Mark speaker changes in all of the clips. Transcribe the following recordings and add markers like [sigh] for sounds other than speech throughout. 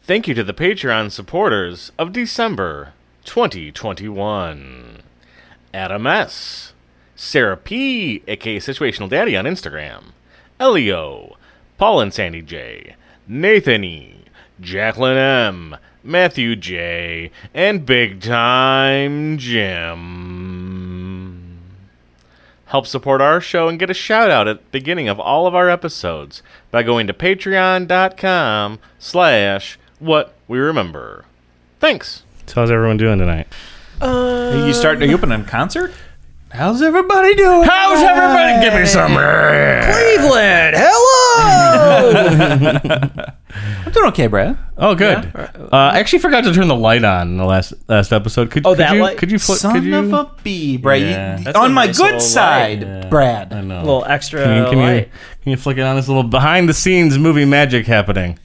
Speaker 1: Thank you to the Patreon supporters of December 2021 Adam S., Sarah P., aka Situational Daddy on Instagram, Elio, Paul and Sandy J., Nathan E., Jacqueline M., Matthew J., and Big Time Jim. Help support our show and get a shout out at the beginning of all of our episodes by going to patreon.com slash what we remember. Thanks.
Speaker 2: So how's everyone doing tonight?
Speaker 3: you start to open a concert?
Speaker 2: How's everybody doing?
Speaker 1: How's everybody? Give me some.
Speaker 3: Cleveland,
Speaker 4: [laughs]
Speaker 3: hello! I'm doing okay, Brad.
Speaker 2: Oh, good. Uh, I actually forgot to turn the light on in the last last episode. Could,
Speaker 4: Oh,
Speaker 2: could
Speaker 4: that
Speaker 2: you,
Speaker 4: light?
Speaker 2: Could you flip?
Speaker 3: Son
Speaker 2: could you,
Speaker 3: of a bee, Brad. You-
Speaker 2: Yeah.
Speaker 3: th-
Speaker 4: That's
Speaker 3: on
Speaker 4: a
Speaker 3: my
Speaker 4: nice
Speaker 3: good
Speaker 4: little
Speaker 3: side,
Speaker 2: Yeah.
Speaker 3: Brad.
Speaker 2: I know.
Speaker 4: A little extra
Speaker 2: can you, can, you,
Speaker 4: light.
Speaker 2: can you flick it on this little behind the scenes movie magic happening?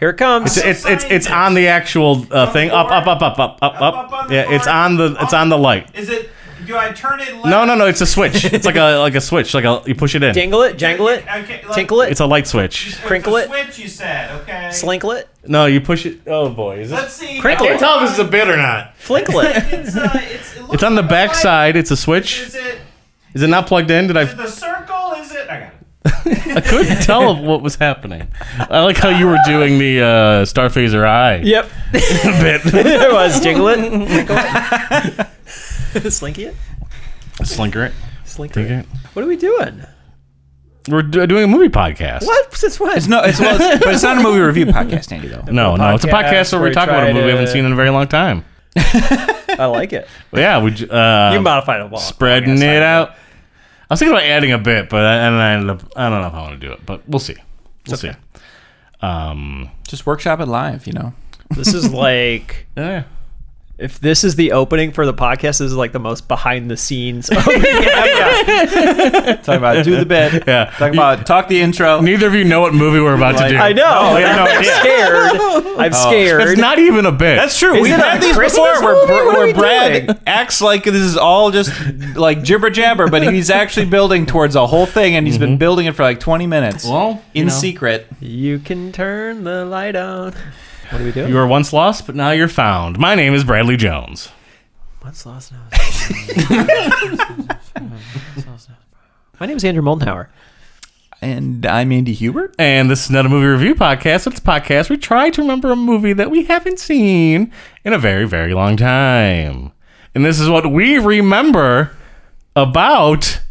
Speaker 4: Here it comes.
Speaker 2: It's it's it's on the actual uh, thing. Up up up up up up
Speaker 3: up on
Speaker 2: up.
Speaker 3: the
Speaker 2: Yeah, it's
Speaker 3: board.
Speaker 2: on the it's on the light.
Speaker 3: Is it? Do I turn it? Left?
Speaker 2: No no no, it's a switch. It's like a like a switch. Like a you push it in.
Speaker 4: Dangle it, jangle it,
Speaker 3: Okay, like-
Speaker 4: tinkle it,
Speaker 2: It's a light switch.
Speaker 4: crinkle it,
Speaker 3: Switch, you said. Okay.
Speaker 4: slinkle it,
Speaker 2: No, you push it. Oh boy, is this?
Speaker 3: see.
Speaker 4: Crinkle it.
Speaker 2: tell if this is a bit or not.
Speaker 4: flinkle it.
Speaker 3: It's, uh, it's,
Speaker 2: [laughs]
Speaker 3: it
Speaker 2: It's on the back side. It's a switch.
Speaker 3: it
Speaker 2: Is it not plugged in? Did I?
Speaker 3: the circle? Is it? I got it.
Speaker 2: I couldn't tell what was happening. I like how you were doing the uh, Starphaser eye
Speaker 4: [laughs] [laughs] Yep.
Speaker 2: bit.
Speaker 4: there was jingle [laughs] it, crinkle it, [laughs] slinky it,
Speaker 2: Slinker it.
Speaker 4: slinky
Speaker 2: Slinker
Speaker 4: it.
Speaker 2: it.
Speaker 4: What are we doing?
Speaker 2: We're do- doing a movie podcast.
Speaker 4: What? Since when?
Speaker 3: It's no, it's, well, it's, but it's not a movie review podcast, Andy. Though
Speaker 2: No, no, it's a podcast
Speaker 4: podcast
Speaker 2: where we
Speaker 4: where
Speaker 2: talk about
Speaker 4: we
Speaker 2: a movie we
Speaker 4: try
Speaker 2: haven't
Speaker 4: to-
Speaker 2: seen in a very long time.
Speaker 4: I like it. Um,
Speaker 2: Yeah, we j- uh,
Speaker 4: You modified it all.
Speaker 2: spreading it out. I was thinking about adding a bit, but I, and I ended up. I don't know if I want to do it, but we'll see. We'll see. Um,
Speaker 3: just workshop it live. You know,
Speaker 4: This is like
Speaker 2: yeah.
Speaker 4: if this is the opening for the podcast. This is like the most behind the scenes. [laughs]
Speaker 3: talk about do the
Speaker 4: [laughs]
Speaker 3: bit.
Speaker 2: Yeah.
Speaker 3: Talk about talk the intro.
Speaker 2: Neither of you know what movie we're about to do.
Speaker 4: Oh, I know. Oh.
Speaker 2: I have no
Speaker 4: I'm
Speaker 2: idea.
Speaker 4: [laughs] scared. I'm
Speaker 2: It's
Speaker 4: scared.
Speaker 2: not even a bit.
Speaker 3: That's true.
Speaker 4: Is
Speaker 3: We've
Speaker 4: it a
Speaker 3: had these
Speaker 4: Christmas
Speaker 3: before where,
Speaker 4: movie? What are
Speaker 3: where
Speaker 4: we
Speaker 3: Brad
Speaker 4: doing?
Speaker 3: acts like this is all just like jibber jabber, but he's actually building towards a whole thing, and he's been building it for like 20 minutes
Speaker 2: Well,
Speaker 3: in secret.
Speaker 4: you can turn the light on. What are we doing?
Speaker 2: You were once lost, but now you're found. My name is Bradley Jones.
Speaker 4: Once lost now. [laughs] My name is Andrew Moldenhauer.
Speaker 3: And I'm Andy Hubert.
Speaker 2: And this is not a movie review podcast. It's a podcast we try to remember a movie that we haven't seen in a very, very long time. And this is what we remember about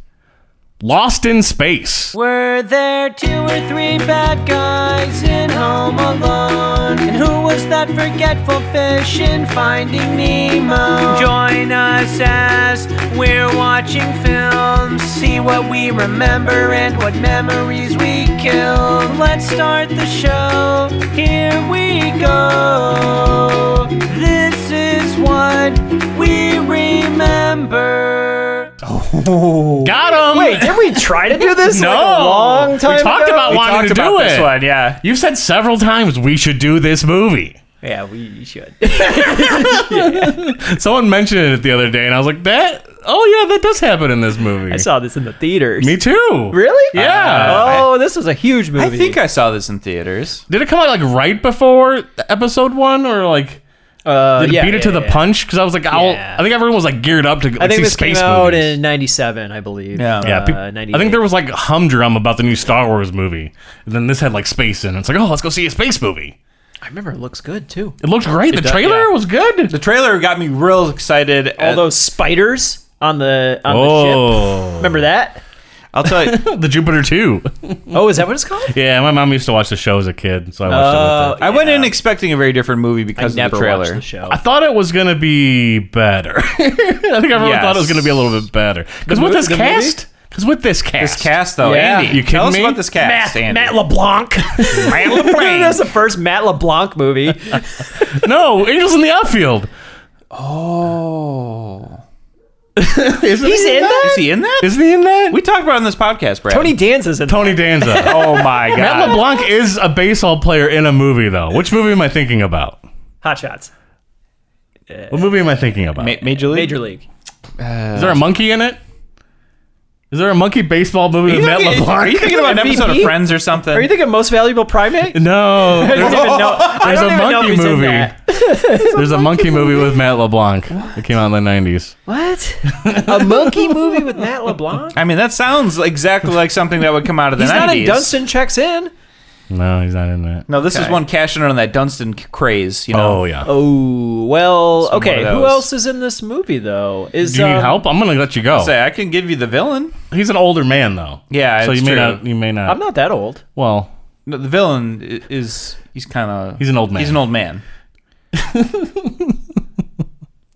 Speaker 2: Lost in Space.
Speaker 4: Were there two or three bad guys in Home Alone? And who was that forgetful fish in Finding Nemo? Join us as we're watching films. See what we remember and what memories we kill. Let's start the show. Here we go. This is what we remember.
Speaker 2: Got him!
Speaker 4: Wait, didn't we try to do this
Speaker 2: no!
Speaker 4: like a long time
Speaker 2: we talked
Speaker 4: ago?
Speaker 2: about wanting to do it.
Speaker 4: yeah.
Speaker 2: You've said several times we should do this movie.
Speaker 4: Yeah, we should. [laughs]
Speaker 2: Someone mentioned it the other day, and I was like, "That? Oh yeah, that does happen in this movie."
Speaker 4: I saw this in the theaters.
Speaker 2: Me too.
Speaker 4: Really?
Speaker 2: Yeah. uh,
Speaker 4: oh, this was a huge movie.
Speaker 3: I think I saw this in theaters.
Speaker 2: Did it come out like right before episode one, or like
Speaker 4: uh,
Speaker 2: did it
Speaker 4: yeah,
Speaker 2: beat it
Speaker 4: yeah,
Speaker 2: to the
Speaker 4: yeah.
Speaker 2: punch? Because I was like, I'll,
Speaker 4: Yeah.
Speaker 2: I think everyone was like geared up to like,
Speaker 4: I think
Speaker 2: see
Speaker 4: this
Speaker 2: space
Speaker 4: came out
Speaker 2: movies.
Speaker 4: in '97, I believe.
Speaker 3: Yeah.
Speaker 2: yeah,
Speaker 4: uh,
Speaker 2: peop- I
Speaker 4: 98.
Speaker 2: think there was like a humdrum about the new Star Wars movie, and then this had like space in. it. It's like, oh, let's go see a space movie.
Speaker 4: I remember it looks good too.
Speaker 2: It looked great. The
Speaker 3: does,
Speaker 2: trailer
Speaker 3: yeah.
Speaker 2: was good.
Speaker 3: The trailer got me real excited.
Speaker 4: All
Speaker 3: at-
Speaker 4: those spiders on the on the ship.
Speaker 2: oh,
Speaker 4: Remember that?
Speaker 3: I'll tell you,
Speaker 2: [laughs] the Jupiter Two.
Speaker 4: Oh, is that what it's called?
Speaker 2: yeah, my mom used to watch the show as a kid, so I watched it. With her.
Speaker 4: Uh,
Speaker 3: I went in expecting a very different movie
Speaker 4: I
Speaker 3: because of
Speaker 4: never
Speaker 3: the trailer.
Speaker 4: watched the show.
Speaker 2: Oh. I thought it was gonna be better. [laughs] I think everyone
Speaker 3: Yes.
Speaker 2: thought it was gonna be a little bit better because
Speaker 4: The
Speaker 2: with
Speaker 4: mo-
Speaker 2: this
Speaker 4: the movie?
Speaker 2: cast, because with this cast,
Speaker 3: This cast, though,
Speaker 2: Yeah.
Speaker 3: Andy,
Speaker 2: You kidding
Speaker 3: tell us
Speaker 2: me?
Speaker 3: about this cast,
Speaker 4: Matt,
Speaker 3: Andy.
Speaker 2: [laughs]
Speaker 4: Matt LeBlanc. [laughs] Matt LeBlanc. That's the first Matt LeBlanc movie.
Speaker 2: no, Angels in the Outfield.
Speaker 3: oh,
Speaker 2: Isn't
Speaker 4: He's in
Speaker 3: is
Speaker 4: that.
Speaker 3: he in that?
Speaker 2: Isn't he in that?
Speaker 3: we talked about it on this podcast, Brad.
Speaker 4: Tony dances in that.
Speaker 2: Tony Danza.
Speaker 3: Oh my god.
Speaker 2: Matt LeBlanc is a baseball player in a movie, though. Which movie am I thinking about?
Speaker 4: Hot Shots.
Speaker 2: What movie am I thinking about?
Speaker 3: Ma- Major League.
Speaker 4: Major League.
Speaker 2: Is there a monkey in it? Is there a monkey baseball movie with Matt
Speaker 3: thinking-
Speaker 2: LeBlanc?
Speaker 3: [laughs] are you thinking about an episode of
Speaker 4: MVP?
Speaker 3: Friends or something?
Speaker 4: Are you thinking most valuable
Speaker 3: [laughs]
Speaker 4: primate?
Speaker 2: no,
Speaker 4: [laughs] I
Speaker 2: [laughs]
Speaker 4: don't
Speaker 2: there's,
Speaker 4: even know. I
Speaker 2: there's
Speaker 4: don't
Speaker 2: a
Speaker 4: even know
Speaker 2: monkey
Speaker 4: who's in
Speaker 2: movie.
Speaker 4: that.
Speaker 2: there's a monkey movie with Matt LeBlanc that came out in the nineties.
Speaker 4: What? A monkey movie with Matt
Speaker 2: [laughs]
Speaker 4: LeBlanc?
Speaker 3: I mean, that sounds exactly like something that would come out of the
Speaker 4: He's
Speaker 3: 90s.
Speaker 4: not in Dunstan checks in.
Speaker 2: No, he's not in that.
Speaker 3: No, this is
Speaker 4: Okay.
Speaker 3: one cashing in on that Dunstan c- craze. You know.
Speaker 2: Oh yeah.
Speaker 4: Oh well,
Speaker 3: It's one
Speaker 4: okay.
Speaker 3: of
Speaker 4: Who
Speaker 3: those.
Speaker 4: else is in this movie though? Is
Speaker 2: Do you need
Speaker 4: um,
Speaker 2: help? I'm gonna let you go.
Speaker 3: Say, I can give you the villain.
Speaker 2: He's an older man though.
Speaker 3: Yeah,
Speaker 2: so
Speaker 3: it's
Speaker 2: you may
Speaker 3: true.
Speaker 2: not. You may not.
Speaker 4: I'm not that old.
Speaker 2: Well,
Speaker 3: No, the villain i- is he's kind of
Speaker 2: He's an old man.
Speaker 3: He's an old man.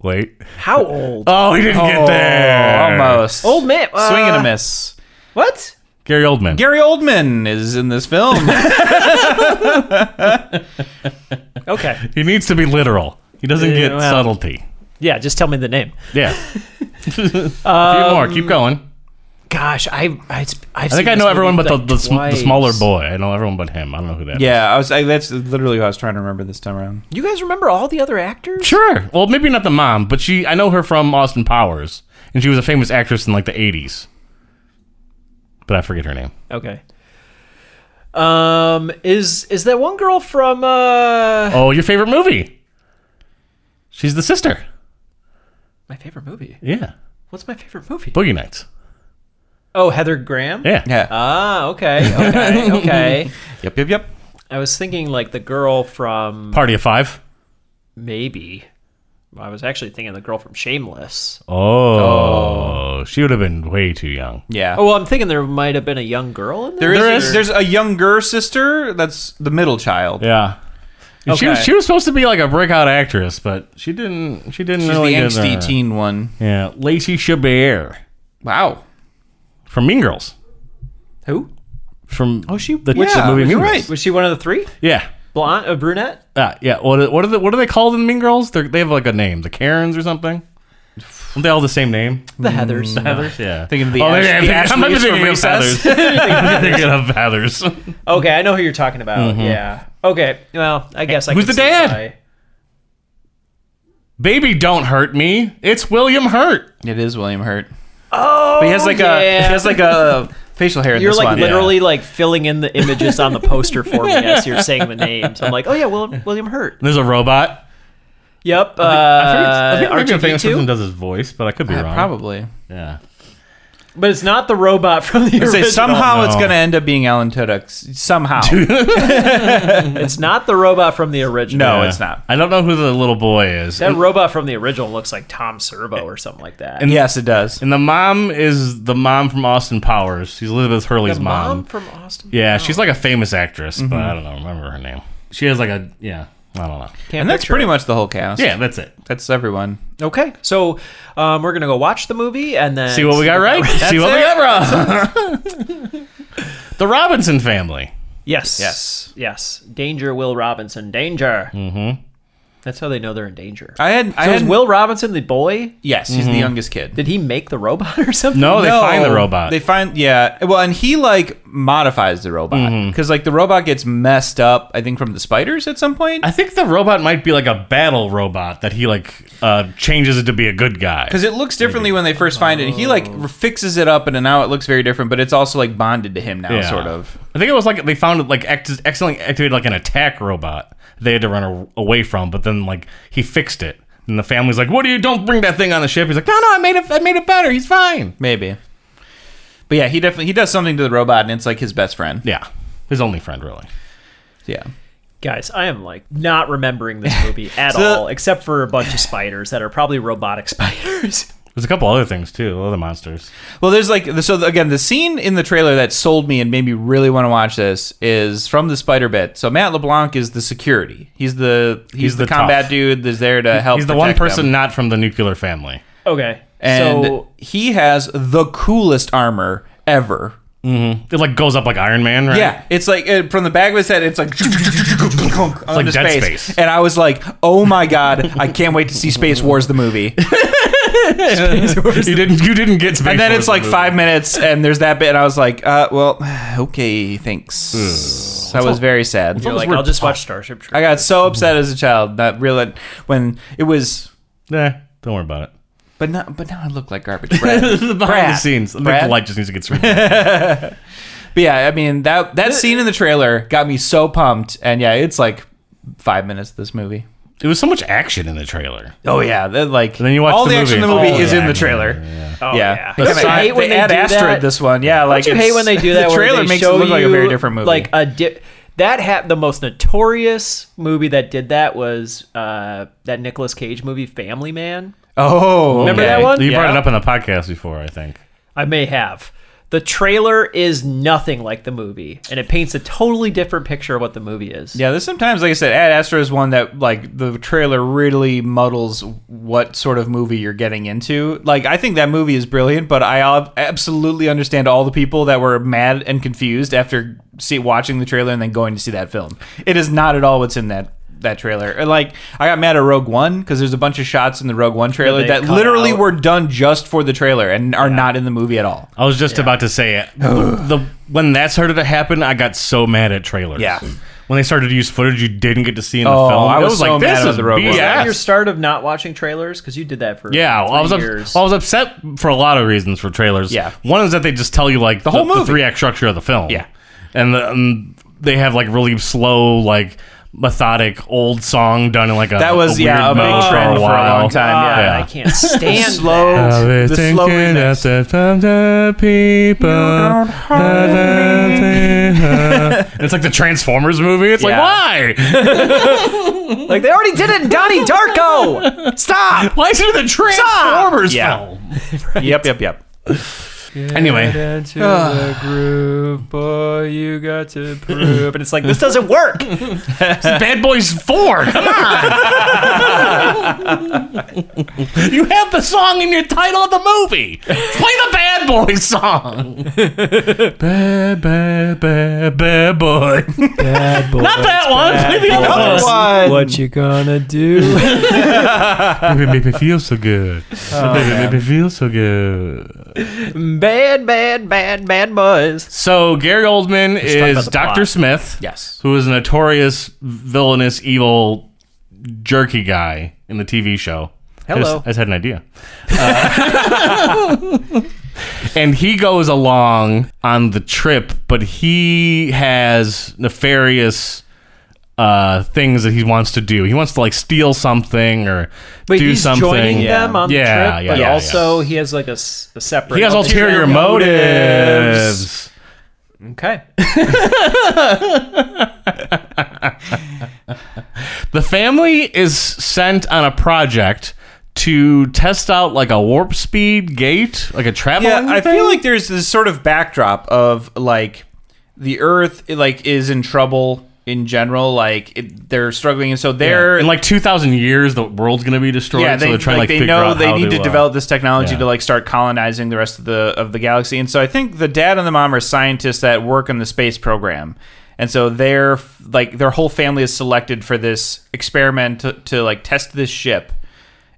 Speaker 2: wait.
Speaker 4: How old?
Speaker 2: Oh, he didn't get there.
Speaker 3: almost.
Speaker 4: old man. Uh,
Speaker 3: Swing and a miss.
Speaker 4: What?
Speaker 2: Gary Oldman.
Speaker 3: Gary Oldman is in this film.
Speaker 4: Okay.
Speaker 2: [laughs] he needs to be literal. He doesn't
Speaker 4: Yeah,
Speaker 2: get
Speaker 4: well.
Speaker 2: subtlety.
Speaker 4: Yeah, just tell me the name.
Speaker 2: Yeah. a few more. Keep going.
Speaker 4: Gosh, I I, I've
Speaker 2: I think I know everyone but the, the, sm- the smaller boy. I know everyone but him. I don't know who that is.
Speaker 3: [laughs] yeah, I was. I, that's literally what I was trying to remember this time around.
Speaker 4: You guys remember all the other actors?
Speaker 2: Sure. Well, maybe not the mom, but she. I know her from Austin Powers, and she was a famous actress in like the '80s. But I forget her name.
Speaker 4: Okay. Um, is is that one girl from? uh
Speaker 2: Oh, your favorite movie? She's the sister.
Speaker 4: My favorite movie.
Speaker 2: Yeah.
Speaker 4: What's my favorite movie?
Speaker 2: Boogie Nights.
Speaker 4: Oh, Heather Graham.
Speaker 2: Yeah.
Speaker 3: Yeah.
Speaker 4: Ah, okay, okay, okay.
Speaker 3: Uh, yep. Yep. Yep.
Speaker 4: I was thinking like the girl from
Speaker 2: Party of Five.
Speaker 4: maybe. I was actually thinking the girl from Shameless.
Speaker 2: Oh, she would have been way too young.
Speaker 3: Yeah.
Speaker 4: Oh, well, I'm thinking there might have been a young girl in there.
Speaker 3: there is,
Speaker 2: there is-
Speaker 3: There's a younger sister. That's the middle child.
Speaker 2: Yeah. And She was,
Speaker 4: Okay.
Speaker 2: she was supposed to be like a breakout actress, but she didn't. She didn't
Speaker 3: She's
Speaker 2: really.
Speaker 3: the
Speaker 2: get
Speaker 3: angsty
Speaker 2: there.
Speaker 3: teen one.
Speaker 2: Yeah, Lacey Chabert
Speaker 3: Wow.
Speaker 2: from Mean Girls.
Speaker 4: Who?
Speaker 2: From
Speaker 4: Oh, she-
Speaker 2: the,
Speaker 4: yeah,
Speaker 2: the movie Mean
Speaker 3: you're
Speaker 2: Girls.
Speaker 3: right.
Speaker 4: Was she one of the three?
Speaker 2: Yeah,
Speaker 4: Blonde, a brunette?
Speaker 2: uh, yeah. What are- what are the, what are they called in Mean Girls? They're, they have like a name, the Karens or something. Aren't they all the same name?
Speaker 4: The Heathers.
Speaker 2: Heathers. Yeah.
Speaker 3: [laughs] Thinking of the
Speaker 2: oh,
Speaker 3: Ash-
Speaker 2: yeah,
Speaker 3: the
Speaker 2: yeah, I might be
Speaker 3: Ashleys
Speaker 2: thinking
Speaker 3: from
Speaker 2: of
Speaker 3: Recess.
Speaker 2: Heathers.
Speaker 3: [laughs]
Speaker 2: [laughs] I'm thinking of Heathers.
Speaker 4: Okay, I know who you're talking about. Yeah. Okay. Well, I guess I.
Speaker 2: Who's
Speaker 4: can
Speaker 2: the
Speaker 4: see
Speaker 2: dad?
Speaker 4: why.
Speaker 2: Baby, don't hurt me. It's William Hurt.
Speaker 3: It is William Hurt.
Speaker 4: Oh,
Speaker 3: But he has like a
Speaker 4: yeah.
Speaker 3: he has like a Uh, facial hair in
Speaker 4: You're
Speaker 3: this
Speaker 4: like
Speaker 3: one.
Speaker 4: literally like filling in the images on the poster for me as you're saying the names. I'm like, oh
Speaker 2: [laughs]
Speaker 4: yeah, Will, William Hurt.
Speaker 2: There's a robot.
Speaker 4: Yep. Uh,
Speaker 2: I think maybe a famous person
Speaker 4: R2D2.
Speaker 2: does his voice, but I could be
Speaker 3: Yeah,
Speaker 2: wrong.
Speaker 3: Uh, probably.
Speaker 2: Yeah.
Speaker 4: But it's not the robot from the
Speaker 3: I
Speaker 4: original.
Speaker 3: say somehow it's
Speaker 2: No.
Speaker 3: gonna end up being Alan Tudyk. s- Somehow.
Speaker 4: It's not the robot from the original.
Speaker 3: No,
Speaker 2: Yeah.
Speaker 3: it's not.
Speaker 2: I don't know who the little boy is.
Speaker 4: That robot from the original looks like Tom Servo or something like that.
Speaker 3: yes, it does.
Speaker 2: And the mom is the mom from Austin Powers. She's Elizabeth Hurley's
Speaker 4: the
Speaker 2: mom.
Speaker 4: mom, Oh. from Austin.
Speaker 2: Yeah, she's like a famous actress, but
Speaker 3: Mm-hmm.
Speaker 2: I don't know, remember her name. She has like a yeah, I don't know.
Speaker 4: Can't
Speaker 3: And that's
Speaker 4: picture
Speaker 3: pretty
Speaker 4: it.
Speaker 3: much the whole cast.
Speaker 2: Yeah, that's it.
Speaker 3: That's everyone.
Speaker 4: okay. So um, we're gonna go watch the movie and then
Speaker 2: See what we got
Speaker 4: [laughs]
Speaker 2: right. See what we
Speaker 3: it.
Speaker 2: got wrong. [laughs] the Robinson family.
Speaker 4: Yes.
Speaker 3: Yes.
Speaker 4: Yes. Danger, Will Robinson. Danger. Mm-hmm. That's how they know they're in danger.
Speaker 3: I had I
Speaker 4: so
Speaker 3: had
Speaker 4: is Will Robinson the boy?
Speaker 3: Yes, he's
Speaker 2: Mm-hmm.
Speaker 3: the youngest kid.
Speaker 4: Did he make the robot [laughs] or something?
Speaker 2: No, Oh, they find the robot.
Speaker 3: They find yeah. Well, and he like modifies the
Speaker 2: Mm-hmm.
Speaker 3: robot because like the robot gets messed up. I think from the spiders at some point
Speaker 2: I think the robot might be like a battle robot that he like uh, changes it to be a good guy.
Speaker 3: because it looks differently when they first find it. He like r- fixes it up, and now it looks very different. But it's also like bonded to him now,
Speaker 2: Yeah.
Speaker 3: sort of.
Speaker 2: I think it was like they found it like act- accidentally activated like an attack robot they had to run a- away from, but then like he fixed it, and the family's like, "What do you? Don't bring that thing on the ship." He's like, "No, no, I made it. I made it better. He's fine."
Speaker 3: Maybe. But yeah, he definitely he does something to the robot, and it's like his best friend.
Speaker 2: Yeah, his only friend really.
Speaker 3: Yeah.
Speaker 4: Guys, I am like not
Speaker 3: [laughs]
Speaker 4: remembering this movie at
Speaker 3: So-
Speaker 4: all, except for a bunch of spiders that are probably robotic [laughs] spiders.
Speaker 2: There's a couple other things too, other monsters.
Speaker 3: Well, there's like the- so again the scene in the trailer that sold me and made me really want to watch this is from the spider bit. So Matt LeBlanc is the security. He's the he's,
Speaker 2: He's
Speaker 3: the,
Speaker 2: the
Speaker 3: combat
Speaker 2: tough.
Speaker 3: dude that's there to help.
Speaker 2: He's the one
Speaker 3: protect
Speaker 2: person
Speaker 3: them.
Speaker 2: not from the nuclear family.
Speaker 4: Okay.
Speaker 3: and
Speaker 4: so
Speaker 3: he has the coolest armor ever.
Speaker 2: It like goes up like Iron Man, right?
Speaker 3: Yeah, it's like uh, from the back of his head, it's like it's
Speaker 2: like Dead Space.
Speaker 3: And I was like, oh my god, I can't wait to see Space Wars
Speaker 2: [laughs]
Speaker 3: the movie.
Speaker 2: you didn't. You didn't get space.
Speaker 3: And then
Speaker 2: Force
Speaker 3: it's like
Speaker 2: movie.
Speaker 3: five minutes, and there's that bit, and I was like, uh, well, [sighs] okay, thanks.
Speaker 2: Hmm.
Speaker 3: That was very sad.
Speaker 4: you're like, I'll just watch Starship Troopers.
Speaker 3: I got so upset as a child, not real when it was.
Speaker 2: Nah, don't worry about it.
Speaker 3: But now, but now I look like
Speaker 2: [laughs]
Speaker 3: garbage. Brad.
Speaker 2: behind the
Speaker 3: Brad.
Speaker 2: scenes. The
Speaker 3: Brad.
Speaker 2: light just needs to get screwed.
Speaker 3: [laughs] But yeah, I mean that that scene in the trailer got me so pumped, and yeah, it's like five minutes of this movie.
Speaker 2: it was so much action in the trailer.
Speaker 3: Oh yeah, that, like
Speaker 2: then you watch
Speaker 3: all
Speaker 2: the
Speaker 3: the, action in the
Speaker 2: movie.
Speaker 3: movie
Speaker 2: All
Speaker 3: is
Speaker 2: the
Speaker 3: in the
Speaker 2: action,
Speaker 3: trailer.
Speaker 4: Oh,
Speaker 3: yeah,
Speaker 2: The
Speaker 3: I
Speaker 4: side- when they
Speaker 3: add
Speaker 4: do
Speaker 3: asterisk
Speaker 4: that-
Speaker 3: this one. Yeah, like
Speaker 4: Don't you
Speaker 3: it's-
Speaker 4: hate when they do that?
Speaker 3: [laughs] The
Speaker 4: where
Speaker 3: trailer
Speaker 4: they
Speaker 3: makes it
Speaker 4: show
Speaker 3: look like a very
Speaker 4: you,
Speaker 3: different movie.
Speaker 4: Like a di- that hap the most notorious movie that did that was uh, that Nicolas Cage movie, Family Man.
Speaker 3: oh,
Speaker 4: Remember that
Speaker 3: okay.
Speaker 4: one?
Speaker 2: You brought
Speaker 4: Yeah.
Speaker 2: it up on the podcast before, I think.
Speaker 4: I may have. The trailer is nothing like the movie, and it paints a totally different picture of what the movie is.
Speaker 3: Yeah, there's sometimes, like I said, Ad Astra is one that like the trailer really muddles what sort of movie you're getting into. Like, I think that movie is brilliant, but I ab- absolutely understand all the people that were mad and confused after see watching the trailer and then going to see that film. It is not at all what's in that that trailer. And, Like, I got mad at Rogue One because there's a bunch of shots in the Rogue One trailer
Speaker 4: they
Speaker 3: that
Speaker 4: cut
Speaker 3: literally
Speaker 4: out.
Speaker 3: were done just for the trailer and are not in the movie at all.
Speaker 2: I was just about to say it. the, the- when that started to happen, I got so mad at trailers.
Speaker 3: Yeah.
Speaker 2: When they started to use footage you didn't get to see in the
Speaker 3: Oh,
Speaker 2: film,
Speaker 3: I
Speaker 2: It
Speaker 3: was so
Speaker 2: like,
Speaker 3: mad
Speaker 2: this
Speaker 3: about
Speaker 2: is
Speaker 3: the Rogue One.
Speaker 4: Was that
Speaker 2: BS.
Speaker 4: your start of not watching trailers? Because you did that for
Speaker 2: Yeah, well, I was
Speaker 4: three
Speaker 2: up,
Speaker 4: years.
Speaker 2: well, I was upset for a lot of reasons for trailers.
Speaker 3: Yeah.
Speaker 2: one is that they just tell you like the
Speaker 3: whole movie.
Speaker 2: the three act structure of the film.
Speaker 3: Yeah.
Speaker 2: and, the, and they have like really slow, like methodic old song done in like a
Speaker 3: That was
Speaker 2: a
Speaker 3: yeah a
Speaker 2: weird mode
Speaker 3: big trend
Speaker 2: for a,
Speaker 3: for a
Speaker 2: while.
Speaker 3: long time.
Speaker 4: Ah,
Speaker 3: yeah.
Speaker 2: yeah. [laughs]
Speaker 4: I can't stand
Speaker 3: Slow,
Speaker 4: that.
Speaker 2: I was
Speaker 3: the slow
Speaker 2: thinking
Speaker 3: remix.
Speaker 2: at the time that people- And it's like the Transformers movie. It's
Speaker 3: Yeah.
Speaker 2: like why?
Speaker 4: Like they already did it in Donnie Darko. Stop.
Speaker 2: Why is it the Transformers
Speaker 3: Yeah.
Speaker 2: film?
Speaker 3: [laughs] Yep, yep, yep.
Speaker 2: Anyway,
Speaker 5: Into
Speaker 2: Ah.
Speaker 5: the groove, boy, you got to prove.
Speaker 4: But it's like this
Speaker 5: [laughs]
Speaker 4: doesn't work.
Speaker 2: Bad Boys Four. Come on. you have the song in your title of the movie. Play the Bad Boys song. bad, bad, bad, bad boy.
Speaker 5: Bad boy.
Speaker 2: [laughs] Not that one. Play the other one.
Speaker 5: What you gonna do?
Speaker 2: Baby, make me feel so good.
Speaker 4: Oh,
Speaker 2: Baby, make me feel so good.
Speaker 4: [laughs] bad, bad, bad, bad boys.
Speaker 2: So Gary Oldman
Speaker 4: talk about
Speaker 2: is
Speaker 4: the
Speaker 2: Doctor
Speaker 4: plot.
Speaker 2: Smith,
Speaker 3: Yes.
Speaker 2: who is a notorious villainous, evil, jerky guy in the TV show. I just,
Speaker 4: Hello.
Speaker 2: I just had an idea. Uh, [laughs] and he goes along on the trip, but he has nefarious uh things that he wants to do. He wants to like steal something or
Speaker 4: But
Speaker 2: do
Speaker 4: he's
Speaker 2: something.
Speaker 4: joining them on
Speaker 2: Yeah,
Speaker 4: the trip,
Speaker 2: yeah,
Speaker 4: but
Speaker 2: yeah,
Speaker 4: also he has like a, s- a separate.
Speaker 2: He has ulterior motives.
Speaker 4: Okay.
Speaker 2: The family is sent on a project to test out like a warp speed gate, like a traveling.
Speaker 3: Yeah, I
Speaker 2: thing?
Speaker 3: feel like there's this sort of backdrop of like the Earth like is in trouble in general. Like it, they're struggling, and so they're
Speaker 2: in like two thousand years, the world's gonna be destroyed.
Speaker 3: yeah, they,
Speaker 2: so they're trying
Speaker 3: like,
Speaker 2: to like
Speaker 3: they
Speaker 2: figure
Speaker 3: know
Speaker 2: out
Speaker 3: they
Speaker 2: how
Speaker 3: need to
Speaker 2: uh,
Speaker 3: develop this technology
Speaker 2: yeah.
Speaker 3: to like start colonizing the rest of the of the galaxy. And so I think the dad and the mom are scientists that work on the space program. And so their like their whole family is selected for this experiment to, to like test this ship.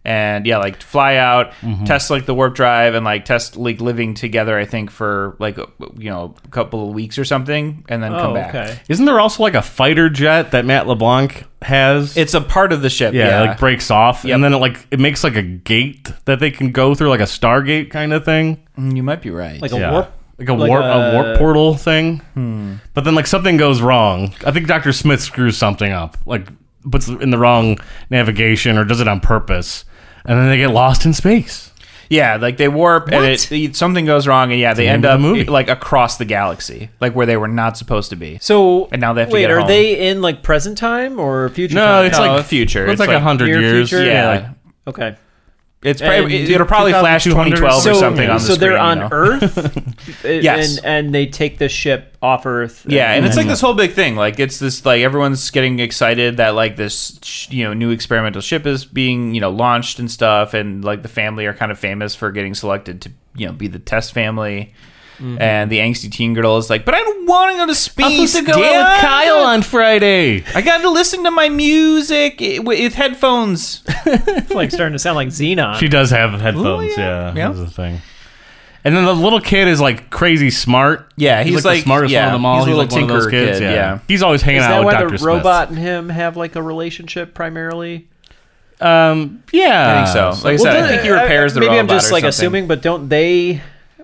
Speaker 3: And yeah, like fly out,
Speaker 2: Mm-hmm.
Speaker 3: test like the warp drive, and like test like living together. I think for like a- you know a couple of weeks or something, and then come
Speaker 4: Oh,
Speaker 3: back.
Speaker 4: okay.
Speaker 2: Isn't there also like a fighter jet that Matt LeBlanc has?
Speaker 3: It's a part of the ship.
Speaker 2: yeah,
Speaker 3: Yeah,
Speaker 2: it, like breaks off,
Speaker 3: Yep.
Speaker 2: and then it like it makes like a gate that they can go through, like a Stargate kind of thing.
Speaker 3: Mm, you might be right.
Speaker 4: Like a warp.
Speaker 2: Like a
Speaker 4: like
Speaker 2: warp, a,
Speaker 4: a-
Speaker 2: warp portal thing,
Speaker 3: Hmm.
Speaker 2: but then like something goes wrong. I think Doctor Smith screws something up, like puts in the wrong navigation or does it on purpose, and then they get lost in space.
Speaker 3: Yeah, like they warp and it, it- something goes wrong, and yeah, they end
Speaker 2: name
Speaker 3: up
Speaker 2: of the movie.
Speaker 3: like across the galaxy, like where they were not supposed to be.
Speaker 4: So
Speaker 3: And now they have to
Speaker 4: wait.
Speaker 3: get
Speaker 4: are
Speaker 3: home.
Speaker 4: they in like present time or future?
Speaker 2: No,
Speaker 4: time?
Speaker 2: Uh, it's
Speaker 3: No,
Speaker 2: like
Speaker 3: Oh, future.
Speaker 2: It's,
Speaker 3: It's
Speaker 2: like
Speaker 3: like
Speaker 2: a hundred
Speaker 4: near
Speaker 2: years.
Speaker 4: future?
Speaker 2: Yeah,
Speaker 3: yeah,
Speaker 2: like-
Speaker 4: okay.
Speaker 3: it's
Speaker 4: And
Speaker 3: probably, it'll probably flash
Speaker 2: 2200
Speaker 3: 2012
Speaker 2: So-
Speaker 3: or something on the
Speaker 4: so
Speaker 3: screen.
Speaker 4: they're
Speaker 3: you
Speaker 4: on
Speaker 3: know? [laughs]
Speaker 4: Earth, and-
Speaker 3: Yes.
Speaker 4: and and they take the ship off Earth.
Speaker 3: Yeah, and it's like this whole big thing. Like it's this like everyone's getting excited that like this sh- you know new experimental ship is being you know launched and stuff, and like the family are kind of famous for getting selected to you know be the test family.
Speaker 2: Mm-hmm.
Speaker 3: And the angsty teen girl is like, but I don't want to go to space. damn it."
Speaker 2: on Friday.
Speaker 3: I got to listen to my music i- wi- with headphones.
Speaker 4: [laughs] like starting to sound like Xenon.
Speaker 2: She does have headphones. yeah,
Speaker 3: Oh, yeah.
Speaker 2: that's
Speaker 3: Yeah.
Speaker 2: the thing. And then the little kid is like crazy smart.
Speaker 3: Yeah, he's
Speaker 2: the
Speaker 3: like-
Speaker 2: smartest one
Speaker 3: yeah,
Speaker 2: of them all.
Speaker 3: he's
Speaker 2: He's,
Speaker 3: a little
Speaker 2: like one of those
Speaker 3: tinker
Speaker 2: kids.
Speaker 3: kid,
Speaker 2: yeah.
Speaker 3: yeah.
Speaker 2: he's always hanging
Speaker 4: Is
Speaker 2: out
Speaker 4: that
Speaker 2: with
Speaker 4: why
Speaker 2: Doctor
Speaker 4: the
Speaker 2: Smith.
Speaker 4: robot and him have like a relationship primarily?
Speaker 2: Um, yeah,
Speaker 3: I think so. Like I said, I
Speaker 4: don't-
Speaker 3: think he repairs the
Speaker 4: maybe
Speaker 3: robot.
Speaker 4: I'm just
Speaker 3: or
Speaker 4: like
Speaker 3: something.
Speaker 4: assuming, but don't they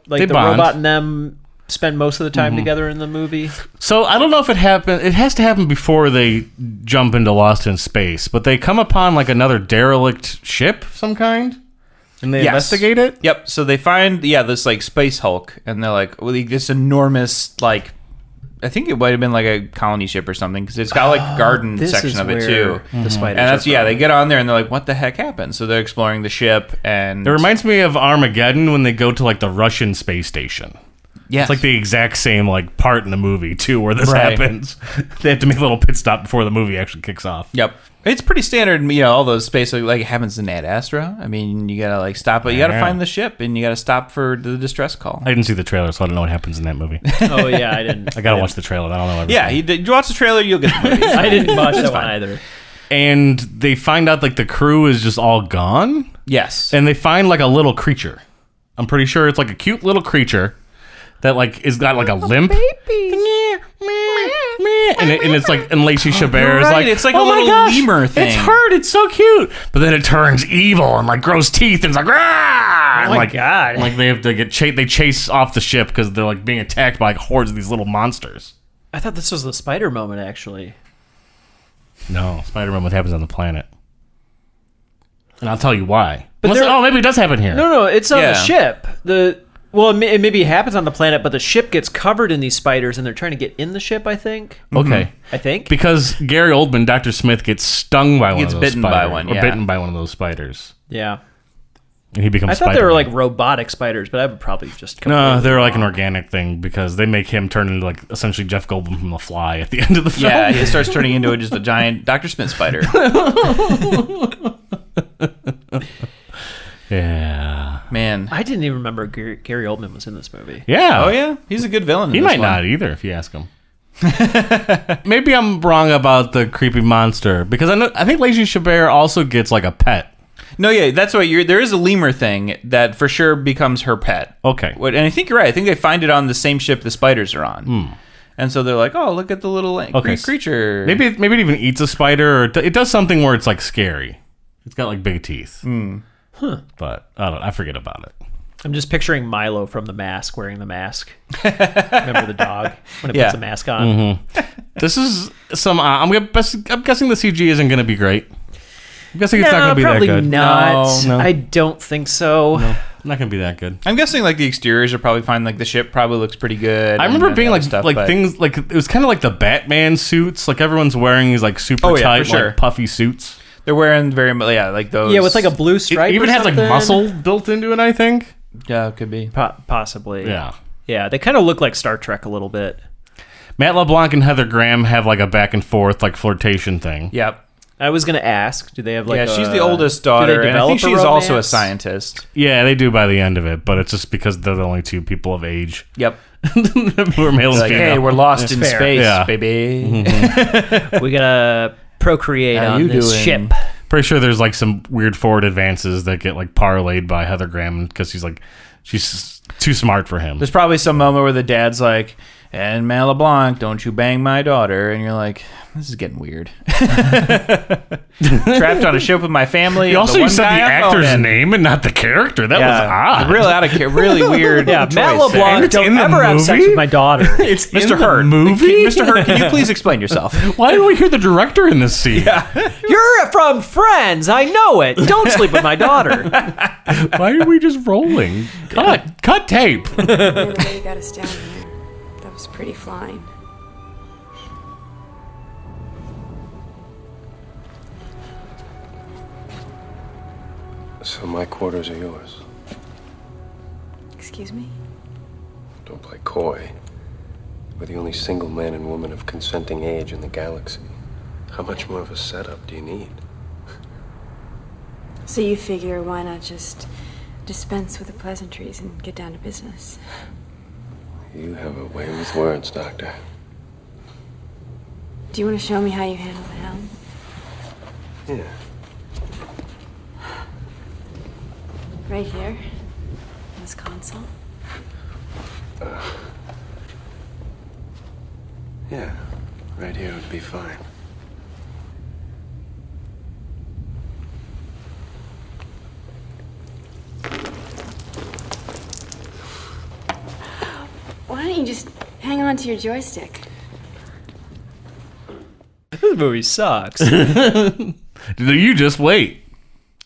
Speaker 4: like
Speaker 2: They
Speaker 4: the
Speaker 2: bond.
Speaker 4: robot and them spend most of the
Speaker 3: Mm-hmm.
Speaker 4: time together in the movie?
Speaker 2: So I don't know if it happened. It has to happen before they jump into Lost in Space, but they come upon like another derelict ship of some kind, and they
Speaker 3: Yes.
Speaker 2: investigate it.
Speaker 3: Yep. So they find yeah this like space Hulk, and they're like well, like, this enormous like. I think it might have been like a colony ship or something because it's got
Speaker 2: Ah,
Speaker 3: like garden
Speaker 4: This
Speaker 3: section
Speaker 4: is
Speaker 3: of
Speaker 4: where
Speaker 3: it
Speaker 2: Hmm,
Speaker 3: too. Mm-hmm.
Speaker 4: the spiders
Speaker 3: and that's
Speaker 4: are
Speaker 3: yeah.
Speaker 4: from.
Speaker 3: They get on there and they're like, "What the heck happened?" So they're exploring the ship and
Speaker 2: It reminds me of Armageddon when they go to like the Russian space station.
Speaker 3: yeah,
Speaker 2: It's like the exact same like part in the movie too, where this
Speaker 3: Right.
Speaker 2: happens. [laughs] they have to make a little pit stop before the movie actually kicks off.
Speaker 3: Yep. It's pretty standard, you know, all those space like it happens in Ad Astra. I mean, you gotta like stop, but you gotta
Speaker 2: Yeah.
Speaker 3: find the ship and you gotta stop for the distress call.
Speaker 2: I didn't see the trailer, so I don't know what happens in that
Speaker 3: [laughs]
Speaker 2: movie.
Speaker 4: [laughs] Oh yeah, I didn't.
Speaker 2: I gotta watch the trailer. I don't know. Everything.
Speaker 3: yeah, you, did- you watch the trailer, you'll
Speaker 2: [laughs]
Speaker 3: get the movie. [laughs]
Speaker 4: I didn't watch that one either.
Speaker 2: and they find out like the crew is just all gone.
Speaker 3: yes.
Speaker 2: and they find like a little creature. I'm pretty sure it's like a cute little creature that like is got like a limp. And, it, and it's like and Lacey Chabert is
Speaker 3: right,
Speaker 2: like
Speaker 3: it's like
Speaker 2: oh
Speaker 3: a
Speaker 2: my
Speaker 3: little
Speaker 2: gosh,
Speaker 3: lemur
Speaker 2: It's
Speaker 3: thing."
Speaker 2: hurt. It's so cute. But then it turns evil and like grows teeth and it's like ah. Oh
Speaker 4: my
Speaker 2: like,
Speaker 4: God.
Speaker 2: Like they have to get cha- they chase off the ship because they're like being attacked by like hordes of these little monsters.
Speaker 4: I thought this was the spider moment actually.
Speaker 2: No, Spider-Man. What happens on the planet? And I'll tell you why. But
Speaker 4: there-
Speaker 2: oh, maybe it does happen here.
Speaker 4: No, no, it's on
Speaker 3: Yeah.
Speaker 4: the ship. The well, it, may, it maybe happens on the planet, but the ship gets covered in these spiders, and they're trying to get in the ship. I think.
Speaker 2: Okay.
Speaker 4: I think.
Speaker 2: Because Gary Oldman, Doctor Smith, gets stung by one.
Speaker 3: gets
Speaker 2: of those
Speaker 3: bitten by
Speaker 2: spiders,
Speaker 3: one,
Speaker 2: or
Speaker 3: yeah.
Speaker 2: bitten by one of those spiders,
Speaker 4: yeah.
Speaker 2: and he becomes.
Speaker 4: I thought they were like
Speaker 2: Spider-Man.
Speaker 4: robotic spiders, but I would probably just
Speaker 2: No,
Speaker 4: completely
Speaker 2: they're like an
Speaker 4: wrong.
Speaker 2: organic thing because they make him turn into like essentially Jeff Goldblum from The Fly at the [laughs] end of the film.
Speaker 3: [laughs] Yeah, it starts turning into just a giant Dr. Smith spider.
Speaker 2: Yeah.
Speaker 3: Man.
Speaker 4: I didn't even remember Gary, Gary Oldman was in this movie.
Speaker 2: Yeah.
Speaker 3: Oh yeah, he's a good villain. in
Speaker 2: He
Speaker 3: this
Speaker 2: might
Speaker 3: one.
Speaker 2: not either if you
Speaker 3: [laughs]
Speaker 2: ask him. Maybe I'm wrong about the creepy monster because I know I think Lacey Chabert also gets like a pet.
Speaker 3: No, yeah, that's why you're there is a lemur thing that for sure becomes her pet.
Speaker 2: Okay.
Speaker 3: What- And I think you're right. I think they find it on the same ship the spiders are on. And so they're like, "Oh, look at the little like,
Speaker 2: Okay,
Speaker 3: cre- creature."
Speaker 2: Maybe it, maybe it even eats a spider, or it, do- it does something where it's like scary. It's got like big teeth.
Speaker 3: Hmm.
Speaker 2: But I don't. I forget about it.
Speaker 4: I'm just picturing Milo from The Mask wearing the mask. remember the dog when it
Speaker 3: Yeah.
Speaker 4: puts a mask on.
Speaker 2: Mm-hmm. This is some. Uh, I'm, gonna best, I'm guessing the CG isn't going to be great. I'm guessing it's
Speaker 4: no,
Speaker 2: not going to be that
Speaker 4: probably
Speaker 2: good.
Speaker 4: not.
Speaker 2: No, no.
Speaker 4: I don't think so.
Speaker 2: Not going to be that good.
Speaker 3: I'm guessing like the exteriors are probably fine. Like the ship probably looks pretty good.
Speaker 2: I
Speaker 3: and-
Speaker 2: remember
Speaker 3: and
Speaker 2: being
Speaker 3: other
Speaker 2: like like
Speaker 3: but-
Speaker 2: things like it was kind of like the Batman suits. Like everyone's wearing these like super
Speaker 3: Oh, yeah, for
Speaker 2: tight,
Speaker 3: sure.
Speaker 2: like puffy suits.
Speaker 3: They're wearing very mu- yeah like those.
Speaker 4: Yeah, with like a blue stripe.
Speaker 2: it even
Speaker 4: or
Speaker 2: has like
Speaker 4: something.
Speaker 2: muscle built into it. I think.
Speaker 3: yeah it could be.
Speaker 4: Po- possibly.
Speaker 2: Yeah.
Speaker 4: Yeah, they kind of look like Star Trek a little bit.
Speaker 2: Matt LeBlanc and Heather Graham have like a back and forth like flirtation thing.
Speaker 3: Yep.
Speaker 4: I was gonna ask, do they have like?
Speaker 3: yeah, she's the
Speaker 4: a-
Speaker 3: oldest
Speaker 4: do they
Speaker 3: daughter, and I
Speaker 4: develop
Speaker 3: think
Speaker 4: a
Speaker 3: she's also a
Speaker 4: romance?
Speaker 3: scientist.
Speaker 2: Yeah, they do by the end of it, but it's just because they're the only two people of age [laughs]
Speaker 3: Yep.
Speaker 2: who are male and
Speaker 3: Like, hey,
Speaker 2: female.
Speaker 3: we're lost in
Speaker 4: fair.
Speaker 3: space,
Speaker 2: Yeah. Mm-hmm.
Speaker 3: baby.
Speaker 4: We gotta procreate
Speaker 3: How
Speaker 4: on
Speaker 3: you
Speaker 4: this
Speaker 3: doing?
Speaker 4: ship.
Speaker 2: Pretty sure there's like some weird forward advances that get like parlayed by Heather Graham because she's like, she's s- too smart for him.
Speaker 3: [laughs] There's probably some moment where the dad's like, "And Matt LeBlanc, don't you bang my daughter?" And you're like, "This is getting weird." [laughs] Trapped on a ship with my family.
Speaker 2: You
Speaker 3: the
Speaker 2: also you
Speaker 3: one
Speaker 2: said the
Speaker 3: guy I'm
Speaker 2: actor's
Speaker 3: owning.
Speaker 2: name and not the character. That was
Speaker 3: Yeah,
Speaker 2: odd.
Speaker 3: real out of
Speaker 2: [laughs]
Speaker 3: care, really weird.
Speaker 4: [laughs] Yeah, Matt
Speaker 3: choice eh? there.
Speaker 4: LeBlanc,
Speaker 2: It's in
Speaker 4: don't
Speaker 2: the
Speaker 4: ever have sex
Speaker 2: movie?
Speaker 4: with my daughter.
Speaker 3: [laughs]
Speaker 2: [laughs] It's
Speaker 3: Mr. Hurd,
Speaker 2: movie.
Speaker 3: Mr. Hurd, can
Speaker 2: [laughs]
Speaker 3: you please explain yourself?
Speaker 2: Why do we hear the director in this scene?
Speaker 4: You're from Friends. I know it. Don't sleep with
Speaker 3: [laughs]
Speaker 4: my daughter.
Speaker 2: Why are we just rolling? Cut, cut tape.
Speaker 6: You really got us down here. That was pretty flying.
Speaker 7: So my quarters are yours.
Speaker 6: Excuse me?
Speaker 7: Don't play coy. We're the only single man and woman of consenting age in the galaxy. How much more of a setup do you need?
Speaker 6: So you figure why not just dispense with the pleasantries and get down to business?
Speaker 7: You have a way with words, Doctor.
Speaker 6: Do you want to show me how you handle the helm?
Speaker 7: Yeah.
Speaker 6: Right here? In this console?
Speaker 7: Yeah. Right here would be fine.
Speaker 6: don't you just hang on to your joystick?
Speaker 4: This movie sucks.
Speaker 2: You just wait.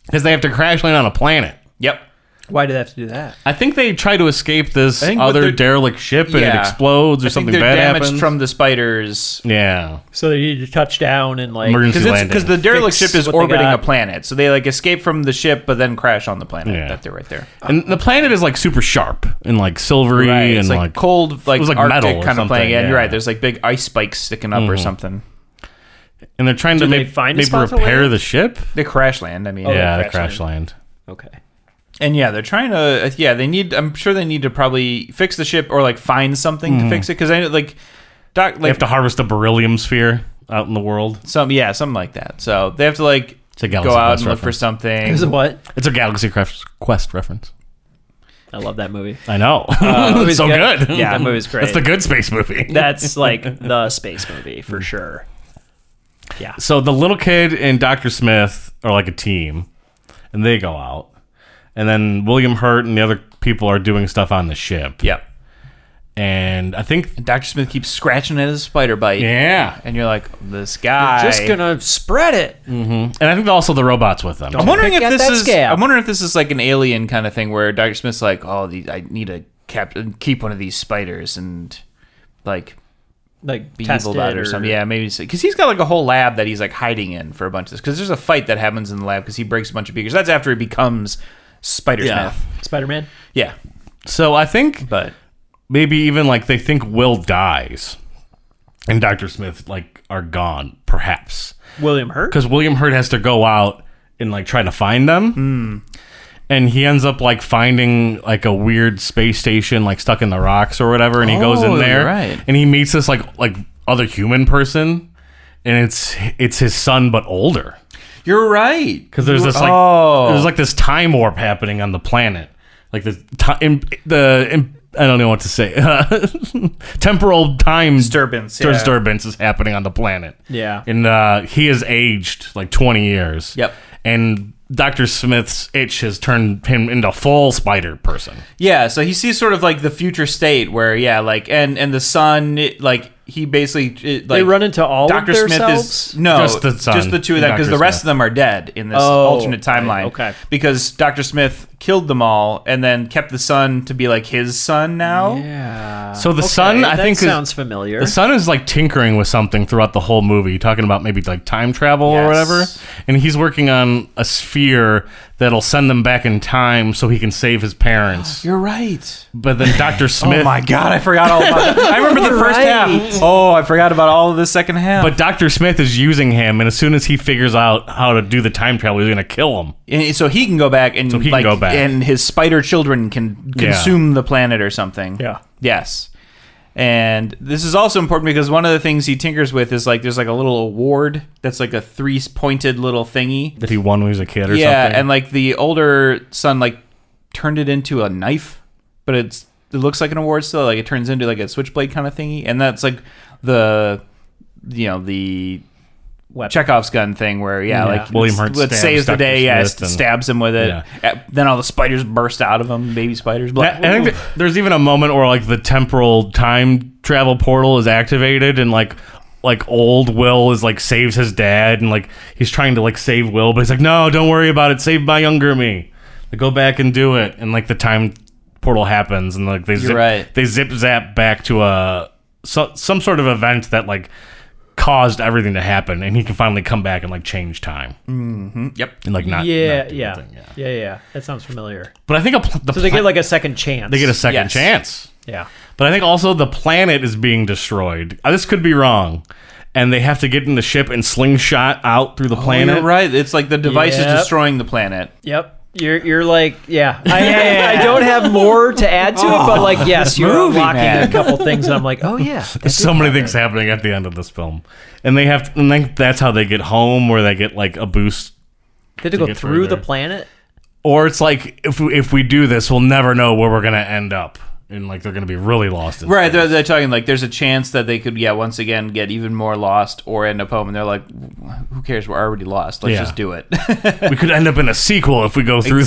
Speaker 2: Because they have to crash land on a planet.
Speaker 3: Yep.
Speaker 4: Why do they have to do that?
Speaker 2: I think they try to escape this
Speaker 3: think what
Speaker 2: other
Speaker 3: they're-
Speaker 2: derelict ship and it
Speaker 3: Yeah.
Speaker 2: explodes or
Speaker 3: I think
Speaker 2: something
Speaker 3: they're
Speaker 2: bad
Speaker 3: damaged
Speaker 2: happens.
Speaker 3: from the spiders
Speaker 2: yeah.
Speaker 4: So they need to touch down and like
Speaker 2: Emergency landing.
Speaker 3: because the derelict
Speaker 4: Fix
Speaker 3: ship is
Speaker 4: what they
Speaker 3: orbiting
Speaker 4: got.
Speaker 3: a planet, so they like escape from the ship but then crash on the planet.
Speaker 2: Yeah.
Speaker 3: That they're right there.
Speaker 2: and the planet is like super sharp and like silvery and
Speaker 3: It's like,
Speaker 2: like,
Speaker 3: cold, like,
Speaker 2: was like
Speaker 3: Arctic
Speaker 2: metal or
Speaker 3: kind of
Speaker 2: something,
Speaker 3: playing. Yeah.
Speaker 2: yeah. Mm-hmm.
Speaker 3: you're right. There's like big ice spikes sticking up or something.
Speaker 2: and they're trying to
Speaker 4: they
Speaker 2: make,
Speaker 4: find a
Speaker 2: maybe
Speaker 4: spot to
Speaker 2: repair
Speaker 4: land?
Speaker 2: the ship.
Speaker 3: They crash land. I mean,
Speaker 2: yeah,
Speaker 4: they
Speaker 2: the
Speaker 4: crash
Speaker 2: crash land.
Speaker 4: Okay.
Speaker 3: and yeah, they're trying to. uh, Yeah, they need. I'm sure they need to probably fix the ship or like find something to fix it because I know like. Doc,
Speaker 2: Mm-hmm. They
Speaker 3: like
Speaker 2: have to harvest a beryllium sphere out in the world.
Speaker 3: some yeah, something like that. So they have to like
Speaker 2: It's a
Speaker 3: go
Speaker 2: Galaxy
Speaker 3: out
Speaker 2: Quest
Speaker 3: and look for
Speaker 2: reference.
Speaker 3: something.
Speaker 4: Is it what?
Speaker 2: It's a Galaxy Quest, Quest reference.
Speaker 4: I love that movie.
Speaker 2: I [laughs] know.
Speaker 4: movie's
Speaker 2: so
Speaker 4: Uh, good.
Speaker 2: good.
Speaker 4: Yeah, that movie's great.
Speaker 2: That's the good space movie.
Speaker 3: [laughs]
Speaker 4: That's like the space movie
Speaker 3: Mm.
Speaker 4: for sure.
Speaker 2: so the little kid and Dr. Smith are like a team, and they go out. And then William Hurt and the other people are doing stuff on the ship.
Speaker 3: Yep.
Speaker 2: And I think,
Speaker 3: Doctor Smith keeps scratching at his spider bite.
Speaker 2: yeah.
Speaker 3: And you're like, this guy.
Speaker 4: Just gonna spread it.
Speaker 2: And I think also the robots with them.
Speaker 3: I'm wondering if
Speaker 4: Pick at
Speaker 3: this
Speaker 4: that
Speaker 3: is.
Speaker 4: scale.
Speaker 3: I'm wondering if this is like an alien kind of thing where Doctor Smith's like, oh, the, I need to cap- keep one of these spiders and like
Speaker 4: Like
Speaker 3: be
Speaker 4: test
Speaker 3: evil about it or, something. Yeah, maybe because he's got like a whole lab that he's like hiding in for a bunch of this. Because there's a fight that happens in the lab because he breaks a bunch of beakers. That's after he becomes Spider Smith.
Speaker 4: Spider Man.
Speaker 3: Yeah,
Speaker 2: So I think
Speaker 3: but
Speaker 2: maybe even like they think Will dies and Dr. Smith like are gone, perhaps.
Speaker 4: William Hurt.
Speaker 2: because William Hurt has to go out and like try to find them.
Speaker 3: Hmm.
Speaker 2: And he ends up like finding like a weird space station like stuck in the rocks or whatever, and he goes
Speaker 3: Oh,
Speaker 2: in there
Speaker 3: you're right.
Speaker 2: and he meets this like like other human person, and it's it's his son but older
Speaker 3: you're right.
Speaker 2: because there's this like there's like this time warp happening on the planet, like the time the im- I don't know what to say [laughs] temporal time
Speaker 3: Disturbance, yeah.
Speaker 2: disturbance is happening on the planet.
Speaker 4: Yeah.
Speaker 2: and uh, he is aged like 20 years.
Speaker 3: Yep.
Speaker 2: and Doctor Smith's itch has turned him into full spider person.
Speaker 3: Yeah, so he sees sort of like the future state where yeah, like and and the sun it, like he basically it, like
Speaker 4: They run into all of
Speaker 3: Dr. Smith
Speaker 4: theirselves?
Speaker 3: is no
Speaker 2: Just the sun
Speaker 3: just the two of them
Speaker 2: and
Speaker 3: because
Speaker 2: Dr.
Speaker 3: the rest of
Speaker 2: Smith.
Speaker 3: them are dead in this
Speaker 4: Oh,
Speaker 3: alternate timeline.
Speaker 4: right, okay.
Speaker 3: because Doctor Smith killed them all and then kept the sun to be like his son now.
Speaker 4: Yeah.
Speaker 2: So the son, I
Speaker 4: that
Speaker 2: think,
Speaker 4: sounds
Speaker 2: is,
Speaker 4: familiar.
Speaker 2: the son is like tinkering with something throughout the whole movie, talking about maybe like time travel or
Speaker 3: Yes.
Speaker 2: whatever. And he's working on a sphere that'll send them back in time so he can save his parents.
Speaker 3: You're right.
Speaker 2: But then Doctor Smith,
Speaker 3: [laughs] Oh my god, I forgot all about that. I remember the first half. Oh, I forgot about all of the second half.
Speaker 2: but Doctor Smith is using him, and as soon as he figures out how to do the time travel, he's gonna kill him.
Speaker 3: And so he can go back and
Speaker 2: So he can
Speaker 3: like,
Speaker 2: go back.
Speaker 3: and his spider children can
Speaker 2: Yeah.
Speaker 3: consume the planet or something.
Speaker 4: Yeah.
Speaker 3: Yes. And this is also important because one of the things he tinkers with is like there's like a little award that's like a three pointed little thingy.
Speaker 2: That he won when he was a kid or
Speaker 3: yeah,
Speaker 2: something.
Speaker 3: and like the older son like turned it into a knife, but it's it looks like an award still. Like it turns into like a switchblade kind of thingy, and that's like the you know the
Speaker 4: Weapon.
Speaker 3: Chekhov's gun thing where
Speaker 2: Yeah.
Speaker 3: yeah, like
Speaker 2: William
Speaker 3: it's-
Speaker 2: Hurt
Speaker 3: it
Speaker 2: stabs
Speaker 3: saves the
Speaker 2: Dr.
Speaker 3: day. Yeah,
Speaker 2: Smith and-
Speaker 3: stabs him with it.
Speaker 2: Yeah.
Speaker 3: Uh, Then all the spiders burst out of him, baby spiders. Blah.
Speaker 2: I I think that there's even a moment where like the temporal time travel portal is activated and like like old Will is like saves his dad and like he's trying to like save Will, but he's like, No, don't worry about it, save my younger me. Like go back and do it and like the time portal happens and like they zip
Speaker 3: right.
Speaker 2: they zip zap back to a so, some sort of event that like caused everything to happen and he can finally come back and like change time. Mm-hmm.
Speaker 3: Yep.
Speaker 2: And like not
Speaker 4: yeah,
Speaker 2: not do
Speaker 4: yeah,
Speaker 2: anything,
Speaker 4: yeah, yeah, That sounds familiar.
Speaker 2: But I think a pl- the
Speaker 4: So they
Speaker 2: pla-
Speaker 4: get like a second chance.
Speaker 2: they get a second
Speaker 3: Yes.
Speaker 2: chance.
Speaker 4: yeah.
Speaker 2: But I think also the planet is being destroyed. Uh, This could be wrong. And they have to get in the ship and slingshot out through the planet.
Speaker 3: Oh, You're right. It's like the device
Speaker 4: Yep.
Speaker 3: is destroying the planet.
Speaker 4: Yep. You're you're like yeah. I, I, I don't have more to add to it, but like yes, you're
Speaker 3: Movie
Speaker 4: unlocking
Speaker 3: man.
Speaker 4: a couple things, and I'm like,
Speaker 2: [laughs]
Speaker 4: oh yeah. that
Speaker 2: There's so many
Speaker 4: did happen.
Speaker 2: things happening at the end of this film. And they have, and then that's how they get home, where they get like a boost.
Speaker 4: They had to go
Speaker 2: get
Speaker 4: through the
Speaker 2: further.
Speaker 4: planet.
Speaker 2: Or it's like, if we, if we do this, we'll never know where we're going to end up. and like they're going to be really lost. in
Speaker 3: Right,
Speaker 2: space.
Speaker 3: they're, they're talking like there's a chance that they could, yeah, once again get even more lost or end up home, and they're like, "Who cares? We're already lost. Let's
Speaker 2: Yeah.
Speaker 3: just do it."
Speaker 2: [laughs] we could end up in a sequel if we go through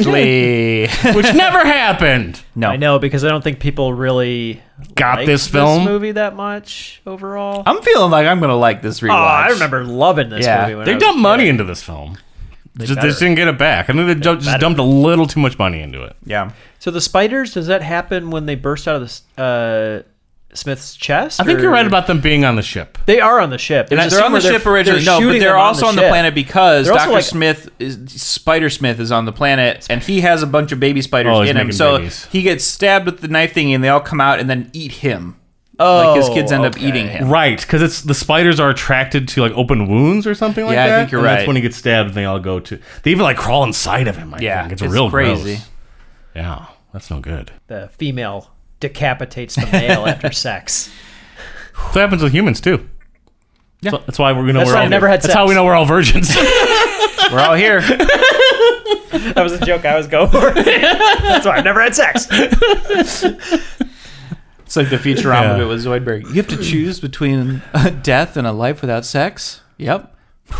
Speaker 3: exactly.
Speaker 2: this, which never happened.
Speaker 3: no,
Speaker 4: I know because I don't think people really
Speaker 2: Got
Speaker 4: liked
Speaker 2: this film?
Speaker 4: movie that much overall.
Speaker 3: [laughs] I'm feeling like I'm gonna like this rewatch.
Speaker 4: oh, I remember loving this
Speaker 3: Yeah.
Speaker 4: movie. When I
Speaker 2: They
Speaker 4: was-
Speaker 2: dumped money into this film. just, they just didn't get it back. I think they, ju- just dumped a little too much money into it.
Speaker 3: Yeah,
Speaker 4: So the spiders does that happen when they burst out of the s- uh, Smith's chest?
Speaker 2: I think you're
Speaker 4: or-
Speaker 2: right about them being on the ship.
Speaker 4: They are on the ship. There's a
Speaker 3: they're
Speaker 4: scene
Speaker 3: on the
Speaker 4: where
Speaker 3: ship originally. no, but
Speaker 4: shooting
Speaker 3: they're
Speaker 4: them
Speaker 3: also on the,
Speaker 4: ship.
Speaker 3: planet because
Speaker 4: They're also
Speaker 3: Doctor
Speaker 4: like-
Speaker 3: Smith, is, Spider Smith, is on the planet, and he has a bunch of baby spiders
Speaker 2: Oh, he's
Speaker 3: in him.
Speaker 2: making
Speaker 3: So
Speaker 2: babies.
Speaker 3: he gets stabbed with the knife thingy, and they all come out and then eat him.
Speaker 4: Oh,
Speaker 3: like his kids end up
Speaker 4: okay.
Speaker 3: eating him.
Speaker 2: Right, because it's the spiders are attracted to like open wounds or something like
Speaker 3: Yeah, I
Speaker 2: that.
Speaker 3: think you're
Speaker 2: and
Speaker 3: right.
Speaker 2: That's when he gets stabbed, and they all go to. They even like crawl inside of him. I
Speaker 3: Yeah,
Speaker 2: think. it's,
Speaker 3: it's
Speaker 2: real
Speaker 3: crazy.
Speaker 2: gross. Yeah, that's no good.
Speaker 4: The female decapitates the
Speaker 3: [laughs]
Speaker 4: male after sex.
Speaker 2: That happens with humans too. Yeah. That's why we're gonna.
Speaker 4: That's
Speaker 2: we're
Speaker 4: why
Speaker 2: all,
Speaker 4: I never had
Speaker 2: That's how
Speaker 4: sex.
Speaker 2: we know we're all virgins. [laughs]
Speaker 3: We're all
Speaker 4: [laughs]
Speaker 3: here.
Speaker 4: That was a joke I was going [laughs] for. That's why I've never had sex.
Speaker 3: It's like the Futurama
Speaker 2: Yeah.
Speaker 3: bit with Zoidberg. You have to choose between a death and a life without sex. Yep.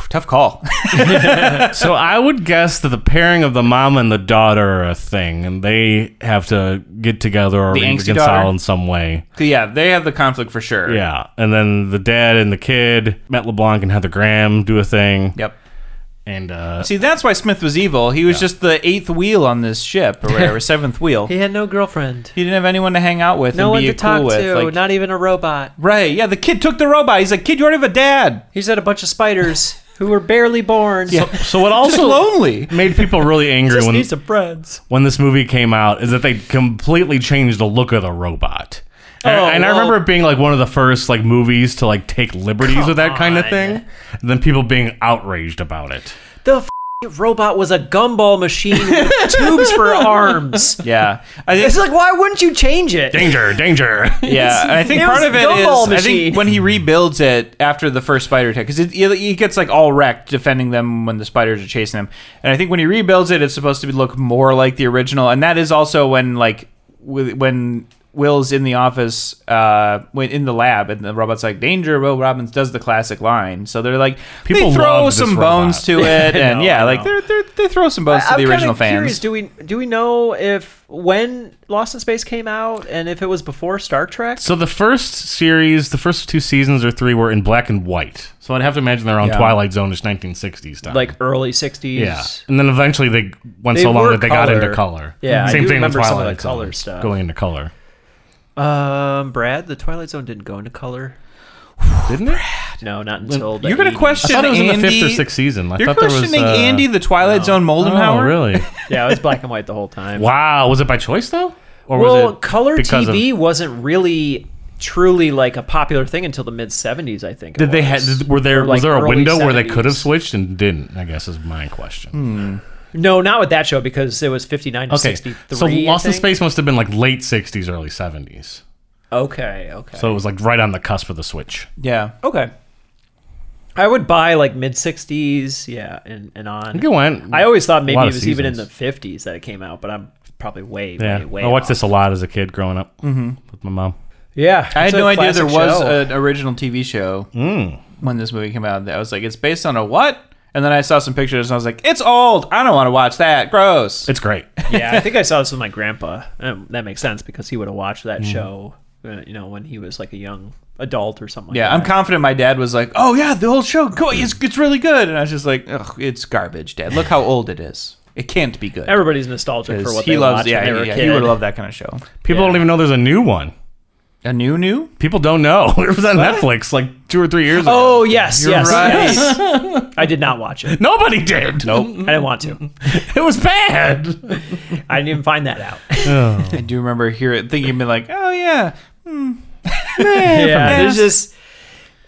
Speaker 3: Tough call. [laughs]
Speaker 2: So I would guess that the pairing of the mom and the daughter are a thing, and they have to get together or
Speaker 3: The angsty
Speaker 2: reconcile
Speaker 3: daughter?
Speaker 2: in some way.
Speaker 3: yeah, they have the conflict for sure.
Speaker 2: Yeah, and then the dad and the kid, Matt LeBlanc and Heather Graham, do a thing,
Speaker 3: Yep.
Speaker 2: and uh,
Speaker 3: See, that's why Smith was evil. He was just the eighth wheel on this ship or whatever,
Speaker 4: [laughs]
Speaker 3: seventh wheel.
Speaker 4: He had no girlfriend.
Speaker 3: He didn't have anyone to hang out with
Speaker 4: No
Speaker 3: and
Speaker 4: one
Speaker 3: be
Speaker 4: to
Speaker 3: cool
Speaker 4: talk
Speaker 3: with.
Speaker 4: to,
Speaker 3: like-
Speaker 4: not even a robot.
Speaker 3: right. Yeah, the kid took the robot. He's like, kid, you already have a dad.
Speaker 4: He's had a bunch
Speaker 3: [laughs]
Speaker 4: of spiders who were barely born. Yeah.
Speaker 2: so
Speaker 4: [laughs]
Speaker 2: what
Speaker 3: Just
Speaker 2: also
Speaker 3: lonely.
Speaker 2: made people really angry when
Speaker 4: some friends.
Speaker 2: when this movie came out is that they completely changed the look of the robot. And,
Speaker 4: Oh,
Speaker 2: and I
Speaker 4: well-
Speaker 2: remember it being like one of the first like movies to like take liberties with that kind of thing, and then people being outraged about it.
Speaker 4: The f- robot was a gumball machine
Speaker 3: [laughs]
Speaker 4: with tubes for arms.
Speaker 3: Yeah. I think
Speaker 4: It's like, why wouldn't you change it?
Speaker 2: Danger, danger. [laughs]
Speaker 3: Yeah, and I think
Speaker 4: It
Speaker 3: part
Speaker 4: was
Speaker 3: of it
Speaker 4: a
Speaker 3: is
Speaker 4: gumball
Speaker 3: I
Speaker 4: machine.
Speaker 3: think when he rebuilds it after the first spider attack because it, it, it gets like all wrecked defending them when the spiders are chasing them, and I think when he rebuilds it, it's supposed to be, look more like the original, and that is also when like wi- when Will's in the office uh when in the lab and the robot's like danger Will Robbins does the classic line so they're like
Speaker 2: People
Speaker 3: they throw
Speaker 2: love this
Speaker 3: some
Speaker 2: robot.
Speaker 3: bones
Speaker 2: [laughs]
Speaker 3: to it and
Speaker 4: know,
Speaker 3: yeah
Speaker 4: I
Speaker 3: like
Speaker 4: know.
Speaker 3: they're, they're, they throw some bones
Speaker 4: I'm
Speaker 3: to the
Speaker 4: kinda
Speaker 3: original fans
Speaker 4: Curious, do we do we know if when Lost in Space came out and if it was before Star Trek?
Speaker 2: So the first series, the first two seasons or three were in black and white. So I'd have to imagine they're on
Speaker 3: Yeah.
Speaker 2: Twilight Zone-ish 1960s time.
Speaker 4: like early '60s.
Speaker 2: yeah, and then eventually they went
Speaker 4: They
Speaker 2: so long
Speaker 4: were
Speaker 2: that they got
Speaker 4: color.
Speaker 2: into color.
Speaker 4: Yeah, I
Speaker 2: same
Speaker 4: do
Speaker 2: thing with
Speaker 4: remember some of
Speaker 2: Twilight
Speaker 4: the
Speaker 2: Zone,
Speaker 4: color stuff.
Speaker 2: going into color.
Speaker 4: Um, Brad, the Twilight Zone didn't go into color.
Speaker 2: Didn't it?
Speaker 4: No, not until the
Speaker 3: you're gonna
Speaker 4: 80s.
Speaker 2: I
Speaker 3: question
Speaker 2: thought it was in the
Speaker 3: Andy-
Speaker 2: fifth or sixth season. I
Speaker 3: you're
Speaker 2: thought there was,
Speaker 3: questioning
Speaker 2: uh,
Speaker 3: Andy the Twilight Zone Moldenhauer
Speaker 2: Oh,
Speaker 4: [laughs]
Speaker 2: really?
Speaker 4: Yeah, it was black and white the whole time.
Speaker 2: Wow, was it by choice though? Or
Speaker 4: well, color
Speaker 2: because of-
Speaker 4: TV wasn't really truly like a popular thing until the mid '70s. I think. it
Speaker 2: did they
Speaker 4: was.
Speaker 2: had were there
Speaker 4: Or,
Speaker 2: was
Speaker 4: like,
Speaker 2: there a
Speaker 4: early
Speaker 2: window where they
Speaker 4: 70s.
Speaker 2: could have switched and didn't? I guess is my question.
Speaker 4: Hmm, No, not with that show because it was 59 to
Speaker 2: Okay,
Speaker 4: 63.
Speaker 2: so
Speaker 4: I
Speaker 2: Lost in
Speaker 4: think.
Speaker 2: Space must have been like late '60s, early '70s.
Speaker 4: Okay, okay.
Speaker 2: So it was like right on the cusp of the switch.
Speaker 3: yeah
Speaker 4: okay. I would buy like mid 60s, yeah, and, and
Speaker 2: I
Speaker 4: on.
Speaker 2: think it went.
Speaker 4: I always thought
Speaker 2: a
Speaker 4: maybe
Speaker 2: lot
Speaker 4: it
Speaker 2: of
Speaker 4: was even in the
Speaker 2: seasons.
Speaker 4: 50s that it came out, but I'm probably way, way,
Speaker 2: Yeah,
Speaker 4: way.
Speaker 2: I watched
Speaker 4: off. Mm-hmm.
Speaker 2: this a lot as a kid growing up with my mom.
Speaker 4: Yeah.
Speaker 3: I had
Speaker 4: it's a
Speaker 3: no idea there
Speaker 4: classic
Speaker 3: was
Speaker 4: show. Hmm.
Speaker 3: an original TV show when this movie came out. I was like, it's based on a what? And then I saw some pictures and I was like, it's old. I don't want to watch that. Gross.
Speaker 2: It's great.
Speaker 4: [laughs] yeah, I think I saw this with my grandpa. Um, that makes sense because he would have watched that
Speaker 2: Mm.
Speaker 4: show, uh, you know, when he was like a young adult or something.
Speaker 3: yeah, I'm
Speaker 4: like that.
Speaker 3: confident my dad was like, oh, yeah, the old show. Go, it's, it's really good. And I was just like, Ugh, it's garbage, dad. Look how old it is. It can't be good.
Speaker 4: Everybody's nostalgic for what
Speaker 3: he
Speaker 4: they
Speaker 3: loves,
Speaker 4: watched
Speaker 3: yeah,
Speaker 4: when they
Speaker 3: yeah,
Speaker 4: were
Speaker 3: yeah,
Speaker 4: a kid.
Speaker 3: he would love that kind of show.
Speaker 2: People don't even know there's a new one.
Speaker 3: A new, new?
Speaker 2: People don't know [laughs] it was on Netflix like two or three years ago.
Speaker 4: Oh yes,
Speaker 3: You're
Speaker 4: yes,
Speaker 3: right. [laughs]
Speaker 4: yes. I did not watch it.
Speaker 2: Nobody did. Nope.
Speaker 4: I didn't want to.
Speaker 2: it was bad.
Speaker 4: I didn't even find that out.
Speaker 3: I do remember hear it thinking, be like, oh, yeah.
Speaker 4: yeah,
Speaker 3: Yeah.
Speaker 4: there's just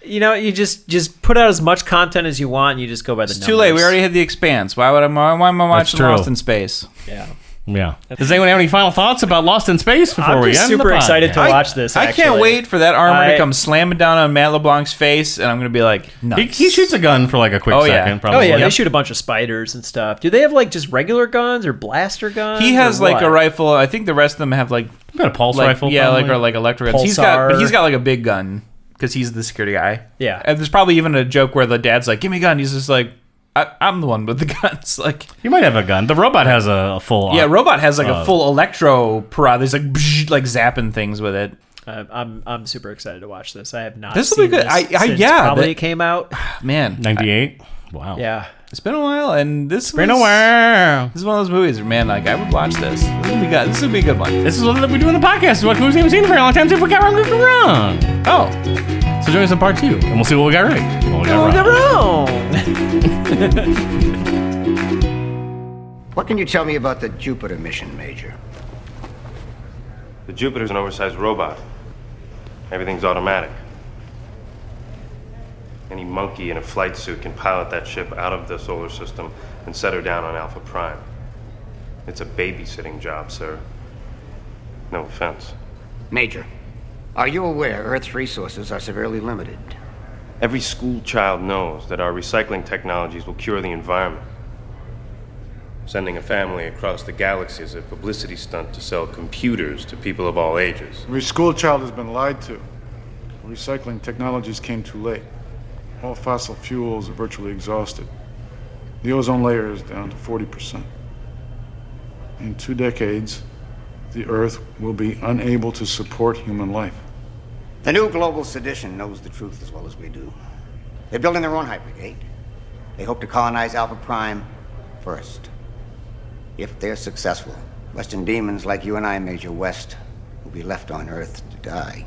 Speaker 4: you know, you just just put out as much content as you want. and You just go by the.
Speaker 3: It's too late. We already had The Expanse. Why would I, why am I watching
Speaker 2: true.
Speaker 3: Lost in Space?
Speaker 4: Yeah.
Speaker 2: Yeah. Does anyone have any final thoughts about Lost in Space before
Speaker 4: I'm
Speaker 2: we
Speaker 4: just
Speaker 2: end the
Speaker 4: super excited to
Speaker 2: podcast?
Speaker 4: watch this.
Speaker 3: I can't
Speaker 4: actually.
Speaker 3: wait for that armor to
Speaker 4: I-
Speaker 3: come slamming down on Matt LeBlanc's face, and I'm gonna be like,
Speaker 2: He,
Speaker 3: nice.
Speaker 2: he shoots a gun for like a quick
Speaker 3: Oh, yeah.
Speaker 2: second,
Speaker 3: Oh,
Speaker 4: Oh
Speaker 2: probably.
Speaker 4: yeah, they shoot a bunch of spiders and stuff. Do they have like just regular guns or blaster guns?
Speaker 3: He has
Speaker 4: or
Speaker 3: like
Speaker 4: what?
Speaker 3: a rifle. I think the rest of them have like,
Speaker 2: You've got a pulse
Speaker 3: like
Speaker 2: rifle.
Speaker 3: yeah, like
Speaker 2: probably.
Speaker 3: or like electric guns. He's got,
Speaker 4: Pulsar.
Speaker 3: but he's got like a big gun because he's the security guy.
Speaker 4: Yeah.
Speaker 3: and there's probably even a joke where the dad's like, "Give me a gun." He's just like, I- "I'm the one with the [laughs] guns." Like,
Speaker 2: you might have a gun. The robot has a, a full.
Speaker 3: yeah, robot has like
Speaker 2: uh,
Speaker 3: a full electro parade. There's like, bzz, like zapping things with it.
Speaker 4: I'm, I'm I'm super excited to watch this. I have not.
Speaker 3: This
Speaker 4: This
Speaker 3: will be
Speaker 4: will
Speaker 3: good. I- I-
Speaker 4: since
Speaker 3: yeah,
Speaker 4: probably
Speaker 3: that-
Speaker 4: it came out. [sighs]
Speaker 3: Man,
Speaker 2: ninety-eight. Wow.
Speaker 4: Yeah,
Speaker 3: it's been a while, and this
Speaker 2: Been a
Speaker 3: was-
Speaker 2: while.
Speaker 3: This is one of those movies, where, man. Like, I would watch this. This would be good. This would be a good one.
Speaker 2: This is what we do in the podcast. This is what Who's Even Seen for a long time. See if we got wrong, we got wrong.
Speaker 3: Oh,
Speaker 2: So join us in part two, and we'll see what we got right. and What we got wrong.
Speaker 4: Um,
Speaker 8: What can you tell me about the Jupiter mission, Major?
Speaker 7: The Jupiter's an oversized robot. Everything's automatic. Any monkey in a flight suit can pilot that ship out of the solar system and set her down on Alpha Prime. It's a babysitting job, sir. No offense.
Speaker 8: Major, are you aware Earth's resources are severely limited?
Speaker 7: Every school child knows that our recycling technologies will cure the environment. Sending a family across the galaxy is a publicity stunt to sell computers to people of all ages.
Speaker 9: Every school child has been lied to. Recycling technologies came too late. All fossil fuels are virtually exhausted. The ozone layer is down to 40%. In two decades, the Earth will be unable to support human life.
Speaker 8: The new global sedition knows the truth as well as we do. They're building their own high brigade. They hope to colonize Alpha Prime first. If they're successful, Western demons like you and I, Major West, will be left on Earth to die.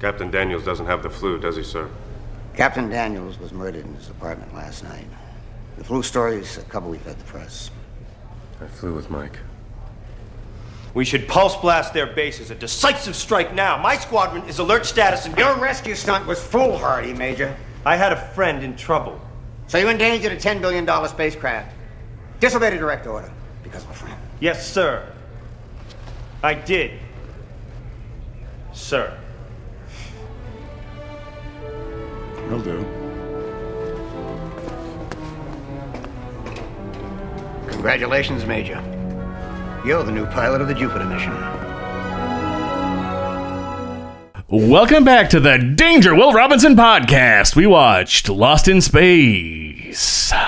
Speaker 7: Captain Daniels doesn't have the flu, does he, sir?
Speaker 8: Captain Daniels was murdered in his apartment last night. The flu story's a cover we fed the press.
Speaker 7: I flew with Mike.
Speaker 10: We should pulse blast their bases. A decisive strike now. My squadron is alert status and
Speaker 8: Your rescue stunt was foolhardy, Major.
Speaker 10: I had a friend in trouble.
Speaker 8: So you endangered a $10 billion spacecraft. Disobeyed a direct order because of a friend.
Speaker 10: Yes, sir. I did. Sir.
Speaker 9: He'll do.
Speaker 8: Congratulations, Major. You're the new pilot of the Jupiter mission.
Speaker 2: Welcome back to the Danger Will Robinson podcast. We watched Lost in Space.
Speaker 4: [laughs]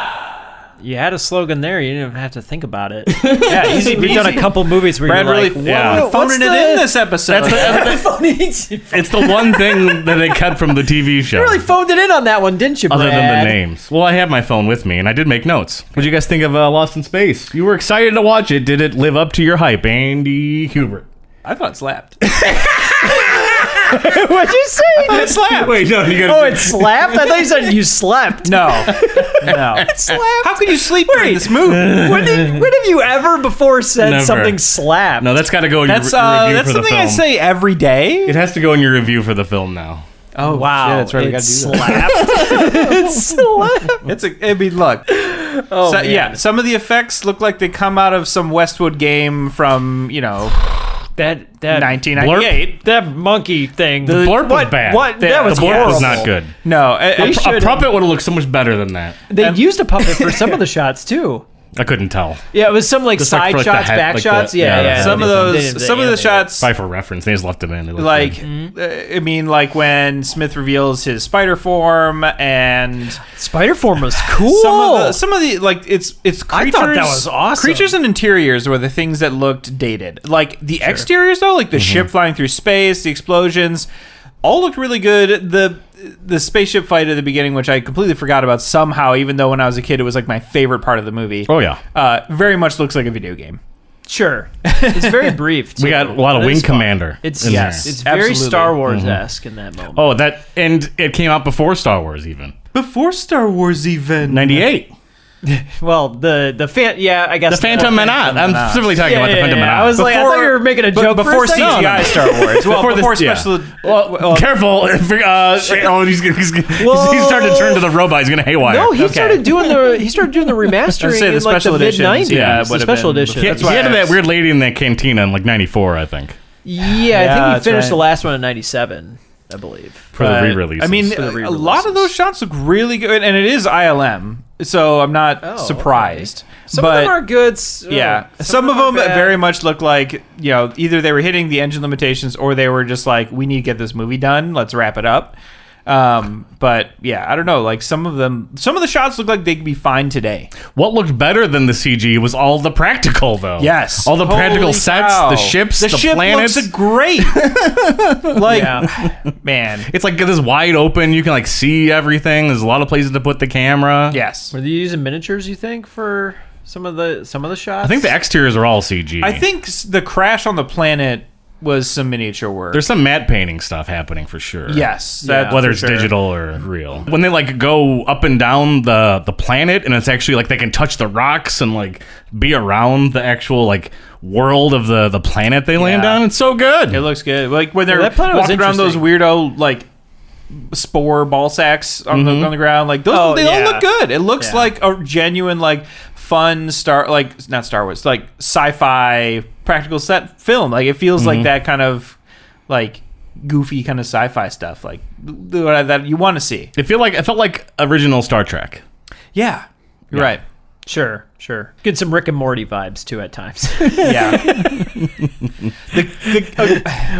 Speaker 4: you had a slogan there. You didn't even have to think about
Speaker 3: [laughs]
Speaker 4: it.
Speaker 3: yeah, easy.
Speaker 4: We've done a couple movies where
Speaker 3: Brad
Speaker 4: you're
Speaker 3: really [laughs]
Speaker 4: like,
Speaker 2: yeah.
Speaker 3: yeah. phoning it in this episode.
Speaker 4: [laughs]
Speaker 2: It's the one thing that they cut from the TV show.
Speaker 4: really phoned it in on that one, didn't you, Brad?
Speaker 2: other than the names. Well, I have my phone with me, and I did make notes. What would you guys think of uh, Lost in Space? You were excited to watch it. Did it live up to your hype, Andy Hubert?
Speaker 3: I thought it
Speaker 4: [laughs]
Speaker 3: slapped.
Speaker 4: What'd you say?
Speaker 3: it slapped.
Speaker 2: Wait, no, you
Speaker 4: Oh,
Speaker 2: gotta.
Speaker 4: it slapped. I thought you said you slept.
Speaker 3: No,
Speaker 4: [laughs]
Speaker 3: no. How could you sleep during this movie?
Speaker 4: When, did, when have you ever before said
Speaker 2: Never.
Speaker 4: something slapped?
Speaker 2: no, that's got to go in
Speaker 3: That's
Speaker 2: your re-
Speaker 3: uh,
Speaker 2: review
Speaker 3: that's
Speaker 2: for the
Speaker 3: something
Speaker 2: film.
Speaker 3: I say every day.
Speaker 2: It has to go in your review for the film now.
Speaker 3: Oh
Speaker 4: wow.
Speaker 3: shit, that's right. We
Speaker 4: It
Speaker 3: gotta do that.
Speaker 4: slapped. [laughs] it slapped.
Speaker 3: It's a. It'd be luck.
Speaker 4: Oh,
Speaker 3: So-
Speaker 4: man.
Speaker 3: yeah, some of the effects look like they come out of some Westwood game from you know
Speaker 4: That, that,
Speaker 3: 1998.
Speaker 4: that monkey thing.
Speaker 2: The blurb was
Speaker 4: what,
Speaker 2: bad.
Speaker 4: What?
Speaker 2: The-
Speaker 4: that
Speaker 2: the
Speaker 4: was
Speaker 2: blurb
Speaker 4: horrible.
Speaker 2: was not good.
Speaker 3: No, I- I-
Speaker 4: They
Speaker 2: A
Speaker 4: should-
Speaker 2: puppet would have looked so much better than that.
Speaker 4: They used a puppet for some of [laughs] the shots too.
Speaker 2: I couldn't tell.
Speaker 4: Yeah, it was some like
Speaker 2: Just, like,
Speaker 4: side
Speaker 2: for, like, the
Speaker 4: shots,
Speaker 2: head-
Speaker 4: back
Speaker 2: like the-
Speaker 4: shots. yeah,
Speaker 2: yeah,
Speaker 4: yeah,
Speaker 2: the-
Speaker 3: some of
Speaker 4: they didn't- they
Speaker 3: those
Speaker 4: didn't
Speaker 3: some of the
Speaker 4: animate it. Mm-hmm.
Speaker 3: shots
Speaker 2: Probably for reference, they just left them in. They looked
Speaker 3: like
Speaker 2: good.
Speaker 3: uh, I mean like when Smith reveals his spider form and
Speaker 4: Spider form was cool.
Speaker 3: some of the some of the like it's it's
Speaker 4: I
Speaker 3: creatures
Speaker 4: thought that was awesome.
Speaker 3: creatures and interiors were the things that looked dated like the exteriors though like the
Speaker 4: Mm-hmm.
Speaker 3: ship flying through space the explosions all looked really good the the spaceship fight at the beginning which I completely forgot about somehow even though when I was a kid it was like my favorite part of the movie
Speaker 2: oh yeah,
Speaker 3: uh, very much looks like a video game
Speaker 4: [laughs] sure, it's very brief.
Speaker 2: we
Speaker 4: too.
Speaker 2: got a lot of
Speaker 4: That
Speaker 2: Wing
Speaker 4: is fun.
Speaker 2: Commander.
Speaker 4: It's
Speaker 2: in there.
Speaker 4: yes, it's very
Speaker 3: Absolutely.
Speaker 4: Star Wars esque in that moment.
Speaker 2: Oh, that and it came out before Star Wars even.
Speaker 3: before Star Wars even
Speaker 2: Ninety eight.
Speaker 4: Oh, well, the the fan, yeah, I guess
Speaker 2: The Phantom Menace. I'm specifically talking
Speaker 4: Yeah,
Speaker 2: about the
Speaker 4: yeah,
Speaker 2: Phantom
Speaker 4: yeah.
Speaker 2: Menace.
Speaker 4: I was like, I thought you were making a
Speaker 3: but
Speaker 4: joke for a
Speaker 3: before
Speaker 4: second.
Speaker 3: CGI Star Wars.
Speaker 2: [laughs]
Speaker 3: Well,
Speaker 2: Before
Speaker 3: before,
Speaker 2: this- yeah.
Speaker 3: special.
Speaker 2: Well, [laughs] careful! if, Uh, [laughs] oh, he's, he's, he's, he's starting to turn
Speaker 4: [laughs]
Speaker 2: to the robot. He's gonna haywire.
Speaker 4: No, he
Speaker 3: Okay.
Speaker 4: started doing the he started [laughs] doing the remastering
Speaker 3: say the
Speaker 4: in like
Speaker 3: special
Speaker 4: the mid
Speaker 3: editions,
Speaker 4: nineties.
Speaker 3: yeah,
Speaker 4: the
Speaker 3: would have
Speaker 4: special
Speaker 3: been
Speaker 4: edition.
Speaker 3: before-
Speaker 2: he,
Speaker 3: That's
Speaker 2: he
Speaker 3: why I
Speaker 2: had that
Speaker 3: asked.
Speaker 2: weird lady in that cantina in like '94, I think,
Speaker 4: Yeah,
Speaker 3: Yeah,
Speaker 4: I think
Speaker 3: that's
Speaker 4: he finished
Speaker 3: right.
Speaker 4: the last one in '97, I believe.
Speaker 2: for the
Speaker 3: but,
Speaker 2: re-release.
Speaker 3: I mean,
Speaker 4: For the
Speaker 3: a
Speaker 4: re-releases.
Speaker 3: lot of those shots look really good, and it is ILM, so I'm not
Speaker 4: Oh, okay.
Speaker 3: surprised.
Speaker 4: Some
Speaker 3: but
Speaker 4: of them are good. s- oh,
Speaker 3: yeah, some, of
Speaker 4: are
Speaker 3: them
Speaker 4: bad.
Speaker 3: very much look like you know either they were hitting the engine limitations or they were just like we need to get this movie done. Let's wrap it up. Um, but yeah, I don't know. Like some of them, some of the shots look like they could be fine today.
Speaker 2: what looked better than the CG was all the practical, though.
Speaker 3: Yes,
Speaker 2: all the practical
Speaker 3: Holy
Speaker 2: sets,
Speaker 3: cow.
Speaker 2: the ships, the,
Speaker 3: ship
Speaker 2: planets. [laughs]
Speaker 3: looks great. like man,
Speaker 2: it's like this wide open. You can like see everything. There's a lot of places to put the camera.
Speaker 3: yes.
Speaker 4: Were they using miniatures? You think for some of the some of the shots?
Speaker 2: I think the exteriors are all CG.
Speaker 3: I think s- the crash on the planet was some miniature work.
Speaker 2: there's some matte painting stuff happening for sure.
Speaker 3: yes,
Speaker 4: Yeah.
Speaker 3: that,
Speaker 2: whether
Speaker 3: for
Speaker 2: it's
Speaker 3: sure.
Speaker 2: digital or real. When they like go up and down the the planet, and it's actually like they can touch the rocks and like be around the actual like world of the the planet they land
Speaker 3: Yeah.
Speaker 2: on. It's so good.
Speaker 3: It looks good. Like when they're
Speaker 4: that planet was
Speaker 3: walking around those weirdo like spore ball sacks on the on the ground. Like those,
Speaker 4: Oh,
Speaker 3: they
Speaker 4: yeah.
Speaker 3: all look good. It looks
Speaker 4: Yeah.
Speaker 3: like a genuine like fun star like not Star Wars like sci-fi practical set film. Like it feels
Speaker 4: Mm-hmm.
Speaker 3: like that kind of like goofy kind of sci-fi stuff. Like th- th- that you want to see.
Speaker 2: It feel like it felt like original Star Trek.
Speaker 3: Yeah, you're right.
Speaker 4: sure, sure. Get some Rick and Morty vibes too at times [laughs]
Speaker 3: Yeah.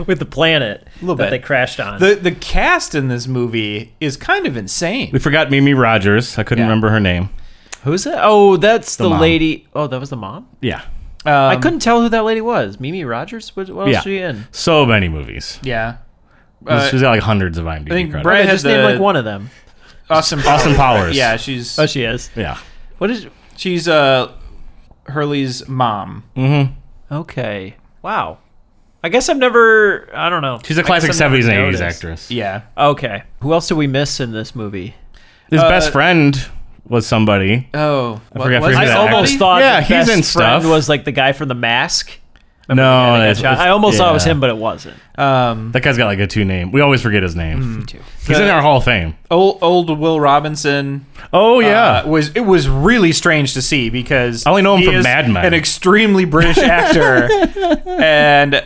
Speaker 4: with the planet
Speaker 3: Little bit.
Speaker 4: that they crashed on.
Speaker 3: The the cast in this movie is kind of insane.
Speaker 2: We forgot Mimi Rogers. I couldn't
Speaker 3: Yeah.
Speaker 2: remember her name.
Speaker 4: Who's that? Oh, that's the,
Speaker 2: mom.
Speaker 4: lady. Oh, that was the mom.
Speaker 2: Yeah,
Speaker 4: I
Speaker 3: Um,
Speaker 4: couldn't tell who that lady was. Mimi Rogers. What, what else
Speaker 2: yeah.
Speaker 4: was she in?
Speaker 2: So many movies.
Speaker 3: Yeah. Uh,
Speaker 2: She's got like hundreds of IMDb
Speaker 3: I think
Speaker 2: credits.
Speaker 3: Brett
Speaker 4: I
Speaker 3: had
Speaker 4: just named
Speaker 3: the-
Speaker 4: like one of them.
Speaker 3: Austin
Speaker 2: Austin Powers.
Speaker 3: Yeah, she's
Speaker 4: Oh, she is.
Speaker 2: yeah.
Speaker 4: What is?
Speaker 3: she's uh Hurley's mom.
Speaker 4: Okay. Wow. I guess I've never. I don't know.
Speaker 2: She's a
Speaker 4: I guess
Speaker 2: classic
Speaker 4: I've never
Speaker 2: '70s and '80s
Speaker 4: noticed.
Speaker 2: actress.
Speaker 3: Yeah.
Speaker 4: Okay. Who else did we miss in this movie?
Speaker 3: Uh,
Speaker 2: His best friend was somebody.
Speaker 3: Oh, what
Speaker 2: forgot-
Speaker 3: was
Speaker 2: forgot
Speaker 3: it?
Speaker 2: that
Speaker 4: I almost
Speaker 2: actor.
Speaker 4: thought
Speaker 2: Yeah,
Speaker 4: the
Speaker 2: he's
Speaker 4: best
Speaker 2: in
Speaker 4: friend
Speaker 2: stuff.
Speaker 4: was like the guy from The Mask.
Speaker 3: Oh,
Speaker 2: no,
Speaker 4: I,
Speaker 2: that's-
Speaker 4: I almost thought it was
Speaker 2: yeah.
Speaker 4: him, but it wasn't.
Speaker 3: um
Speaker 2: That guy's got like a two name. We always forget his name. He's in our Hall of Fame.
Speaker 3: old, old Will Robinson.
Speaker 2: Oh
Speaker 3: uh, was it was really strange to see because
Speaker 2: I only know him
Speaker 3: he
Speaker 2: from
Speaker 3: is
Speaker 2: Mad Men.
Speaker 3: an
Speaker 2: [laughs]
Speaker 3: extremely British actor, and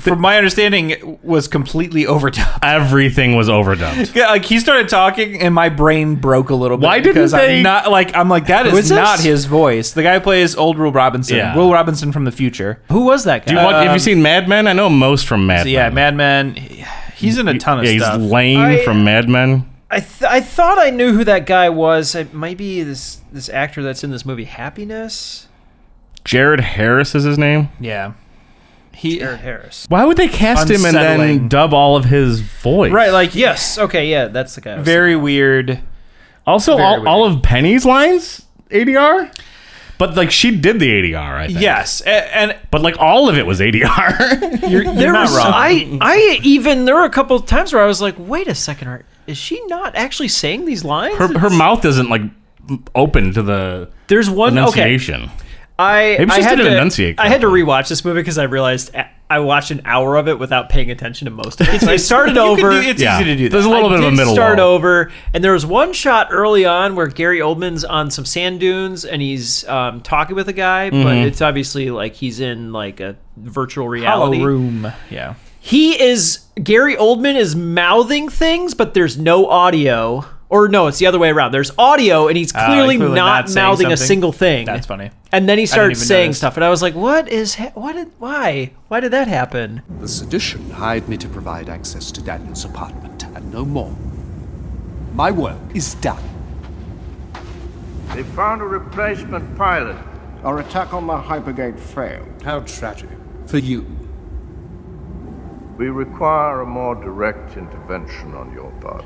Speaker 3: from my understanding, was completely overdubbed.
Speaker 2: everything was [laughs] overdubbed.
Speaker 3: Yeah, like he started talking, and my brain broke a little bit.
Speaker 2: Why didn't
Speaker 3: because
Speaker 2: they-
Speaker 3: I'm not like I'm like that
Speaker 4: Who is
Speaker 3: is not
Speaker 4: this?
Speaker 3: his voice. The guy plays old Will Robinson,
Speaker 2: Yeah.
Speaker 3: Will Robinson from the future.
Speaker 4: Who was that guy?
Speaker 2: Do you watch, have you seen Mad Men? I know most from Mad
Speaker 3: So
Speaker 2: Men.
Speaker 3: yeah, Mad Men. he- He's in a ton of
Speaker 2: Yeah, he's
Speaker 3: stuff.
Speaker 2: Lane
Speaker 4: I-
Speaker 2: from Mad Men.
Speaker 4: I th- I thought I knew who that guy was. It might be this this actor that's in this movie, Happiness.
Speaker 2: Jared Harris is his name.
Speaker 3: yeah, he
Speaker 4: Jared Harris.
Speaker 2: Why would they cast him and then
Speaker 3: Unsettling.
Speaker 2: dub all of his voice?
Speaker 3: right like
Speaker 4: Yes. Okay. Yeah, that's the guy. I was
Speaker 3: very weird.
Speaker 2: Also,
Speaker 3: Very
Speaker 2: all,
Speaker 3: weird.
Speaker 2: all of Penny's lines ADR, but like she did the ADR. I think.
Speaker 3: Yes, a- and,
Speaker 2: But like all of it was [laughs] ADR.
Speaker 3: you're, you're
Speaker 4: There
Speaker 3: not
Speaker 4: was,
Speaker 3: wrong.
Speaker 4: I, I even there were a couple of times where I was like, wait a second, are- is she not actually saying these lines?
Speaker 2: her, her mouth isn't like open to the
Speaker 4: There's one. Okay,
Speaker 2: enunciation.
Speaker 4: I
Speaker 2: Maybe she
Speaker 4: I
Speaker 2: just
Speaker 4: had
Speaker 2: didn't
Speaker 4: to
Speaker 2: enunciate
Speaker 4: I had to
Speaker 2: correctly.
Speaker 4: rewatch this movie because I realized a- I watched an hour of it without paying attention to most of it. So I started
Speaker 3: You can
Speaker 4: over.
Speaker 3: do- it's
Speaker 2: Yeah.
Speaker 3: easy to do. That.
Speaker 2: There's a little
Speaker 4: I
Speaker 2: bit of a
Speaker 4: did
Speaker 2: middle
Speaker 4: start
Speaker 2: wall.
Speaker 4: over, and there was one shot early on where Gary Oldman's on some sand dunes and he's um, talking with a guy, but
Speaker 2: Mm-hmm.
Speaker 4: it's obviously like he's in like a virtual
Speaker 3: Hollow
Speaker 4: reality.
Speaker 3: room. Yeah.
Speaker 4: he is Gary Oldman is mouthing things, but there's no audio. Or no, it's the other way around. There's audio, and he's clearly,
Speaker 3: Oh, clearly
Speaker 4: not,
Speaker 3: not saying
Speaker 4: mouthing a
Speaker 3: something.
Speaker 4: single thing.
Speaker 3: That's funny.
Speaker 4: And then he starts
Speaker 3: even
Speaker 4: saying
Speaker 3: notice.
Speaker 4: stuff, and I was like, "What is? Ha- what did? Why? Why did that happen?"
Speaker 11: The sedition hired me to provide access to Daniel's apartment, and no more. My work is done.
Speaker 9: They found a replacement pilot.
Speaker 8: Our attack on the hypergate failed.
Speaker 11: How tragic. For you.
Speaker 9: We require a more direct intervention on your part.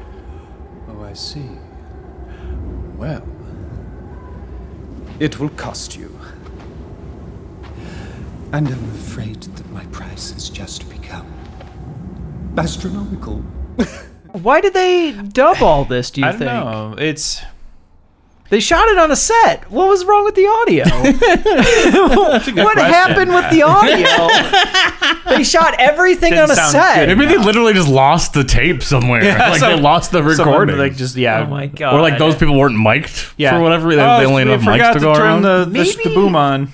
Speaker 11: Oh, I see. Well, it will cost you. And I'm afraid that my price has just become astronomical.
Speaker 3: [sighs]
Speaker 4: Why did they dub all this? Do you
Speaker 3: I don't
Speaker 4: think?
Speaker 3: know. It's
Speaker 4: They shot it on a set. What was wrong with the
Speaker 3: [laughs]
Speaker 4: audio? what
Speaker 2: question.
Speaker 4: happened with the audio?
Speaker 3: [laughs]
Speaker 4: they shot everything on a set.
Speaker 2: Maybe they literally just lost the tape somewhere.
Speaker 4: Yeah,
Speaker 2: like
Speaker 4: some-
Speaker 2: they lost the
Speaker 4: someone,
Speaker 2: recording.
Speaker 4: like,
Speaker 3: just yeah. Oh
Speaker 4: my
Speaker 2: Or like those people weren't mic'd
Speaker 3: Yeah.
Speaker 2: for whatever. They,
Speaker 3: Oh,
Speaker 2: they only had
Speaker 3: we
Speaker 2: enough mics
Speaker 3: forgot
Speaker 2: to
Speaker 3: to
Speaker 2: go
Speaker 3: turn
Speaker 2: around.
Speaker 3: the- the sh- the boom on.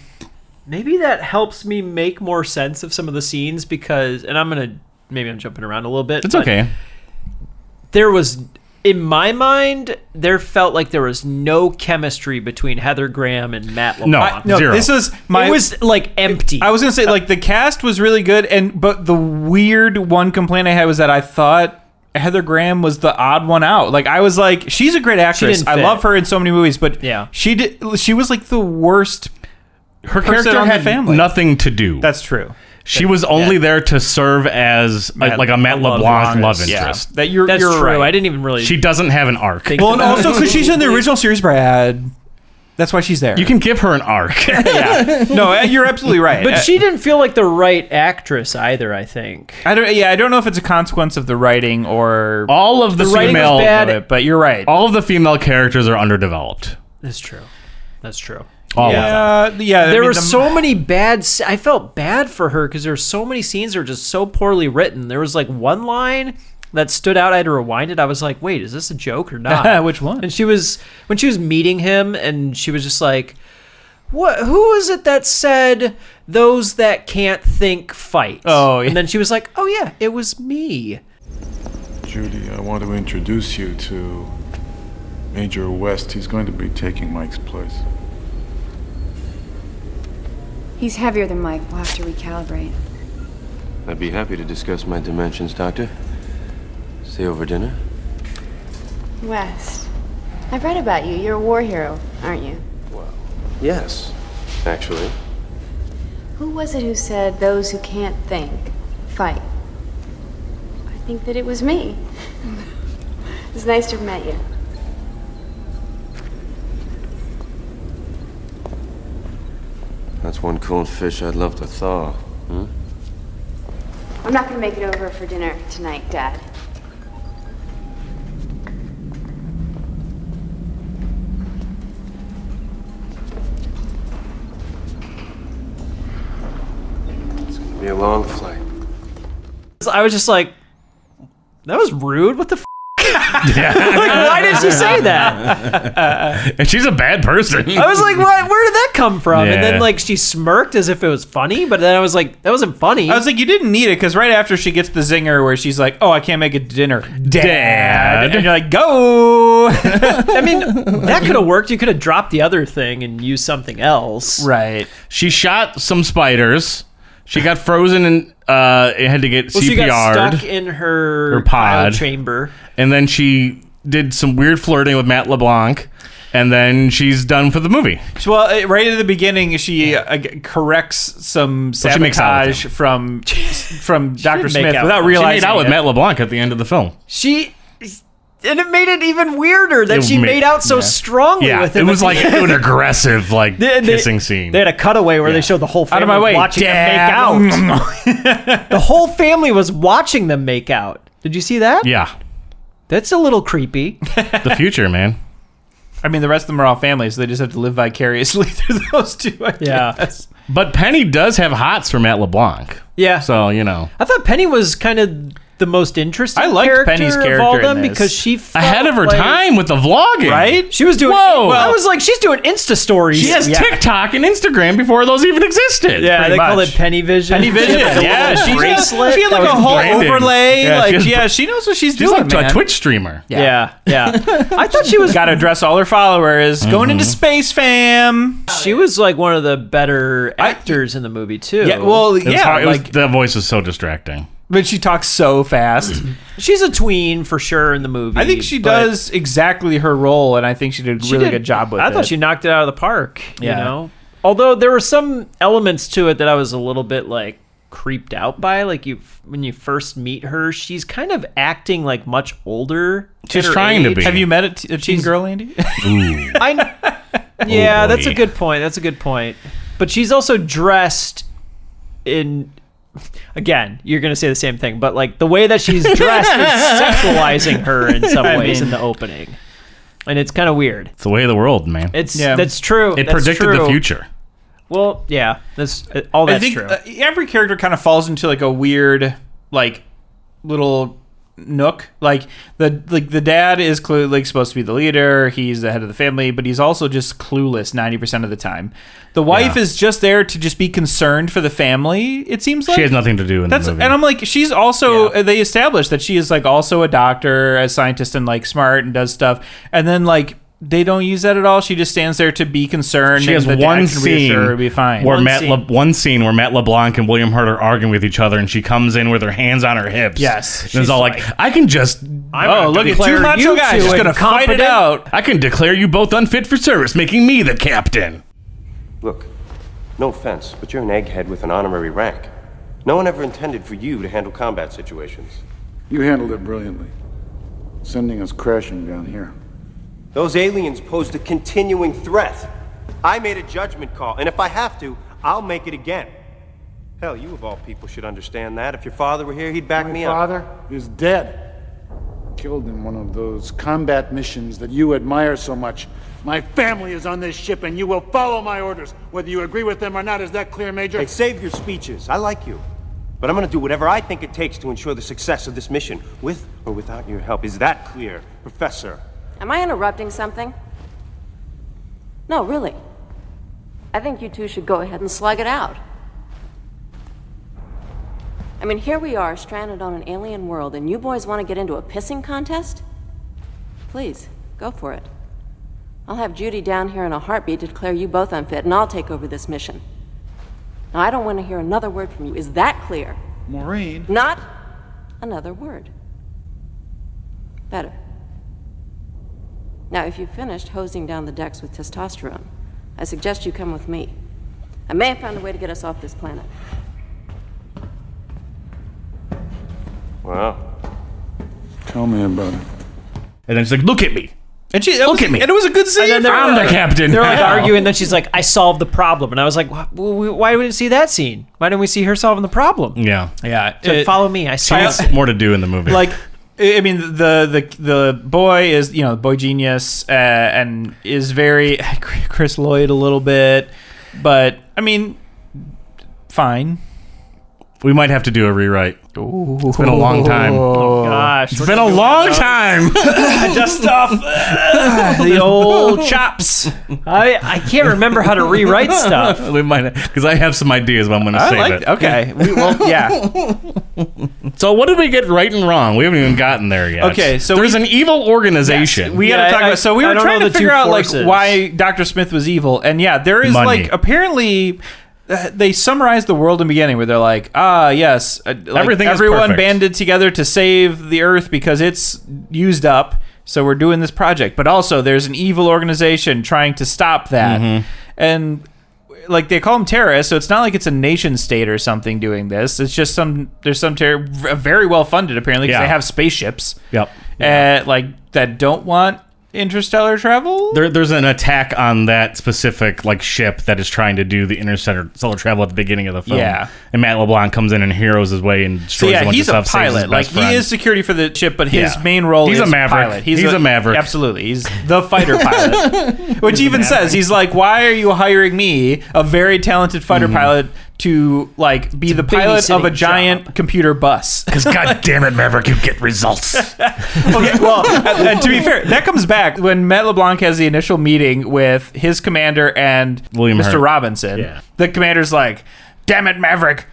Speaker 4: Maybe that helps me make more sense of some of the scenes because, and I'm gonna maybe I'm jumping around a little bit.
Speaker 2: It's
Speaker 4: but
Speaker 2: okay.
Speaker 4: There was, in my mind, there felt like there was no chemistry between Heather Graham and Matt
Speaker 3: No,
Speaker 4: LeBlanc.
Speaker 3: I- no, Zero. this is my-
Speaker 4: It was like empty.
Speaker 3: I was gonna say like the cast was really good, and but the weird one complaint I had was that I thought Heather Graham was the odd one out. Like I was like, she's a great actress.
Speaker 4: didn't
Speaker 3: I
Speaker 4: fit.
Speaker 3: love her in so many movies, but
Speaker 4: Yeah.
Speaker 3: she did. She was like the worst.
Speaker 2: Her character
Speaker 3: on
Speaker 2: had
Speaker 3: the family.
Speaker 2: nothing to do.
Speaker 3: That's true.
Speaker 2: She was only there to serve as a, like a Matt LeBlanc love
Speaker 3: Yeah.
Speaker 2: interest.
Speaker 3: That you're.
Speaker 4: That's
Speaker 3: you're
Speaker 4: true.
Speaker 3: Right.
Speaker 4: I didn't even really.
Speaker 2: She doesn't have an arc.
Speaker 4: Think
Speaker 3: Well, [laughs] and also because she's in the
Speaker 4: Completely.
Speaker 3: original series, Brad. That's why she's there.
Speaker 2: You can give her an arc.
Speaker 3: [laughs] yeah. No, uh, you're absolutely right.
Speaker 4: but
Speaker 3: Uh,
Speaker 4: she didn't feel like the right actress either. I think.
Speaker 3: I don't. Yeah, I don't know if it's a consequence of the writing or
Speaker 2: [laughs] All of the,
Speaker 4: The writing was
Speaker 2: female,
Speaker 4: bad.
Speaker 3: it, but you're right.
Speaker 2: all of the female characters are underdeveloped.
Speaker 4: That's true. That's true.
Speaker 2: All of them.
Speaker 3: yeah, Uh, yeah. I
Speaker 4: There
Speaker 3: mean,
Speaker 4: were
Speaker 3: the-
Speaker 4: so many bad. s- I felt bad for her because there were so many scenes that were just so poorly written. There was like one line that stood out. I had to rewind it. I was like, "Wait, is this a joke or not?"
Speaker 3: [laughs] Which one?
Speaker 4: And she was when she was meeting him, and she was just like, "What? Who is it that said those that can't think fight?"
Speaker 3: Oh, yeah.
Speaker 4: and then she was like, "Oh yeah, it was me."
Speaker 9: Judy, I want to introduce you to Major West. He's going to be taking Mike's place.
Speaker 6: He's heavier than Mike. We'll have to recalibrate.
Speaker 7: I'd be happy to discuss my dimensions, Doctor. Stay over dinner.
Speaker 12: West, I've read about you. You're a war hero, aren't you?
Speaker 7: Yes, actually.
Speaker 12: Who was it who said those who can't think fight? I think that it was me.
Speaker 6: [laughs]
Speaker 12: it's nice to have met you.
Speaker 7: That's one cold fish I'd love to thaw. Hmm?
Speaker 12: I'm not going to make it over for dinner tonight, Dad.
Speaker 7: Be a long flight.
Speaker 4: So I was just like, "That was rude. What the." F-? [laughs]
Speaker 2: [laughs]
Speaker 4: like, why did she say that?
Speaker 2: And she's a bad person.
Speaker 4: I was like, what? Where did that come from? And
Speaker 2: Yeah.
Speaker 4: then like she smirked as if it was funny, but then I was like, that wasn't funny.
Speaker 3: I was like, you didn't need it because right after she gets the zinger where she's like, "Oh, I can't make it to dinner,
Speaker 2: Dad.
Speaker 3: and you're like, "Go!"
Speaker 4: I mean, that could have worked. You could have dropped the other thing and used something else.
Speaker 3: right.
Speaker 2: She shot some spiders. She got frozen and uh, it had to get
Speaker 4: Well,
Speaker 2: CPR'd.
Speaker 4: she got stuck in her,
Speaker 2: Her pod.
Speaker 4: cryo chamber.
Speaker 2: and then she did some weird flirting with Matt LeBlanc. And then she's done for the movie.
Speaker 3: So, well, uh, right at the beginning, she uh, g- corrects some
Speaker 2: she makes out with
Speaker 3: sabotage [laughs] from from Doctor
Speaker 4: didn't make
Speaker 3: Smith
Speaker 4: out
Speaker 3: without
Speaker 4: with him.
Speaker 2: She
Speaker 3: realizing
Speaker 2: made out with
Speaker 3: it.
Speaker 2: Matt LeBlanc at the end of the film.
Speaker 4: She and it made it even weirder that
Speaker 2: It
Speaker 4: she
Speaker 2: ma-
Speaker 4: made out so strongly
Speaker 2: Yeah,
Speaker 4: with
Speaker 2: it,
Speaker 4: him.
Speaker 2: was
Speaker 4: at the
Speaker 2: like an
Speaker 4: end.
Speaker 2: aggressive, like
Speaker 4: [laughs] They- they-
Speaker 2: kissing scene.
Speaker 4: They had a cutaway where they showed the whole family
Speaker 3: Out of my way,
Speaker 4: watching
Speaker 3: Dad.
Speaker 4: them make
Speaker 2: [laughs]
Speaker 4: out. [laughs] the whole family was watching them make out. Did you see that?
Speaker 2: yeah,
Speaker 4: That's a little creepy.
Speaker 2: the future, man.
Speaker 3: I mean, the rest of them are all family, so they just have to live vicariously [laughs] through those two. I
Speaker 4: Yeah.
Speaker 3: guess.
Speaker 2: But Penny does have hots for Matt LeBlanc.
Speaker 4: Yeah.
Speaker 2: So you know,
Speaker 4: I thought Penny was kind of the most interesting.
Speaker 3: I liked
Speaker 4: character
Speaker 3: Penny's
Speaker 4: of all
Speaker 3: character in
Speaker 4: them
Speaker 3: this.
Speaker 4: because she felt
Speaker 2: ahead of her
Speaker 4: like-
Speaker 2: time with the vlogging,
Speaker 3: Right?
Speaker 4: She was doing.
Speaker 2: Whoa!
Speaker 4: I was like, she's doing Insta stories.
Speaker 2: She has TikTok and Instagram before those even existed.
Speaker 4: Yeah,
Speaker 3: pretty
Speaker 4: they call
Speaker 3: much.
Speaker 4: it Penny Vision.
Speaker 3: Penny
Speaker 4: [laughs]
Speaker 3: Vision.
Speaker 4: She had, like, a
Speaker 3: yeah,
Speaker 4: little
Speaker 3: she,
Speaker 4: bracelet.
Speaker 3: she had like
Speaker 4: That
Speaker 3: a
Speaker 4: was-
Speaker 3: whole
Speaker 2: branding.
Speaker 3: overlay.
Speaker 2: Yeah,
Speaker 3: like,
Speaker 2: she has-
Speaker 3: yeah, she knows what she's,
Speaker 2: She's
Speaker 3: doing.
Speaker 2: like a
Speaker 3: man.
Speaker 2: Twitch streamer.
Speaker 4: Yeah, yeah. [laughs] I thought she was.
Speaker 3: Got to address all her followers. Going into space, fam.
Speaker 4: She was like one of the better actors in the movie too.
Speaker 3: Yeah, well,
Speaker 2: It was
Speaker 3: yeah,
Speaker 2: hard- it was-
Speaker 3: like,
Speaker 2: the voice was so distracting.
Speaker 3: but she talks so fast.
Speaker 4: she's a tween for sure in the movie.
Speaker 3: I think she
Speaker 4: but
Speaker 3: does exactly her role, and I think she did a
Speaker 4: she
Speaker 3: really
Speaker 4: did-
Speaker 3: good job with
Speaker 4: I
Speaker 3: it.
Speaker 4: thought she knocked it out of the park.
Speaker 3: Yeah.
Speaker 4: You know, although there were some elements to it that I was a little bit like creeped out by. Like you, when you first meet her, she's kind of acting like much older. at
Speaker 2: She's
Speaker 4: her
Speaker 2: trying to
Speaker 4: age.
Speaker 2: be. Oh,
Speaker 3: Have you met a, t- a teen girl, Andy?
Speaker 4: I
Speaker 2: [laughs]
Speaker 4: kn- yeah, that's a
Speaker 2: boy.
Speaker 4: good point. That's a good point. But she's also dressed in. Again, you're going to say the same
Speaker 2: [laughs]
Speaker 4: thing, but like the way that she's dressed is sexualizing her in some ways in the opening. and it's kind of weird.
Speaker 2: It's the way of the world, man.
Speaker 4: It's that's true.
Speaker 2: It
Speaker 4: That's
Speaker 2: predicted the
Speaker 4: true.
Speaker 2: future.
Speaker 4: Well, yeah, that's uh, all that's
Speaker 3: I think
Speaker 4: true.
Speaker 3: uh, every character kind of falls into like a weird like little nook. Like the like the dad is clearly like supposed to be the leader. He's the head of the family, but he's also just clueless ninety percent of the time. The wife is just there to just be concerned for the family. It seems like
Speaker 2: She has nothing to do in
Speaker 3: that's
Speaker 2: the movie.
Speaker 3: and I'm like she's also they established that she is like also a doctor, a scientist, and like smart and does stuff. And then like. They don't use that at all. She just stands there to be concerned.
Speaker 2: She
Speaker 3: and
Speaker 2: has
Speaker 3: the dad
Speaker 2: one
Speaker 3: can
Speaker 2: scene
Speaker 3: reassure her, be fine.
Speaker 2: where Matt Le- one scene where Matt LeBlanc and William Hurt are arguing with each other, and she comes in with her hands on her hips.
Speaker 3: Yes.
Speaker 2: and it's all like, I can just.
Speaker 3: oh, look at two macho guys just gonna fight it out.
Speaker 2: I can declare you both unfit for service, making me the captain.
Speaker 7: Look, no offense, but you're an egghead with an honorary rank. No one ever intended for you to handle combat situations.
Speaker 9: You handled it brilliantly, sending us crashing down here.
Speaker 7: Those aliens posed a continuing threat. I made a judgment call, and if I have to, I'll make it again. Hell, you of all people should understand that. If your father were here, he'd back
Speaker 9: My
Speaker 7: me up.
Speaker 9: father is dead. Killed in one of those combat missions that you admire so much. My family is on this ship, and you will follow my orders, whether you agree with them or not. Is that clear, Major?
Speaker 7: Hey, save your speeches. I like you. But I'm gonna do whatever I think it takes to ensure the success of this mission, with or without your help. Is that clear, Professor?
Speaker 13: Am I interrupting something? No, really. I think you two should go ahead and slug it out. I mean, here we are, stranded on an alien world, and you boys want to get into a pissing contest? Please, go for it. I'll have Judy down here in a heartbeat to declare you both unfit, and I'll take over this mission. Now, I don't want to hear another word from you. Is that clear?
Speaker 9: Maureen.
Speaker 13: Not another word. Better. Now, if you've finished hosing down the decks with testosterone, I suggest you come with me. I may have found a way to get us off this planet.
Speaker 7: Wow.
Speaker 9: Tell me about it.
Speaker 2: And then she's like, "Look at me."
Speaker 3: And she look at me. And it was a good scene.
Speaker 4: And then they're
Speaker 2: I'm the
Speaker 4: like-
Speaker 2: captain [laughs]
Speaker 4: They're like
Speaker 2: now.
Speaker 4: arguing. Then she's like, "I solved the problem," and I was like, "Wh- wh- "Why didn't we see that scene? Why didn't we see her solving the problem?"
Speaker 2: Yeah, [laughs]
Speaker 3: yeah.
Speaker 4: So follow me. I
Speaker 2: She
Speaker 4: solved.
Speaker 2: has
Speaker 4: it.
Speaker 2: more to do in the movie.
Speaker 3: Like, I I mean, the the the boy is you know boy genius uh, and is very [laughs] Chris Lloyd a little bit, but I mean, fine.
Speaker 2: we might have to do a rewrite. It's been a long time.
Speaker 3: [laughs] Oh,
Speaker 4: gosh.
Speaker 2: it's been a long time.
Speaker 3: Dust off uh, [laughs] the [laughs] old chops.
Speaker 4: I I can't remember how to rewrite stuff.
Speaker 2: [laughs] we might because I have some ideas, but I'm going to
Speaker 4: I
Speaker 2: save
Speaker 4: like-
Speaker 2: it.
Speaker 3: Okay. We, well, yeah.
Speaker 2: So what did we get right and wrong? We haven't even gotten there yet.
Speaker 3: Okay, so
Speaker 2: there's an evil organization.
Speaker 3: We got to talk about. So we were trying to figure out like why Doctor Smith was evil, and yeah, there is
Speaker 2: Money.
Speaker 3: like apparently. uh, They summarized the world in the beginning where they're like, ah, yes, uh, like,
Speaker 2: Everything is
Speaker 3: everyone
Speaker 2: perfect.
Speaker 3: banded together to save the Earth because it's used up. So we're doing this project, but also there's an evil organization trying to stop that,
Speaker 4: Mm-hmm.
Speaker 3: and like they call them terrorists. So it's not like it's a nation state or something doing this. It's just some there's some terror very well funded apparently because
Speaker 2: Yeah.
Speaker 3: they have spaceships
Speaker 2: Yep.
Speaker 3: uh, like that don't want interstellar travel.
Speaker 2: There, there's an attack on that specific like ship that is trying to do the interstellar travel at the beginning of the film.
Speaker 3: Yeah.
Speaker 2: and Matt LeBlanc comes in and heroes his way and
Speaker 3: So
Speaker 2: destroys a
Speaker 3: yeah,
Speaker 2: bunch
Speaker 3: he's a
Speaker 2: of stuff. saves his
Speaker 3: pilot. Like
Speaker 2: best friend.
Speaker 3: he is security for the ship, but his
Speaker 2: Yeah.
Speaker 3: main role
Speaker 2: He's a
Speaker 3: is
Speaker 2: maverick.
Speaker 3: pilot.
Speaker 2: He's a maverick.
Speaker 3: Absolutely, he's the
Speaker 2: [laughs]
Speaker 3: fighter pilot. Which even says he's like, why are you hiring me, a very talented fighter
Speaker 2: Mm-hmm.
Speaker 3: pilot, to like be the pilot of a
Speaker 2: babysitting
Speaker 3: giant computer bus?
Speaker 2: because [laughs] god damn it, Maverick, you get results.
Speaker 3: okay, well, uh, uh, to be fair, that comes back when Matt LeBlanc has the initial meeting with his commander and
Speaker 2: William
Speaker 3: Mr.
Speaker 2: Hurt.
Speaker 3: Robinson.
Speaker 2: Yeah.
Speaker 3: The commander's like, "Damn it, Maverick."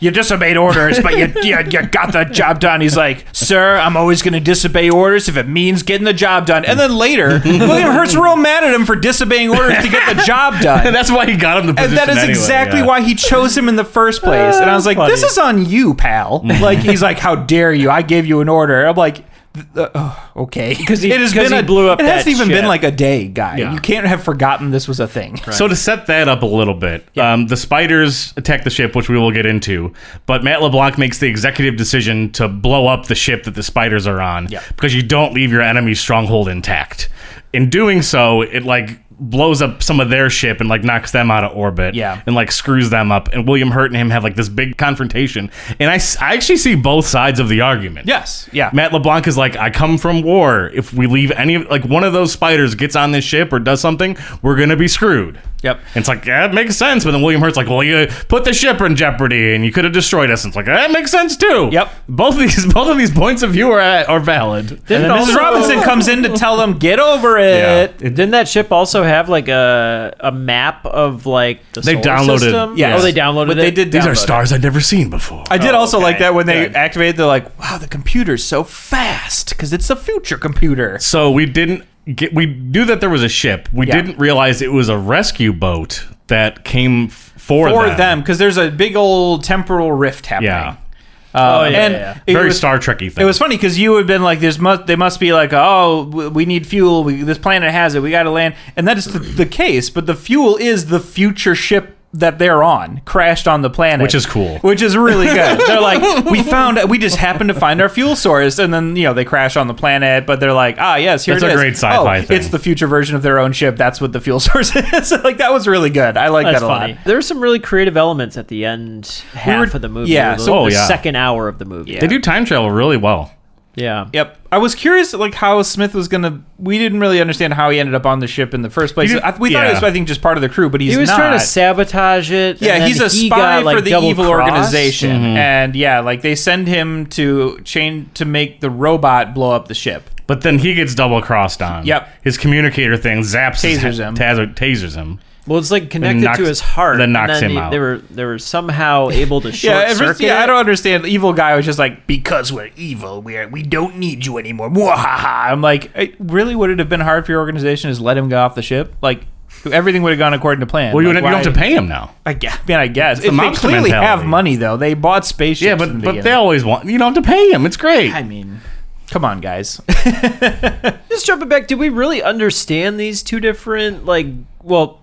Speaker 3: You disobeyed orders, but you, you you got the job done. He's like, "Sir, I'm always going to disobey orders if it means getting the job done." And then later, William Hurt's real mad at him for disobeying orders to get the job
Speaker 2: [laughs]
Speaker 3: done.
Speaker 2: And that's why he got him the
Speaker 3: And
Speaker 2: position.
Speaker 3: that is
Speaker 2: anyway,
Speaker 3: exactly
Speaker 2: yeah. Eh,
Speaker 3: why he chose him in the first place. And I was like,
Speaker 2: Funny.
Speaker 3: this is on you,
Speaker 2: [laughs]
Speaker 3: pal. Like, he's like, how dare you? I gave you an order. I'm like, "Th- uh, oh, okay. Because
Speaker 4: he- 'cause he blew
Speaker 3: [laughs]
Speaker 4: up
Speaker 3: It
Speaker 4: that
Speaker 3: hasn't even
Speaker 4: ship.
Speaker 3: been like a day, guy.
Speaker 2: Yeah.
Speaker 3: You can't have forgotten this was a thing.
Speaker 2: So to set that up a little bit, um, the spiders attack the ship, which we will get into. But Matt LeBlanc makes the executive decision to blow up the ship that the spiders are on because you don't leave your enemy's stronghold intact. In doing so, it like blows up some of their ship and like knocks them out of orbit
Speaker 3: Yeah.
Speaker 2: and like screws them up and william hurt and him have like this big confrontation and I, s- I actually see both sides of the argument
Speaker 3: Yes, yeah.
Speaker 2: matt leblanc is like i come from war if we leave any of like one of those spiders gets on this ship or does something we're gonna be screwed
Speaker 3: Yep.
Speaker 2: And it's like that makes sense but then william hurt's like well you put the ship in jeopardy and you could have destroyed us and it's like that makes sense too yep both of these [laughs] both of these points of view are, are valid
Speaker 4: Didn't
Speaker 3: And then Mrs.
Speaker 4: also-
Speaker 3: Robinson comes in to tell them,
Speaker 2: [laughs]
Speaker 3: get over it.
Speaker 4: Didn't that ship also have like a a map of like the
Speaker 2: They
Speaker 4: solar
Speaker 2: downloaded-
Speaker 4: system?
Speaker 2: yes.
Speaker 4: Oh, they downloaded
Speaker 2: But
Speaker 4: it.
Speaker 2: they did These are download it. stars I'd never seen before.
Speaker 3: I did
Speaker 2: Oh,
Speaker 3: also like
Speaker 2: okay.
Speaker 3: that when they
Speaker 2: Good.
Speaker 3: activated, they're like, wow, the computer's so fast because it's a future computer.
Speaker 2: So we didn't get. We knew that there was a ship. We
Speaker 3: Yeah.
Speaker 2: didn't realize it was a rescue boat that came f- for,
Speaker 3: for
Speaker 2: them.
Speaker 3: them because there's a big old temporal rift happening.
Speaker 2: Yeah.
Speaker 3: Uh,
Speaker 2: Oh, yeah,
Speaker 3: and
Speaker 2: yeah, yeah.
Speaker 3: it
Speaker 2: Very
Speaker 3: was-
Speaker 2: Star Trek-y thing.
Speaker 3: It was funny because you had been like, "There's must they must be like, oh, w- we need fuel. We, this planet has it. We got to land." And that is the, the case. But the fuel is the future ship that they're on crashed on the planet,
Speaker 2: Which is cool.
Speaker 3: which is
Speaker 2: [laughs]
Speaker 3: really good. they're like, "We found. We just happened to find our fuel source." And then you know they crash on the planet, but they're like, "Ah, yes, here
Speaker 2: That's
Speaker 3: it
Speaker 2: a
Speaker 3: is.
Speaker 2: great sci-fi
Speaker 3: oh,
Speaker 2: thing.
Speaker 3: It's the future version of their own ship. That's what the fuel [laughs] source is." like that was really good. I like
Speaker 4: That's
Speaker 3: that a
Speaker 4: funny.
Speaker 3: lot.
Speaker 4: There were some really creative elements at the end half
Speaker 3: were-
Speaker 4: of the movie.
Speaker 3: yeah,
Speaker 4: the,
Speaker 3: so-
Speaker 4: the
Speaker 2: Oh, yeah.
Speaker 4: second hour of the movie.
Speaker 2: They do time travel really well.
Speaker 4: Yeah.
Speaker 3: Yep. I was curious, like how Smith was gonna. We didn't really understand how he ended up on the ship in the first place.
Speaker 4: He did-
Speaker 3: I, we thought
Speaker 4: yeah.
Speaker 3: he was, I think, just part of the crew, but he's
Speaker 4: he was
Speaker 3: not.
Speaker 4: trying to sabotage it.
Speaker 3: yeah,
Speaker 4: and
Speaker 3: he's a
Speaker 4: then he
Speaker 3: spy
Speaker 4: got, like,
Speaker 3: for the
Speaker 4: double
Speaker 3: evil
Speaker 4: crossed. Mm-hmm.
Speaker 3: organization, and yeah, like they send him to chain to make the robot blow up the ship.
Speaker 2: But then he gets double crossed on.
Speaker 3: Yep.
Speaker 2: His communicator thing zaps his
Speaker 3: Tasers
Speaker 2: he-
Speaker 3: him.
Speaker 2: taser- tasers him.
Speaker 3: Mm-hmm.
Speaker 4: Well, it's like connected
Speaker 2: knocks-
Speaker 4: to his heart.
Speaker 2: then
Speaker 4: and
Speaker 2: knocks him
Speaker 4: he-
Speaker 2: out.
Speaker 4: They were they were somehow able to
Speaker 3: [laughs]
Speaker 4: short
Speaker 3: Yeah, at first-
Speaker 4: circuit.
Speaker 3: yeah,
Speaker 4: it.
Speaker 3: I don't understand. The evil guy was just like, because we're evil, we are, we don't need you anymore. Mwahaha. I'm like, "Eh, really? Would it have been hard for your organization to just let him go off the ship? Like, everything would have gone according to plan.
Speaker 2: Well, you,
Speaker 3: Like,
Speaker 2: would, you don't
Speaker 3: why-
Speaker 2: have to pay him now.
Speaker 3: I guess. I mean, I guess.
Speaker 2: It's the
Speaker 3: If they
Speaker 2: mobster
Speaker 3: clearly have
Speaker 2: mentality.
Speaker 3: money, though. They bought spaceships.
Speaker 2: Yeah, but but they always want. You don't have to pay him. It's great.
Speaker 3: I [laughs] mean, come on, [laughs] guys.
Speaker 4: Just jumping back, did we really understand these two different like? Well,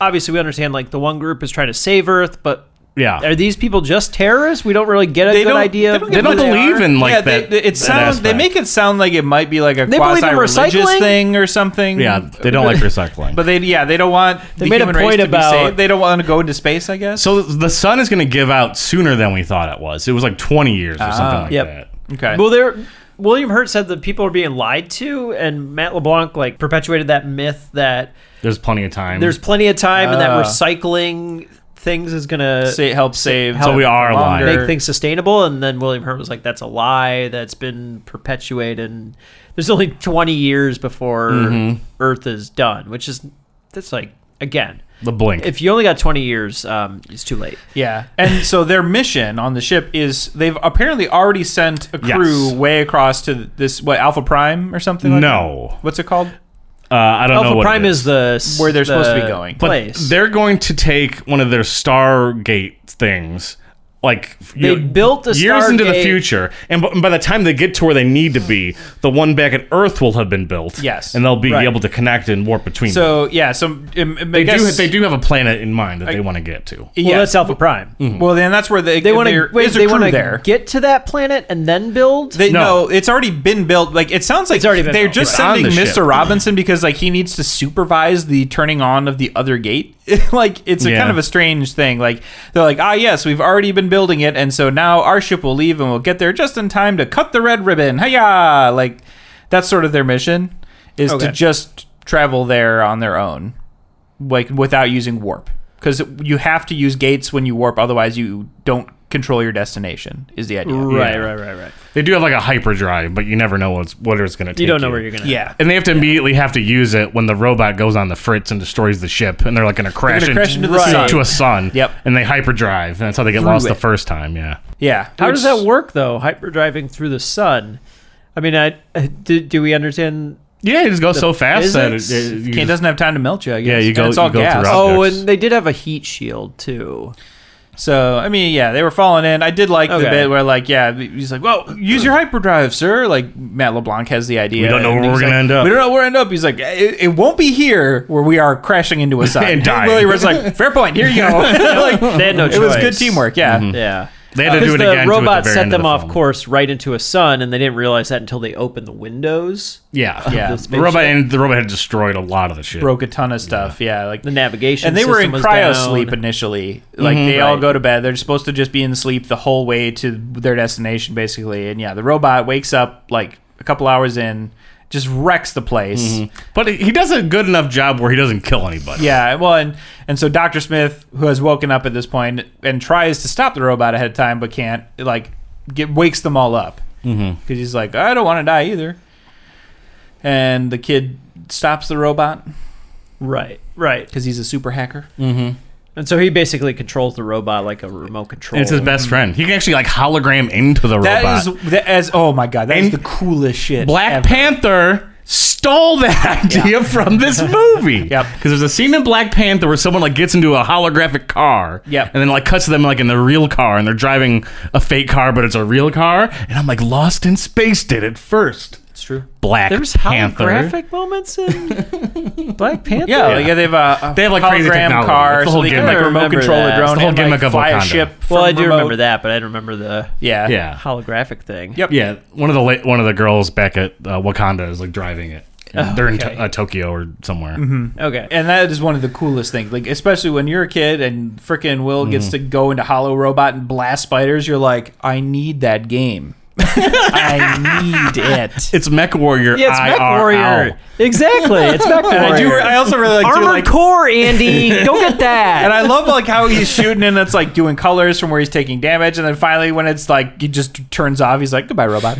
Speaker 4: obviously we understand like the one group is trying to save Earth, but
Speaker 2: Yeah.
Speaker 4: are these people just terrorists? We don't really get a good idea. of who they are.
Speaker 3: yeah, They, it sounds. They make it sound like it might be like a
Speaker 4: They believe in
Speaker 3: quasi-religious
Speaker 4: recycling?
Speaker 3: thing or something.
Speaker 2: Yeah, they don't like recycling.
Speaker 3: [laughs] But they, yeah, they don't want.
Speaker 4: They
Speaker 3: the
Speaker 4: made a
Speaker 3: human race
Speaker 4: point
Speaker 3: to be
Speaker 4: about-
Speaker 3: saved. They don't want to go into space. I guess.
Speaker 2: So the sun is going to give out sooner than we thought it was. It was like 20 years or
Speaker 3: Ah,
Speaker 2: something like
Speaker 4: yep.
Speaker 2: that.
Speaker 3: Okay.
Speaker 4: Well, there. William Hurt said that people are being lied to, and Matt LeBlanc like perpetuated that myth that
Speaker 2: There's plenty of time.
Speaker 4: there's plenty of time and that
Speaker 2: Ah.
Speaker 4: recycling things is gonna
Speaker 3: Sa- help save
Speaker 2: So we are alive.
Speaker 4: make things sustainable and then william hurt was like that's a lie that's been perpetuated and there's only 20 years before
Speaker 2: Mhm.
Speaker 4: earth is done which is that's like again
Speaker 2: The blink.
Speaker 4: if you only got 20 years um, it's too late
Speaker 3: Yeah, and so their mission on the ship is they've apparently already sent a
Speaker 2: Yes.
Speaker 3: crew way across to this what Alpha Prime or something. Like
Speaker 2: No.
Speaker 3: that? what's it called?
Speaker 2: Uh, I don't know.
Speaker 4: alpha
Speaker 2: What
Speaker 4: prime
Speaker 2: it is
Speaker 4: is. the
Speaker 3: Where they're supposed to be
Speaker 4: the
Speaker 3: going.
Speaker 2: But
Speaker 4: place
Speaker 2: they're going to take one of their Stargate things, like
Speaker 4: They built the
Speaker 2: years into the
Speaker 4: Stargate-
Speaker 2: future, and b- by the time they get to where they need to be, the one back at Earth will have been built.
Speaker 3: Yes.
Speaker 2: and they'll be
Speaker 3: Right.
Speaker 2: able to connect and warp between. them.
Speaker 3: So yeah, so um,
Speaker 2: they do. They do have a planet in mind that they want to get to.
Speaker 4: well that's alpha prime
Speaker 3: Well, then that's where they
Speaker 4: they want
Speaker 3: there
Speaker 4: to wait
Speaker 3: is a
Speaker 4: they
Speaker 3: crew
Speaker 4: want to
Speaker 3: there.
Speaker 4: get to that planet and then build
Speaker 3: They, no. it's already been built. Like it sounds like
Speaker 4: already been
Speaker 3: they're
Speaker 4: built,
Speaker 3: just
Speaker 4: right.
Speaker 3: sending
Speaker 4: It's on the
Speaker 3: Mr.
Speaker 4: ship.
Speaker 3: Robinson because like he needs to supervise the turning on of the other gate. [laughs] like it's a
Speaker 2: Yeah.
Speaker 3: kind of a strange thing. Like they're like, ah, yes, we've already been building it, and so now our ship will leave and we'll get there just in time to cut the red ribbon. Hiya! Like that's sort of their mission is
Speaker 4: Okay.
Speaker 3: to just travel there on their own, like without using warp, because you have to use gates when you warp, otherwise you don't control your destination. Is the idea?
Speaker 4: right right right right
Speaker 2: They do have like a hyperdrive, but you never know what's what it's going to take.
Speaker 4: you don't know where you're gonna
Speaker 3: Yeah.
Speaker 2: And they have to immediately have to use it when the robot goes on the fritz and destroys the ship, and they're like going to crash,
Speaker 3: gonna crash into the sun.
Speaker 2: a sun.
Speaker 3: Yep.
Speaker 2: And they hyperdrive, and that's how they get
Speaker 4: Through
Speaker 2: lost the
Speaker 4: it.
Speaker 2: first time. Yeah.
Speaker 3: Yeah.
Speaker 4: How
Speaker 3: Which-
Speaker 4: does that work though? Hyperdriving through the sun. I mean, I do, do we understand?
Speaker 2: Yeah, it just goes so fast that it- it- you
Speaker 3: Can't
Speaker 2: just-
Speaker 3: doesn't have time to melt you. I guess.
Speaker 2: Yeah, you
Speaker 3: And
Speaker 2: go-
Speaker 3: It's all
Speaker 2: you go
Speaker 3: gas.
Speaker 2: throughout.
Speaker 4: Oh,
Speaker 2: Objects.
Speaker 4: and they did have a heat shield too.
Speaker 3: So I mean, yeah, they were falling in. I did like the
Speaker 4: Okay.
Speaker 3: bit where, like, yeah, he's like, "Well, use your hyperdrive, sir." Like Matt LeBlanc has the idea.
Speaker 2: We don't know
Speaker 3: and
Speaker 2: where
Speaker 3: he's
Speaker 2: we're gonna
Speaker 3: like,
Speaker 2: end up.
Speaker 3: We don't know where we end up. He's like, "It, it won't be here where we are crashing
Speaker 2: [laughs]
Speaker 3: into a sun
Speaker 2: And dying. [laughs]
Speaker 3: Willie was like, "Fair point. Here you go." [laughs] like
Speaker 4: They had no
Speaker 3: It was good
Speaker 4: choice.
Speaker 2: Mm-hmm.
Speaker 3: teamwork. Yeah.
Speaker 4: [laughs] Yeah.
Speaker 2: They had to
Speaker 4: Because
Speaker 2: do it
Speaker 4: the
Speaker 2: again to at the
Speaker 4: robot
Speaker 2: very
Speaker 4: set
Speaker 2: end of
Speaker 4: them
Speaker 2: the
Speaker 4: off
Speaker 2: film.
Speaker 4: course right into a sun, and they didn't realize that until they opened the windows.
Speaker 2: Yeah,
Speaker 3: [laughs]
Speaker 4: of
Speaker 2: yeah.
Speaker 4: this
Speaker 2: The
Speaker 4: big
Speaker 2: robot
Speaker 4: ship.
Speaker 2: and the robot had destroyed a lot of the ship.
Speaker 3: broke a ton of stuff. Yeah, like
Speaker 4: the navigation.
Speaker 3: And they were in
Speaker 4: system was
Speaker 3: cryo
Speaker 4: down.
Speaker 3: sleep initially. Like
Speaker 4: Mhm.
Speaker 3: they all
Speaker 4: Right.
Speaker 3: go to bed. They're supposed to just be in sleep the whole way to their destination, basically. And yeah, the robot wakes up like a couple hours in, just wrecks the place.
Speaker 2: Mhm.
Speaker 4: Mm-hmm.
Speaker 2: But he does a good enough job where he doesn't kill anybody.
Speaker 3: Yeah, well, and and so Doctor Smith, who has woken up at this point and tries to stop the robot ahead of time, but can't, like, get wakes them all up
Speaker 4: Mm-hmm.
Speaker 2: Mhm.
Speaker 3: because he's like, I don't want to die either. And the kid stops the robot,
Speaker 4: right? Right,
Speaker 3: because he's a super hacker.
Speaker 2: Mm-hmm.
Speaker 4: And so he basically controls the robot like a remote control.
Speaker 2: It's his best friend. He can actually like hologram into the
Speaker 3: That
Speaker 2: robot.
Speaker 3: is that as oh my god, that is the coolest shit.
Speaker 2: Black
Speaker 3: [laughs]
Speaker 2: Panther stole that idea from this movie. yep. Because there's a scene in Black Panther where someone like gets into a holographic car.
Speaker 3: Yep.
Speaker 2: And then like cuts to them like in the real car and they're driving a fake car, but it's a real car. And I'm like, Lost in Space did it first.
Speaker 3: It's true.
Speaker 2: Black
Speaker 4: There was
Speaker 2: Panther.
Speaker 4: holographic moments in Black Panther.
Speaker 3: Yeah, like, yeah, they have a, a
Speaker 2: They have, like, crazy
Speaker 3: hologram
Speaker 2: technology.
Speaker 3: car,
Speaker 2: It's the
Speaker 3: so
Speaker 2: whole
Speaker 3: they can
Speaker 2: gimmick.
Speaker 3: like, remote
Speaker 2: Remember
Speaker 3: control
Speaker 2: that.
Speaker 3: a drone
Speaker 2: It's the whole
Speaker 3: and like,
Speaker 2: gimmick of
Speaker 3: fly a
Speaker 2: Wakanda.
Speaker 3: ship.
Speaker 4: Well,
Speaker 3: from
Speaker 4: I do
Speaker 3: remote.
Speaker 4: remember that, but I don't remember the
Speaker 3: Yeah.
Speaker 2: Yeah.
Speaker 4: holographic thing.
Speaker 2: Yeah, one of the la- one of the girls back at uh, Wakanda is like driving it.
Speaker 4: Oh,
Speaker 2: They're in
Speaker 4: okay.
Speaker 2: to- uh, Tokyo or somewhere.
Speaker 3: Mhm.
Speaker 4: Okay.
Speaker 3: And that is one of the coolest things. Like, especially when you're a kid and frickin' Will gets
Speaker 2: Mhm.
Speaker 3: to go into Hollow Robot and blast spiders, you're like, I need that game. [laughs] I need it.
Speaker 2: It's Mech Warrior.
Speaker 4: Yeah, it's Mech Warrior.
Speaker 3: [laughs]
Speaker 4: Exactly, it's Mech Warrior.
Speaker 3: And I do. I also really like
Speaker 4: Armored
Speaker 3: too, like,
Speaker 4: Core, Andy. Go
Speaker 3: [laughs]
Speaker 4: get that.
Speaker 3: And I love like how he's shooting and it's like doing colors from where he's taking damage, and then finally when it's like he just turns off, he's like goodbye robot.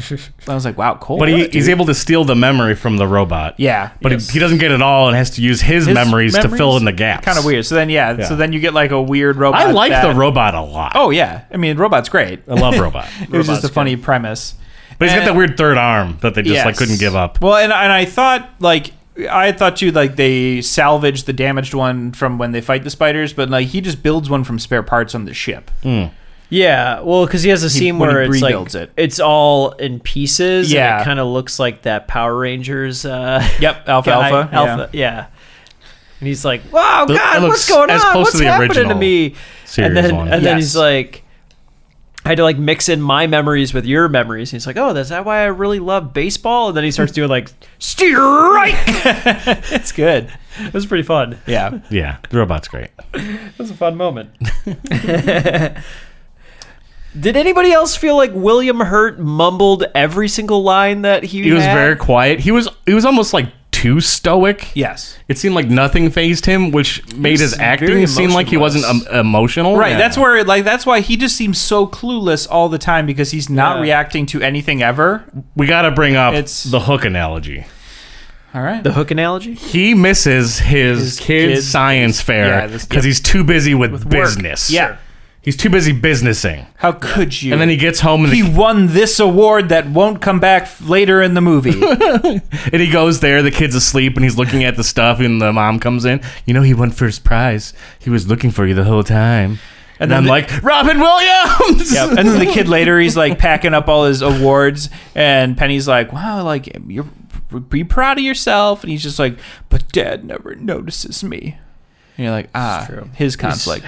Speaker 3: I was like wow cool.
Speaker 2: But he,
Speaker 3: dude.
Speaker 2: he's able to steal the memory from the robot.
Speaker 3: Yeah.
Speaker 2: But he, he doesn't get it all and has to use his, memories, to fill in the gaps.
Speaker 3: Kind of weird. So then yeah,
Speaker 2: Yeah.
Speaker 3: so then you get like a weird robot.
Speaker 2: I like
Speaker 3: that-
Speaker 2: the robot a lot.
Speaker 3: Oh yeah, I mean robot's great.
Speaker 2: I love robot.
Speaker 3: [laughs] it was just
Speaker 2: Robot's
Speaker 3: a funny premise.
Speaker 2: But he's got
Speaker 3: And-
Speaker 2: that weird third arm that they just like
Speaker 3: Yes.
Speaker 2: couldn't give up.
Speaker 3: Well, and and I thought like I thought too like they salvaged the damaged one from when they fight the spiders, but like he just builds one from spare parts on the ship.
Speaker 4: Yeah, well, because he has a
Speaker 3: He-
Speaker 4: scene
Speaker 3: when
Speaker 4: where
Speaker 3: he
Speaker 4: it's like
Speaker 3: rebuilds it.
Speaker 4: it's all in pieces. and
Speaker 3: Yeah.
Speaker 4: it kind of looks like that Power Rangers. Uh,
Speaker 3: yep, Alpha
Speaker 4: guy,
Speaker 3: Alpha, yeah.
Speaker 4: Alpha, yeah. And he's like, "Wow,
Speaker 3: Th-
Speaker 4: God,
Speaker 3: that looks
Speaker 4: what's going
Speaker 3: as
Speaker 4: on?
Speaker 3: close
Speaker 4: What's
Speaker 3: to the
Speaker 4: happening to
Speaker 3: original
Speaker 4: me?"
Speaker 3: series
Speaker 4: And then,
Speaker 3: one.
Speaker 4: and then
Speaker 3: Yes.
Speaker 4: he's like, "I had to like mix in my memories with your memories." And he's like, "Oh, that's that why I really love baseball." And then he starts doing like
Speaker 3: [laughs]
Speaker 4: strike. [laughs]
Speaker 3: it's good.
Speaker 4: It was pretty fun.
Speaker 3: Yeah.
Speaker 2: Yeah, the robot's great.
Speaker 4: It was a
Speaker 3: [laughs]
Speaker 4: fun moment. [laughs] Did anybody else feel like William Hurt mumbled every single line that he
Speaker 2: He was
Speaker 4: had?
Speaker 2: very quiet. He was he was almost like too stoic.
Speaker 3: Yes.
Speaker 2: It seemed like nothing phased him, which made his
Speaker 3: was
Speaker 2: acting
Speaker 3: very
Speaker 2: seem like he wasn't um,
Speaker 3: emotionless.
Speaker 2: emotional.
Speaker 3: Right,
Speaker 2: Yeah.
Speaker 3: that's where like that's why he just seems so clueless all the time because he's not
Speaker 2: Yeah.
Speaker 3: reacting to anything ever.
Speaker 2: we got to bring up
Speaker 3: It's-
Speaker 2: the hook analogy.
Speaker 3: All right.
Speaker 4: The hook analogy?
Speaker 2: He misses his, kids,
Speaker 3: kids-
Speaker 2: science fair
Speaker 3: Yeah,
Speaker 2: because
Speaker 3: this- yep.
Speaker 2: he's too busy with,
Speaker 3: work.
Speaker 2: business.
Speaker 3: Yeah. Sure.
Speaker 2: He's too busy businessing.
Speaker 3: How could you?
Speaker 2: And then he gets home and
Speaker 3: he
Speaker 2: the
Speaker 3: won this award that won't come back f- later in
Speaker 2: [laughs]
Speaker 3: the movie.
Speaker 2: and he goes there. The kid's asleep, and he's looking at the stuff. And the mom comes in. You know, he won first prize. He was looking for you the whole time. And,
Speaker 3: then
Speaker 2: I'm
Speaker 3: the-
Speaker 2: like, Robin Williams.
Speaker 3: [laughs] Yep. And then the kid later, he's like packing up all his awards, and Penny's like, "Wow, like you're be proud of yourself." And he's just like, "But Dad never notices me." And you're like, "Ah, his conflict."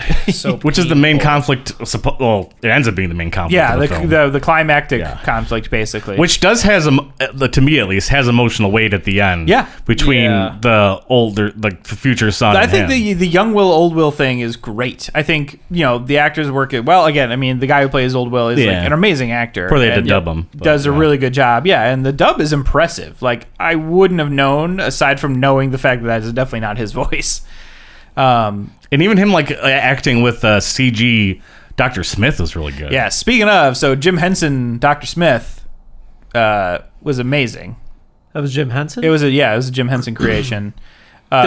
Speaker 3: [laughs]
Speaker 2: which is the main conflict. suppo- Well, it ends up being the main conflict.
Speaker 3: yeah,
Speaker 2: of
Speaker 3: the
Speaker 2: the,
Speaker 3: the,
Speaker 2: film.
Speaker 3: the, climactic conflict basically.
Speaker 2: which does has um, uh, to me at least has emotional weight at the end.
Speaker 3: Yeah.
Speaker 2: between
Speaker 3: Yeah.
Speaker 2: the older, like the future son.
Speaker 3: I
Speaker 2: and
Speaker 3: think
Speaker 2: him.
Speaker 3: the the young Will old Will thing is great. I think you know the actors work it well. Again, I mean the guy who plays old Will is
Speaker 2: Yeah.
Speaker 3: like an amazing actor.
Speaker 2: Or they had to
Speaker 3: and
Speaker 2: dub him, but,
Speaker 3: Does a really good job. Yeah, and the dub is impressive. Like I wouldn't have known aside from knowing the fact that that is definitely not his [laughs] voice. Um,
Speaker 2: and even him like uh, acting with uh, CG Doctor Smith was really good.
Speaker 3: yeah. Speaking of, so Jim Henson, Doctor Smith, uh, was amazing.
Speaker 4: That was Jim Henson.
Speaker 3: It was a yeah, it was a Jim Henson creation. Uh,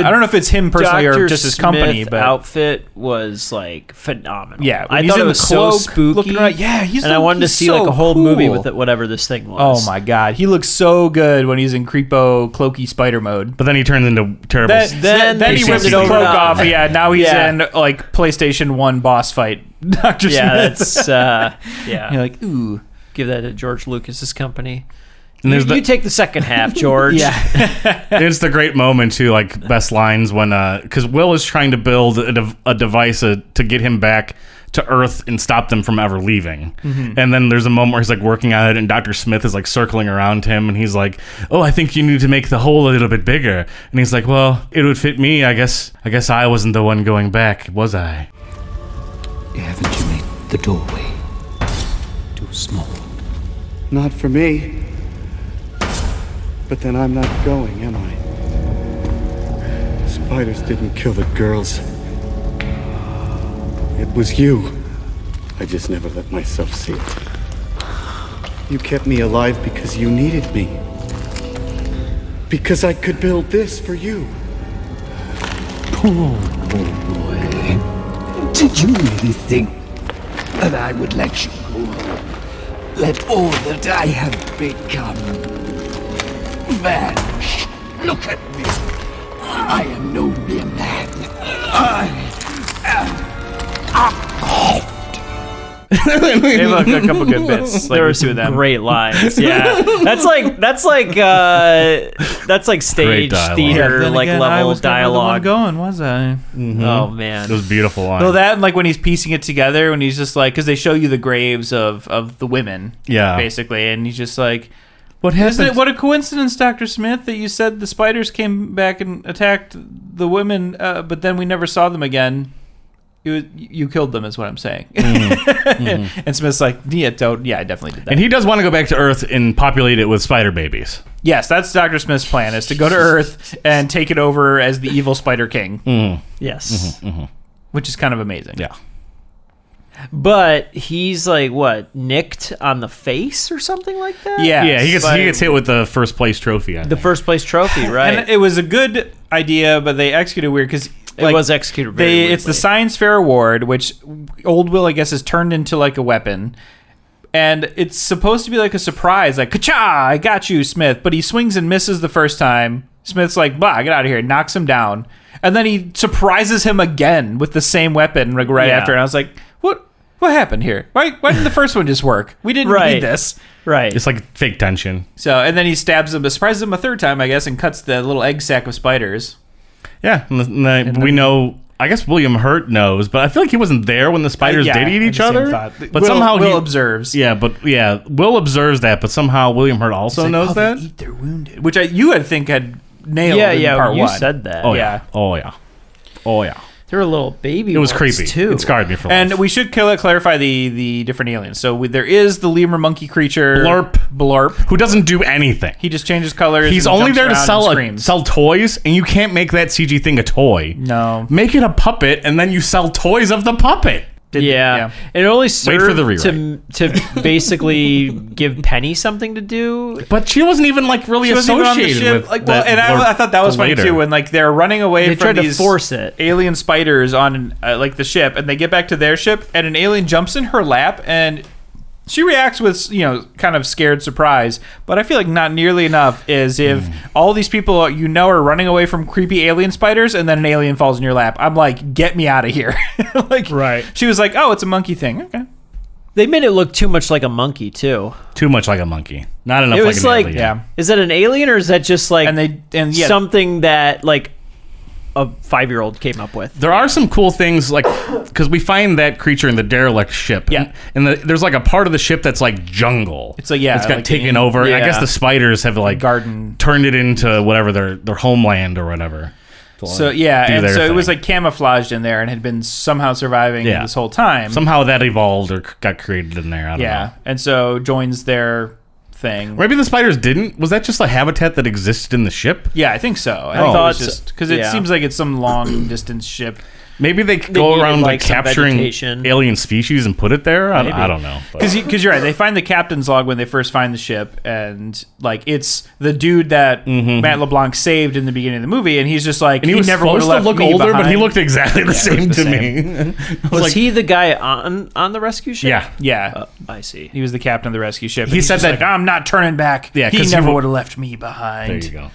Speaker 4: The
Speaker 3: I don't know if it's him personally
Speaker 4: Dr.
Speaker 3: or just his company,
Speaker 4: Smith
Speaker 3: but
Speaker 4: outfit was like phenomenal.
Speaker 3: Yeah, when
Speaker 4: I
Speaker 3: he's
Speaker 4: thought
Speaker 3: in
Speaker 4: it
Speaker 3: the
Speaker 4: was so
Speaker 3: cloak,
Speaker 4: spooky.
Speaker 3: looking around- yeah, he's
Speaker 4: and
Speaker 3: the-
Speaker 4: I wanted to
Speaker 3: he's
Speaker 4: see
Speaker 3: so
Speaker 4: like a whole movie
Speaker 3: cool.
Speaker 4: with it, whatever this thing was.
Speaker 3: Oh my god, he looks so good when he's in creepo cloaky spider mode.
Speaker 2: But then he turns into terrible.
Speaker 3: Then, then, then he
Speaker 2: PCC.
Speaker 3: rips his cloak off. Yeah, now he's
Speaker 4: Yeah.
Speaker 3: in like PlayStation One boss fight. [laughs] Doctor
Speaker 4: [laughs] Yeah,
Speaker 3: Smith.
Speaker 4: that's uh,
Speaker 3: [laughs]
Speaker 4: yeah.
Speaker 3: You're like ooh.
Speaker 4: give that to George Lucas's company.
Speaker 2: And there's
Speaker 4: you,
Speaker 2: the-
Speaker 4: you take the
Speaker 3: [laughs]
Speaker 4: second half, George. yeah.
Speaker 2: it's the great moment too, like best lines when because Will is trying to build a, dev- a device uh, to get him back to Earth and stop them from ever leaving.
Speaker 14: Mhm.
Speaker 2: And then there's a moment where he's like working on it, and Doctor Smith is like circling around him, and he's like, "Oh, I think you need to make the hole a little bit bigger." And he's like, "Well, it would fit me, I guess. I guess I wasn't the one going back, was I?"
Speaker 11: Haven't you made the doorway too small?
Speaker 9: Not for me. But then I'm not going, am I? Spiders didn't kill the girls. It was you. I just never let myself see it. You kept me alive because you needed me. Because I could build this for you.
Speaker 11: Poor, poor boy. Did you really think that I would let you go? Let all that I have become vanish? Look at me. I am no mere man. I am a god.
Speaker 3: they have [laughs] a, a couple good bits. Like
Speaker 4: there
Speaker 3: we
Speaker 4: were
Speaker 3: see with
Speaker 4: some
Speaker 3: them.
Speaker 4: great
Speaker 3: [laughs]
Speaker 4: lines. Yeah, that's like that's like uh, that's like stage
Speaker 2: dialogue.
Speaker 4: theater
Speaker 3: Yeah, then
Speaker 4: like
Speaker 3: again, I
Speaker 4: level
Speaker 3: was never the one
Speaker 4: dialogue.
Speaker 3: going was I?
Speaker 4: Oh man,
Speaker 2: it was a beautiful line.
Speaker 3: No, that and like when he's piecing it together, when he's just like, because they show you the graves of of the women,
Speaker 2: Yeah.
Speaker 3: basically, and he's just like,
Speaker 2: What
Speaker 3: isn't it
Speaker 2: happened-
Speaker 3: what a coincidence, Doctor Smith, that you said the spiders came back and attacked the women, uh, but then we never saw them again. You you killed them, is what I'm saying.
Speaker 4: Mm-hmm.
Speaker 3: [laughs] and Smith's like, yeah, don't, yeah, I definitely did that.
Speaker 2: And he does want to go back to Earth and populate it with spider babies.
Speaker 3: yes, that's Doctor Smith's plan: is
Speaker 2: [laughs]
Speaker 3: to go to Earth and take it over as the evil Spider King.
Speaker 2: Mm.
Speaker 4: Yes.
Speaker 3: Mm-hmm,
Speaker 2: Mhm, mhm.
Speaker 3: which is kind of amazing.
Speaker 2: Yeah.
Speaker 4: but he's like what nicked on the face or something like that.
Speaker 2: yeah. He gets he gets hit with the first place trophy. I
Speaker 4: the first place
Speaker 3: [laughs]
Speaker 4: trophy, right?
Speaker 3: And it was a good idea, but they executed weird because
Speaker 4: It was executed very
Speaker 3: They, it's the Science Fair Award, which Old Will, I guess, is turned into like a weapon. And it's supposed to be like a surprise, like "Kacha! I got you, Smith." But he swings and misses the first time. Smith's like, "Bah, get out of here!" Knocks him down, and then he surprises him again with the same weapon, like right
Speaker 4: Yeah.
Speaker 3: after. And I was like, "What? What happened here? Why? Why didn't the first one just work? We didn't
Speaker 4: Right.
Speaker 3: need this."
Speaker 4: Right.
Speaker 2: It's like fake tension.
Speaker 3: So, and then he stabs him, surprises him a third time, I guess, and cuts the little egg sac of spiders.
Speaker 2: Yeah, and the- and the- we know. I guess William Hurt knows, but I feel like he wasn't there when the spiders
Speaker 3: Uh, Yeah,
Speaker 2: did eat
Speaker 3: I had
Speaker 2: each
Speaker 3: the same
Speaker 2: other.
Speaker 3: thought.
Speaker 2: But
Speaker 3: Will-
Speaker 2: somehow
Speaker 3: Will
Speaker 2: he
Speaker 3: observes.
Speaker 2: Yeah, but yeah, Will observes that, but somehow William Hurt also
Speaker 3: It's like,
Speaker 2: knows
Speaker 3: oh,
Speaker 2: that.
Speaker 3: They eat their wounded, which I, you had think had nailed.
Speaker 4: Yeah,
Speaker 3: in
Speaker 4: yeah,
Speaker 3: Part
Speaker 4: you
Speaker 3: one.
Speaker 4: said that.
Speaker 2: Oh
Speaker 3: yeah.
Speaker 2: yeah. Oh yeah. Oh yeah.
Speaker 4: They're a little baby.
Speaker 2: It was
Speaker 4: ones,
Speaker 2: creepy.
Speaker 4: too.
Speaker 2: It scarred me for life.
Speaker 3: And we should cl- clarify the the different aliens. So we, there is the lemur monkey creature,
Speaker 2: Blurp.
Speaker 3: Blurp,
Speaker 2: who doesn't do anything.
Speaker 3: He just changes colors.
Speaker 2: He's
Speaker 3: and
Speaker 2: only
Speaker 3: jumps
Speaker 2: there to
Speaker 3: around and
Speaker 2: sell a,
Speaker 3: screams.
Speaker 2: sell toys, and you can't make that CG thing a toy.
Speaker 3: No,
Speaker 2: make it a puppet, and then you sell toys of the puppet.
Speaker 4: yeah. it only served
Speaker 2: for the
Speaker 4: to
Speaker 3: [laughs]
Speaker 4: to basically give Penny something to do.
Speaker 2: But she wasn't even like really
Speaker 3: She wasn't even on the
Speaker 2: associated
Speaker 3: ship.
Speaker 2: with
Speaker 3: like, well,
Speaker 2: that
Speaker 3: and
Speaker 2: blurb
Speaker 3: I, I thought that was
Speaker 2: till
Speaker 3: funny
Speaker 2: later.
Speaker 3: too when like they're running away
Speaker 4: They
Speaker 3: from
Speaker 4: tried to
Speaker 3: these
Speaker 4: force it.
Speaker 3: alien spiders on uh, like the ship and they get back to their ship and an alien jumps in her lap and she reacts with you know kind of scared surprise but i feel like not nearly enough is if
Speaker 2: Hmm.
Speaker 3: all these people uh, you know are running away from creepy alien spiders and then an alien falls in your lap i'm like get me out of here [laughs] like right she was like oh it's a monkey thing okay
Speaker 4: They made it look too much like a monkey too.
Speaker 2: Too much like a monkey. Not enough.
Speaker 4: It was
Speaker 2: like,
Speaker 4: like,
Speaker 2: an alien.
Speaker 4: is that an alien or is that just like and they
Speaker 3: and yeah.
Speaker 4: something that like a five year old came up with?
Speaker 2: There are some cool things like because we find that creature in the derelict ship. Yeah, and, the, there's like a part of the ship that's like jungle. It's
Speaker 3: like, yeah,
Speaker 2: it's got
Speaker 3: like
Speaker 2: taken
Speaker 3: in-
Speaker 2: over. I guess
Speaker 3: yeah.
Speaker 2: the spiders have like
Speaker 3: garden
Speaker 2: turned it into whatever their their homeland or whatever. To, like,
Speaker 3: so yeah
Speaker 2: do
Speaker 3: and
Speaker 2: their
Speaker 3: so it
Speaker 2: thing.
Speaker 3: was like camouflaged in there and had been somehow surviving
Speaker 2: Yeah.
Speaker 3: this whole time
Speaker 2: somehow that evolved or c- got created in there. I don't
Speaker 3: yeah, and so joins their thing.
Speaker 2: know. Maybe the spiders didn't. Was that just a habitat that existed in the ship?
Speaker 3: Yeah, I think so. I
Speaker 2: Oh.
Speaker 3: think it was
Speaker 2: Thoughts-
Speaker 3: just because it
Speaker 2: yeah.
Speaker 3: seems like it's some long [coughs] distance ship.
Speaker 2: Maybe they
Speaker 3: They
Speaker 2: go
Speaker 3: needed,
Speaker 2: around
Speaker 3: like,
Speaker 2: like,
Speaker 3: some
Speaker 2: capturing
Speaker 3: vegetation.
Speaker 2: alien species and put it there. I, I don't know. but-
Speaker 3: Because you're right, they find the captain's log when they first find the ship, and like it's the dude that
Speaker 2: Mm-hmm.
Speaker 3: Matt LeBlanc saved in the beginning of the movie, and he's just like
Speaker 2: And he was
Speaker 3: never
Speaker 2: supposed
Speaker 3: would've
Speaker 2: to look
Speaker 3: left me
Speaker 2: older, but
Speaker 3: behind."
Speaker 2: he looked exactly the
Speaker 3: Yeah,
Speaker 2: same
Speaker 3: looked
Speaker 2: to
Speaker 3: the
Speaker 2: [laughs] me.
Speaker 4: Was, he the guy on on the rescue ship? Uh,
Speaker 2: Yeah.
Speaker 3: Yeah,
Speaker 4: I see.
Speaker 3: He was the captain of the rescue ship.
Speaker 2: Uh,
Speaker 3: and
Speaker 2: He
Speaker 3: he's
Speaker 2: said
Speaker 3: just
Speaker 2: that-
Speaker 3: like, I'm not turning back.
Speaker 2: Yeah,
Speaker 3: he
Speaker 2: 'cause he
Speaker 3: never
Speaker 2: wa-
Speaker 3: would have left me behind.
Speaker 2: There you go.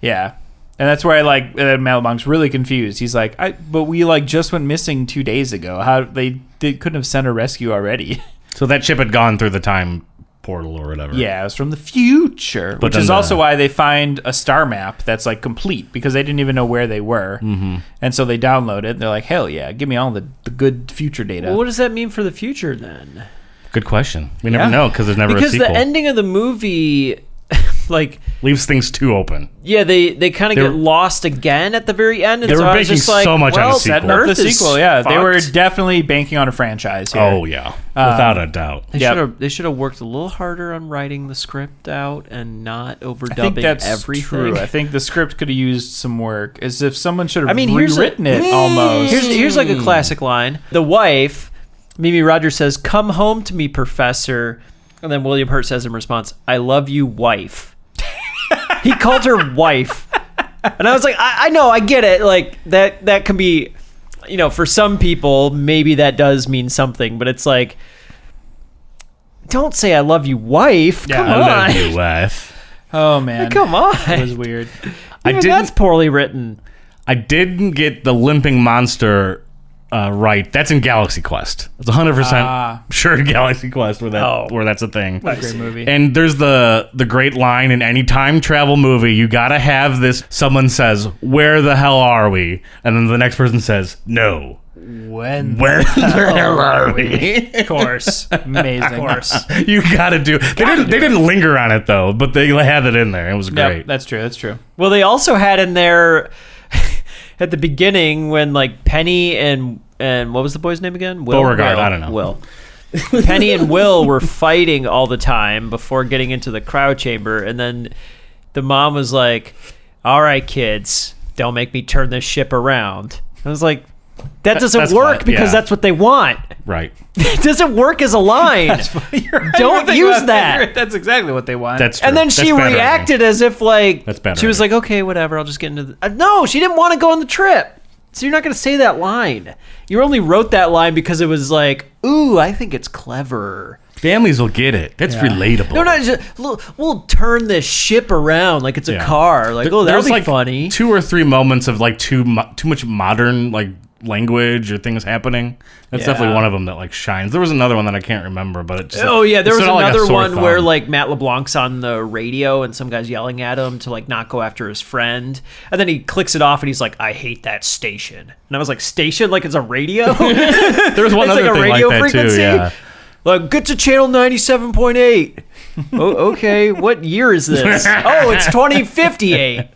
Speaker 3: Yeah. And that's where I like uh, Malabong's really confused. He's like, I but we like just went missing two days ago. How they, they couldn't have sent a rescue already. [laughs]
Speaker 2: So that ship had gone through the time portal or whatever.
Speaker 3: Yeah, it was from the future,
Speaker 2: But
Speaker 3: which is
Speaker 2: then,
Speaker 3: also
Speaker 2: uh,
Speaker 3: why they find a star map that's like complete because they didn't even know where they were,
Speaker 2: Mm-hmm.
Speaker 3: and so they download it. And they're like, "Hell yeah, give me all the, the good future data."
Speaker 4: Well, what does that mean for the future then?
Speaker 2: Good question. We
Speaker 4: Yeah.
Speaker 2: never know because there's never
Speaker 4: because
Speaker 2: a sequel.
Speaker 4: the ending of the movie, [laughs] like
Speaker 2: leaves things too open.
Speaker 4: yeah, they they kind of
Speaker 2: They
Speaker 4: get
Speaker 2: were-
Speaker 4: lost again at the very end. And
Speaker 2: They
Speaker 4: so
Speaker 2: were
Speaker 4: I was
Speaker 2: banking
Speaker 4: just like,
Speaker 2: so much on a
Speaker 4: well,
Speaker 2: sequel.
Speaker 4: setting
Speaker 3: Not
Speaker 4: up
Speaker 3: the
Speaker 4: Earth is
Speaker 3: sequel, yeah, they
Speaker 4: fucked.
Speaker 3: were definitely banking on a franchise. Here.
Speaker 2: Oh, yeah.
Speaker 3: Uh,
Speaker 2: Without a doubt.
Speaker 4: They
Speaker 3: Yep.
Speaker 4: should have they should have worked a little harder on writing the script out and not overdubbing
Speaker 3: I think that's
Speaker 4: everything.
Speaker 3: true. I think the script could have used some work, as if someone should have
Speaker 4: I mean, here's a- Hmm.
Speaker 3: rewritten it almost. [laughs] Hmm.
Speaker 4: Here's, here's like a classic line. The wife, Mimi Rogers says, "Come home to me, Professor," and then William Hurt says in response, "I love you, wife." [laughs] he called her wife, and I was like, I, I know, I get it. Like that that can be, you know, for some people, maybe that does mean something, but it's like. Don't say I love you, wife. Come
Speaker 2: I
Speaker 4: on.
Speaker 2: love you, wife.
Speaker 4: [laughs]
Speaker 3: Oh man,
Speaker 4: Come on.
Speaker 3: It was weird.
Speaker 2: I
Speaker 4: Even
Speaker 2: didn't-
Speaker 4: that's poorly written.
Speaker 2: I didn't get the limping monster uh, right. That's in Galaxy Quest. It's 100%
Speaker 3: Ah. Oh.
Speaker 2: sure [laughs] in Galaxy Quest where that where that's a thing.
Speaker 3: What a great movie.
Speaker 2: And there's the the great line in any time travel movie, you got to have this someone says, "Where the hell are we?" And then the next person says, "No." [laughs]
Speaker 3: When
Speaker 2: Where
Speaker 3: [laughs]
Speaker 2: the
Speaker 4: Oh.
Speaker 3: Oh.
Speaker 2: hell are we?
Speaker 3: Of
Speaker 2: [laughs]
Speaker 3: course, amazing. Of course.
Speaker 2: you got to do. They didn't they didn't linger on it though, but they had it in there. It was great.
Speaker 3: Yep, that's true. That's true.
Speaker 4: Well, they also had in there [laughs] at the beginning when like Penny and and what was the boy's name again? Will,
Speaker 2: Beauregard,
Speaker 4: Will,
Speaker 2: I don't know.
Speaker 4: Will. Penny and Will were fighting all the time before getting into the crowd chamber, and then the mom was like, "All right, kids, don't make me turn this ship around." I was like, "That
Speaker 2: That-
Speaker 4: doesn't
Speaker 2: that's
Speaker 4: work
Speaker 2: fine,
Speaker 4: because
Speaker 2: yeah.
Speaker 4: that's what they want.
Speaker 2: Right.
Speaker 4: [laughs] it doesn't work as a line. don't use that."
Speaker 3: That's exactly what they want.
Speaker 2: That's true.
Speaker 4: And then
Speaker 2: That's
Speaker 4: she
Speaker 2: bad writing.
Speaker 4: reacted as if like
Speaker 2: That's bad
Speaker 4: She was like, "Okay, whatever. I'll just get into the." Uh, no, she didn't want to go on the trip. So you're not going to say that line. You only wrote that line because it was like, "Ooh, I think it's clever."
Speaker 2: Families will get it. That's relatable.
Speaker 4: No, no, it's just, "Look, we'll turn this ship around like it's a
Speaker 2: Yeah.
Speaker 4: car. Like, oh, that'll
Speaker 2: There's
Speaker 4: be
Speaker 2: like
Speaker 4: fun.
Speaker 2: Two or three moments of like too mu- too much modern like language or things happening. That's
Speaker 4: Yeah.
Speaker 2: definitely one of them that like shines. There was another one that I can't remember, but it just,
Speaker 4: Oh yeah, there
Speaker 2: it's
Speaker 4: was
Speaker 2: sort of like a
Speaker 4: another
Speaker 2: sore
Speaker 4: one where
Speaker 2: thumb.
Speaker 4: like Matt LeBlanc's on the radio and some guy's yelling at him to like not go after his friend, and then he clicks it off and he's like, "I hate that station," and I was like, "Station? Like it's
Speaker 2: [laughs]
Speaker 4: a radio? [laughs]
Speaker 2: there was one
Speaker 4: it's
Speaker 2: other
Speaker 4: like a
Speaker 2: thing
Speaker 4: radio
Speaker 2: like that
Speaker 4: frequency?
Speaker 2: too. Yeah.
Speaker 4: Like get to channel ninety seven point
Speaker 2: [laughs]
Speaker 4: eight. oh, okay, what year is this? Oh, it's twenty fifty eight.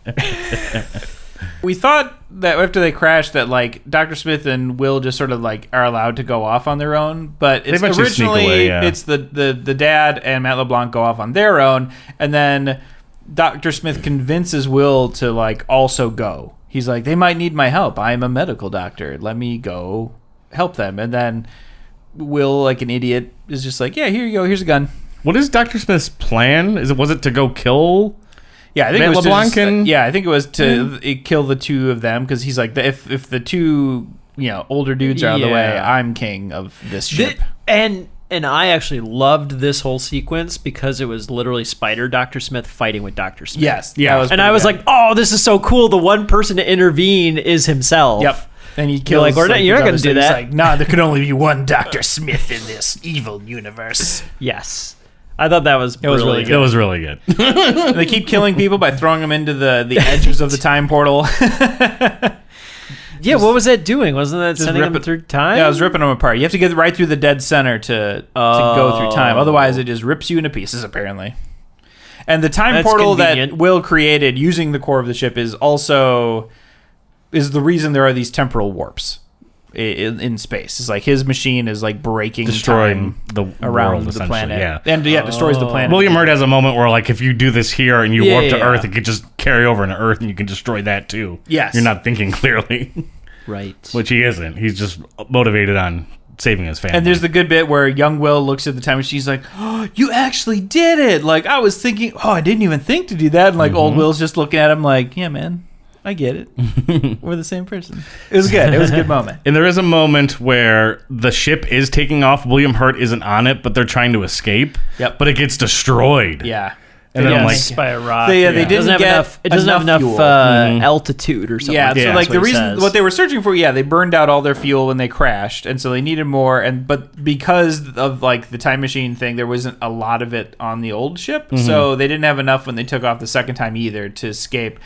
Speaker 3: We thought that after they crashed, that like Doctor Smith and Will just sort of like are allowed to go off on their own, but it's
Speaker 2: eventually sneak
Speaker 3: originally
Speaker 2: away, yeah.
Speaker 3: it's the, the the dad and Matt LeBlanc go off on their own, and then Doctor Smith convinces Will to like also go. He's like, they might need my help. I am a medical doctor. Let me go help them. And then Will, like an idiot, is just like, yeah, here you go. Here's a gun.
Speaker 2: What is Doctor Smith's plan? Is it was it to go kill?
Speaker 3: Yeah, I think
Speaker 2: Matt
Speaker 3: it was
Speaker 2: LeBlanc
Speaker 3: to,
Speaker 2: and-
Speaker 3: yeah, I think it was to
Speaker 4: Mm-hmm.
Speaker 3: it kill the two of them because he's like, the- if if the two you know older dudes are out of the way,
Speaker 4: Yeah.
Speaker 3: I'm king of this ship.
Speaker 4: Thi- and and I actually loved this whole sequence because it was literally Spider Doctor Smith fighting with Doctor Smith.
Speaker 3: Yes, yeah, that was
Speaker 4: and
Speaker 3: pretty
Speaker 4: I was
Speaker 3: good.
Speaker 4: like, oh, this is so cool. The one person to intervene is himself.
Speaker 3: yep. And he
Speaker 4: You're
Speaker 3: kills.
Speaker 4: like, we're not-
Speaker 3: the
Speaker 4: you're not gonna
Speaker 3: others,
Speaker 4: do
Speaker 3: and he's
Speaker 4: that.
Speaker 3: Like, nah, there could only be one Doctor Smith in this evil
Speaker 4: [laughs]
Speaker 3: universe.
Speaker 4: Yes, I thought that was it
Speaker 3: was really
Speaker 2: It was really good.
Speaker 3: they keep killing people by throwing them into the the edges of the time
Speaker 4: [laughs]
Speaker 3: portal.
Speaker 4: Yeah, what was that doing? Wasn't that sending
Speaker 3: rip
Speaker 4: him
Speaker 3: it-
Speaker 4: through time?
Speaker 3: yeah, I was ripping them apart. You have to get right through the dead center to to go through time.
Speaker 4: Oh.
Speaker 3: Otherwise, it just rips you into pieces. Apparently. And the time
Speaker 4: That's
Speaker 3: portal
Speaker 4: convenient.
Speaker 3: that Will created using the core of the ship is also is the reason there are these temporal warps i- in, in space. It's like his machine is like breaking
Speaker 2: Destroying
Speaker 3: time
Speaker 2: the
Speaker 3: around
Speaker 2: world,
Speaker 3: the
Speaker 2: essentially,
Speaker 3: planet.
Speaker 2: yeah.
Speaker 3: And yeah, destroys the
Speaker 4: Oh.
Speaker 3: planet.
Speaker 2: William Hurt has a moment where like if you do this here and you
Speaker 3: Yeah,
Speaker 2: warp to
Speaker 3: yeah,
Speaker 2: Earth,
Speaker 3: yeah.
Speaker 2: it could just carry over into Earth and you can destroy that too.
Speaker 3: Yes.
Speaker 2: You're not thinking [laughs] clearly.
Speaker 4: right.
Speaker 2: Which he isn't. He's just motivated on saving his family.
Speaker 3: And there's the good bit where young Will looks at the time and she's like, oh, "You actually did it!" Like I was thinking, "Oh, I didn't even think to do that." And like old Will's just looking at him like, "Yeah, man, I get [laughs] it. We're the same person." It was good. It was a good moment.
Speaker 2: And there is a moment where the ship is taking off. William Hurt isn't on it, but they're trying to escape.
Speaker 3: Yep.
Speaker 2: But it gets destroyed.
Speaker 3: Yeah.
Speaker 2: And
Speaker 4: They
Speaker 2: then,
Speaker 4: got
Speaker 2: like-
Speaker 4: hit by a rock.
Speaker 3: They,
Speaker 4: yeah.
Speaker 3: uh, they
Speaker 4: It doesn't
Speaker 3: didn't
Speaker 4: have
Speaker 3: get
Speaker 4: enough. It doesn't
Speaker 3: enough
Speaker 4: have enough
Speaker 3: fuel.
Speaker 4: uh,
Speaker 3: Mhm.
Speaker 4: altitude or something.
Speaker 3: yeah,
Speaker 4: like
Speaker 3: so like
Speaker 4: that. That's
Speaker 3: the
Speaker 4: what he
Speaker 3: reason
Speaker 4: says.
Speaker 3: what they were searching for, yeah, they burned out all their fuel when they crashed, and so they needed more. And but because of like the time machine thing, there wasn't a lot of it on the old ship,
Speaker 2: Mhm.
Speaker 3: so they didn't have enough when they took off the second time either to escape.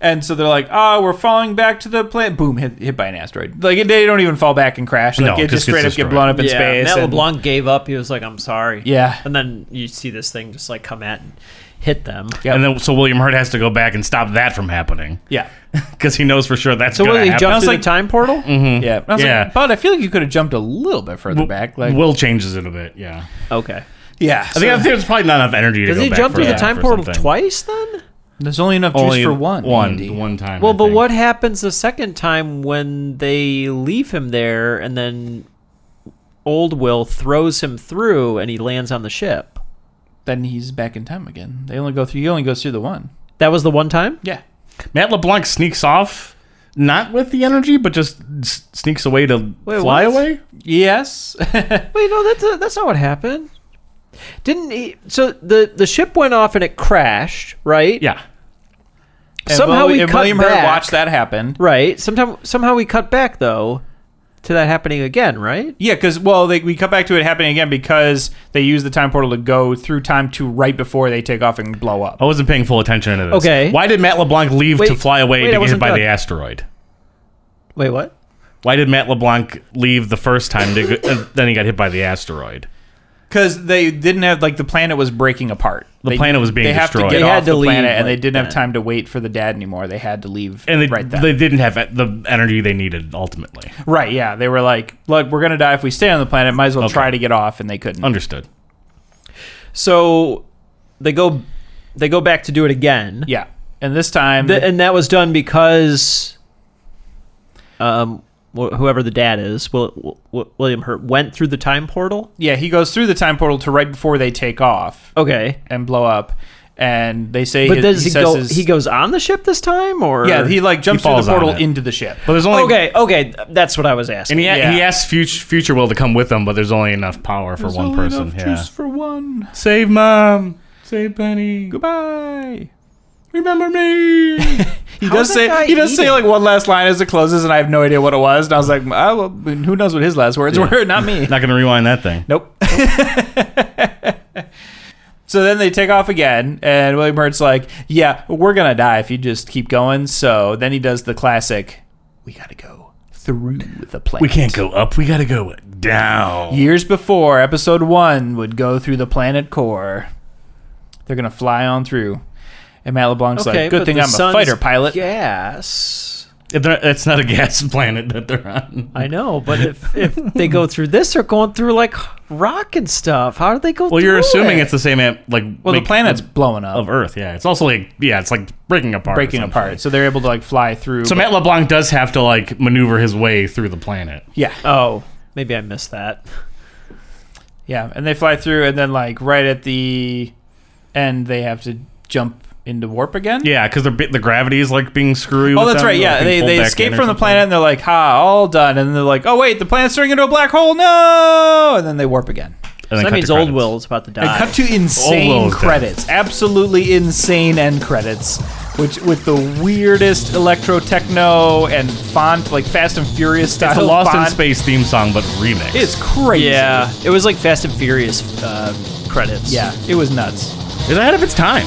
Speaker 3: And so they're like, "Ah, we're falling back to the planet." Boom, hit, hit by an asteroid. Like they don't even fall back and crash. Like
Speaker 4: No,
Speaker 3: it just
Speaker 4: just
Speaker 3: straight up
Speaker 4: gets
Speaker 3: get blown up in
Speaker 4: yeah,
Speaker 3: space.
Speaker 4: Matt
Speaker 3: and-
Speaker 4: LeBlanc gave up. He was like, "I'm sorry."
Speaker 3: Yeah.
Speaker 4: and then you see this thing just like come at and hit them.
Speaker 2: And then so William Hurt has to go back and stop that from happening.
Speaker 3: Yeah.
Speaker 2: Because he knows for sure that's
Speaker 4: So
Speaker 2: gonna
Speaker 4: what, he
Speaker 2: happen.
Speaker 4: jumped through the time portal?
Speaker 2: Mhm.
Speaker 3: Yeah, I was
Speaker 2: yeah.
Speaker 3: Like, but I feel like you could have jumped a little bit further back. Like
Speaker 2: Will changes it a bit. Yeah.
Speaker 4: Okay.
Speaker 3: Yeah,
Speaker 2: I think I think there's probably not enough energy. to
Speaker 4: Does
Speaker 2: go
Speaker 4: he
Speaker 2: back
Speaker 4: jump through the
Speaker 2: further
Speaker 4: time
Speaker 2: for
Speaker 4: portal
Speaker 2: something.
Speaker 4: twice then?
Speaker 3: There's only enough
Speaker 2: Only One. One time.
Speaker 4: Well, but what happens the second time when they leave him there and then old Will throws him through and he lands on the ship?
Speaker 3: Then he's back in time again. They only go through. He only goes through the [laughs] one.
Speaker 4: That was the one time.
Speaker 3: Yeah.
Speaker 2: Matt LeBlanc sneaks off, not with the energy, but just s- sneaks away to fly
Speaker 4: what?
Speaker 2: away.
Speaker 3: Yes. Wait,
Speaker 4: no, that's that's not what happened. Didn't he? So the the ship went off and it crashed, right?
Speaker 2: Yeah.
Speaker 3: And
Speaker 4: somehow
Speaker 3: Willi-
Speaker 4: we
Speaker 3: and
Speaker 4: cut
Speaker 3: William Hurt
Speaker 4: back.
Speaker 3: watched that happen.
Speaker 4: Right. Sometime somehow we cut back though to that happening again, right?
Speaker 3: Yeah, because well, they, we come back to it happening again because they use the time portal to go through time to right before they take off and blow up.
Speaker 2: I wasn't paying full attention to this.
Speaker 3: Okay.
Speaker 2: Why did Matt LeBlanc leave to
Speaker 3: Wait,
Speaker 2: fly away
Speaker 3: wait, I
Speaker 2: to get hit
Speaker 3: wasn't
Speaker 2: by
Speaker 3: done.
Speaker 2: the asteroid?
Speaker 4: Wait, what?
Speaker 2: Why did Matt LeBlanc leave the first time? To
Speaker 3: [laughs]
Speaker 2: go, and then he got hit by the asteroid.
Speaker 3: Because they didn't have like the planet was breaking apart.
Speaker 2: The
Speaker 3: They-
Speaker 2: planet was being
Speaker 3: they
Speaker 2: destroyed.
Speaker 3: Have to get
Speaker 2: They
Speaker 3: off
Speaker 2: had to
Speaker 3: the planet,
Speaker 2: leave,
Speaker 3: and they
Speaker 2: like,
Speaker 3: didn't have
Speaker 2: then.
Speaker 3: time to wait for the dad anymore. They had to leave.
Speaker 2: And they
Speaker 3: right then.
Speaker 2: they didn't have the energy they needed ultimately.
Speaker 3: Right, yeah. They were like, look, we're going to die if we stay on the planet. Might as well try to get off, and they couldn't.
Speaker 2: Understood.
Speaker 4: So they go they go back to do it again.
Speaker 3: Yeah. And this time
Speaker 4: Th- and that was done because um wh- whoever the dad is, Will, Will- William Hurt went through the time portal.
Speaker 3: Yeah, he goes through the time portal to right before they take off.
Speaker 4: Okay.
Speaker 3: And blow up. And they say
Speaker 4: But
Speaker 3: his-
Speaker 4: does he,
Speaker 3: says
Speaker 4: go?
Speaker 3: his-
Speaker 4: He goes on the ship this time, or
Speaker 3: Yeah, he like jumps through the portal into the ship.
Speaker 2: But there's only
Speaker 4: okay, okay. th- That's what I was asking.
Speaker 2: And he, he asks future, future Will to come with him, but there's only enough power for
Speaker 3: There's
Speaker 2: one
Speaker 3: only
Speaker 2: person.
Speaker 3: enough
Speaker 2: Yeah.
Speaker 3: Oh, juice for one.
Speaker 2: Save mom. Save Penny.
Speaker 3: [laughs] Goodbye.
Speaker 2: Remember me.
Speaker 3: He does say he does say like one last line as it closes, and I have no idea what it was. And I was like, I will- who knows what his last words were? [laughs] Not me.
Speaker 2: Not gonna rewind that thing.
Speaker 3: Nope. [laughs] So then they take off again, and William Hurt's like, "Yeah, we're gonna die if you just keep going." So then he does the classic, "We gotta go through the planet.
Speaker 2: We can't go up. We gotta go down."
Speaker 3: Years before, episode one would go through the planet core. They're gonna fly on through, and Matt LeBlanc's
Speaker 4: Okay,
Speaker 3: like, "Good
Speaker 4: but
Speaker 3: thing
Speaker 4: the
Speaker 3: I'm a
Speaker 4: sun's
Speaker 3: fighter pilot."
Speaker 4: Gas.
Speaker 2: That's not a [laughs] gas planet that they're on.
Speaker 4: I know, but if, if they go through this, they're going through like rock and stuff. How do they go?
Speaker 2: Well, you're
Speaker 4: through
Speaker 2: assuming
Speaker 4: it?
Speaker 2: it's the same at like
Speaker 3: Well, the
Speaker 2: make-
Speaker 3: planet's blowing up
Speaker 2: of Earth. Yeah, it's also like yeah, it's like breaking apart.
Speaker 3: breaking
Speaker 2: essentially.
Speaker 3: apart, so they're able to like fly through.
Speaker 2: So Matt LeBlanc does have to like maneuver his way through the planet.
Speaker 3: yeah,
Speaker 4: Oh, maybe I missed that.
Speaker 3: Yeah, and they fly through, and then like right at the end, they have to jump into warp again.
Speaker 2: Yeah, because the the gravity is like being screwy. with
Speaker 3: Oh, that's
Speaker 2: them,
Speaker 3: right.
Speaker 2: like,
Speaker 3: Yeah,
Speaker 2: being
Speaker 3: they,
Speaker 2: pulled
Speaker 3: they
Speaker 2: back
Speaker 3: escape
Speaker 2: in or
Speaker 3: from the
Speaker 2: something.
Speaker 3: planet, and they're like, "Ha, all done." And they're like, "Oh wait, the planet's turning into a black hole. No!" And then they warp again.
Speaker 4: So that means old Will's about to
Speaker 3: And
Speaker 4: die.
Speaker 3: cut to
Speaker 4: Old
Speaker 3: insane
Speaker 4: Will's dead.
Speaker 3: credits, absolutely insane end credits, which with the weirdest electro techno and font, like Fast and Furious style.
Speaker 2: It's a Lost in
Speaker 3: font.
Speaker 2: Space theme song, but remix.
Speaker 3: It's crazy.
Speaker 4: Yeah, it was like Fast and Furious um, credits.
Speaker 3: Yeah, it was nuts.
Speaker 2: It's ahead of its time.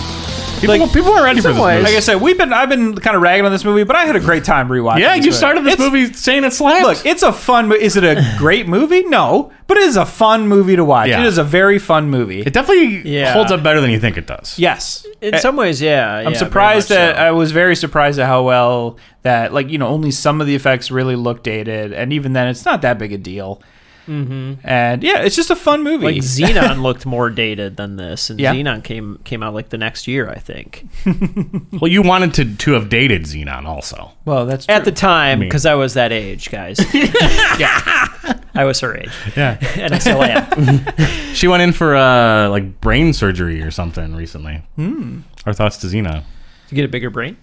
Speaker 2: People, people weren't ready for this.
Speaker 3: Like
Speaker 2: movie.
Speaker 3: I said, we've been I've been kind of ragging on this movie, but I had a great time rewatching.
Speaker 2: Yeah,
Speaker 3: this
Speaker 2: you
Speaker 3: movie.
Speaker 2: started this movie saying it slaps.
Speaker 3: Look, it's a fun. mo- Is it a great movie? No, but it is a fun movie to watch.
Speaker 2: Yeah.
Speaker 3: It is a very fun movie.
Speaker 2: It definitely
Speaker 3: Yeah.
Speaker 2: holds up better than you think it does.
Speaker 3: Yes, Eh,
Speaker 4: In some ways, yeah. yeah,
Speaker 3: I'm
Speaker 4: very
Speaker 3: surprised
Speaker 4: much
Speaker 3: that I was very surprised at how well that like you know only some of the effects really look dated, and even then it's not that big a deal.
Speaker 4: Mm-hmm.
Speaker 3: And yeah, it's just a fun movie. [laughs]
Speaker 4: Like Xenon looked more dated than this, and
Speaker 3: Yeah.
Speaker 4: Xenon came came out like the next year, I think.
Speaker 2: Well, you wanted to to have dated Xenon also.
Speaker 3: Well, that's
Speaker 4: at the time
Speaker 2: Me.
Speaker 4: because I was that age,
Speaker 3: [laughs]
Speaker 4: guys. yeah, [laughs] I was her age,
Speaker 2: Yeah.
Speaker 4: and I still
Speaker 3: [laughs]
Speaker 4: am.
Speaker 2: [laughs] She went in for uh, like brain surgery or something recently.
Speaker 4: Hmm.
Speaker 2: Our thoughts to Xena.
Speaker 4: You get a bigger brain,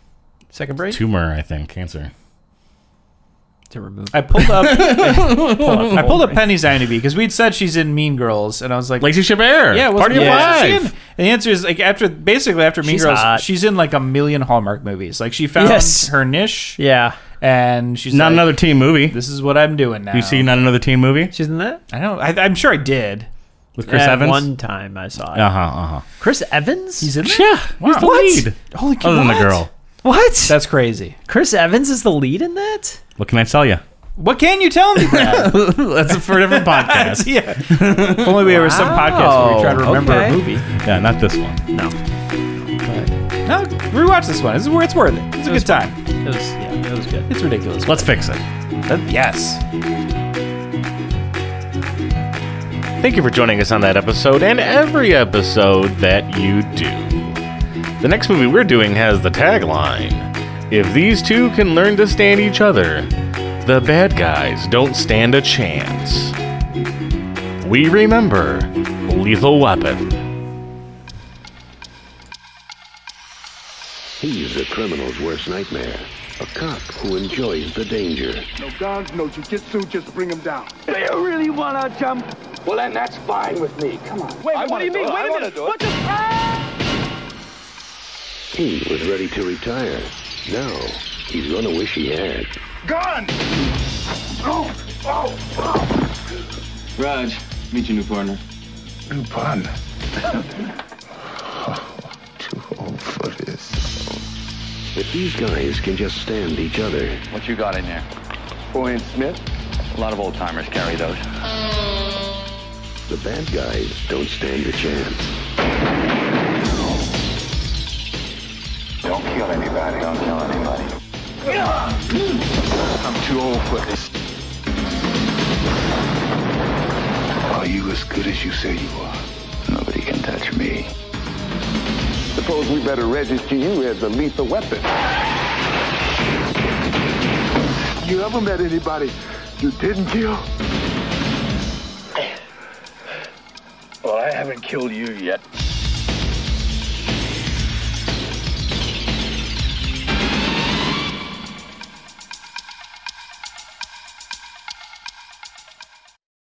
Speaker 4: second brain.
Speaker 2: Tumor, I think, cancer.
Speaker 4: to remove.
Speaker 3: I pulled
Speaker 4: [laughs]
Speaker 3: up. I pulled up Penny's IMDb because we'd said she's in Mean Girls, and I was like,
Speaker 15: Lacey Chabert.
Speaker 3: Yeah, what's-
Speaker 15: Party of
Speaker 3: what's she
Speaker 15: Five.
Speaker 3: in? And the answer is like after basically after Mean
Speaker 4: She's
Speaker 3: Girls,
Speaker 4: hot.
Speaker 3: she's in like a million Hallmark movies. Like she found
Speaker 4: Yes.
Speaker 3: her niche.
Speaker 4: Yeah.
Speaker 3: and she's
Speaker 15: Not
Speaker 3: like,
Speaker 15: another teen movie.
Speaker 3: This is what I'm doing now.
Speaker 15: You see, not another teen movie
Speaker 4: She's in that
Speaker 3: I don't. I, I'm sure I did.
Speaker 15: with Chris
Speaker 4: At
Speaker 15: Evans.
Speaker 4: One time I saw it.
Speaker 2: Uh-huh,
Speaker 15: Uh huh. Uh huh.
Speaker 4: Chris Evans?
Speaker 3: He's in.
Speaker 15: Yeah,
Speaker 3: Wow.
Speaker 15: he's the
Speaker 3: What?
Speaker 15: lead.
Speaker 3: Holy cow!
Speaker 15: Other than the
Speaker 3: what?
Speaker 15: girl.
Speaker 4: What?
Speaker 3: That's crazy.
Speaker 4: Chris Evans is the lead in that?
Speaker 15: What can I tell
Speaker 3: [laughs]
Speaker 15: you?
Speaker 3: What can you tell me? Brad?
Speaker 15: That's for a different
Speaker 2: [laughs]
Speaker 15: podcast.
Speaker 3: yeah. If only we were some podcast where we try to remember
Speaker 4: okay.
Speaker 3: a movie.
Speaker 15: Yeah, not this one.
Speaker 4: No.
Speaker 3: No, rewatch this one. It's, wor- it's worth it. It's a good time.
Speaker 4: It was yeah, it was good.
Speaker 3: It's ridiculous.
Speaker 15: Let's fix it.
Speaker 3: That- yes.
Speaker 2: Thank you for joining us on that episode and every episode that you do. The next movie we're doing has the tagline If these two can learn to stand each other, the bad guys don't stand a chance. We remember Lethal Weapon.
Speaker 7: He's a criminal's worst nightmare. A cop who enjoys the danger.
Speaker 16: No guns, no jujitsu, just bring him down.
Speaker 17: Do you really want to jump? Well, then that's fine with me. Come on. Wait, what do you mean? Wait a minute. What the?
Speaker 7: He was ready to retire. Now, he's gonna wish he had.
Speaker 17: Gun! Oh, oh, oh.
Speaker 18: Raj, meet your new partner. New partner?
Speaker 7: If these guys can just stand each other,
Speaker 18: What you got in there? Four inch Smith? A lot of old timers carry those.
Speaker 7: the bad guys don't stand a chance.
Speaker 18: Don't kill anybody. Don't kill anybody. I'm too old for this. Are you as good as you say you are? Nobody can touch me.
Speaker 7: Suppose we better register you as a lethal weapon.
Speaker 17: You ever met anybody you didn't kill? Well, I haven't killed you yet.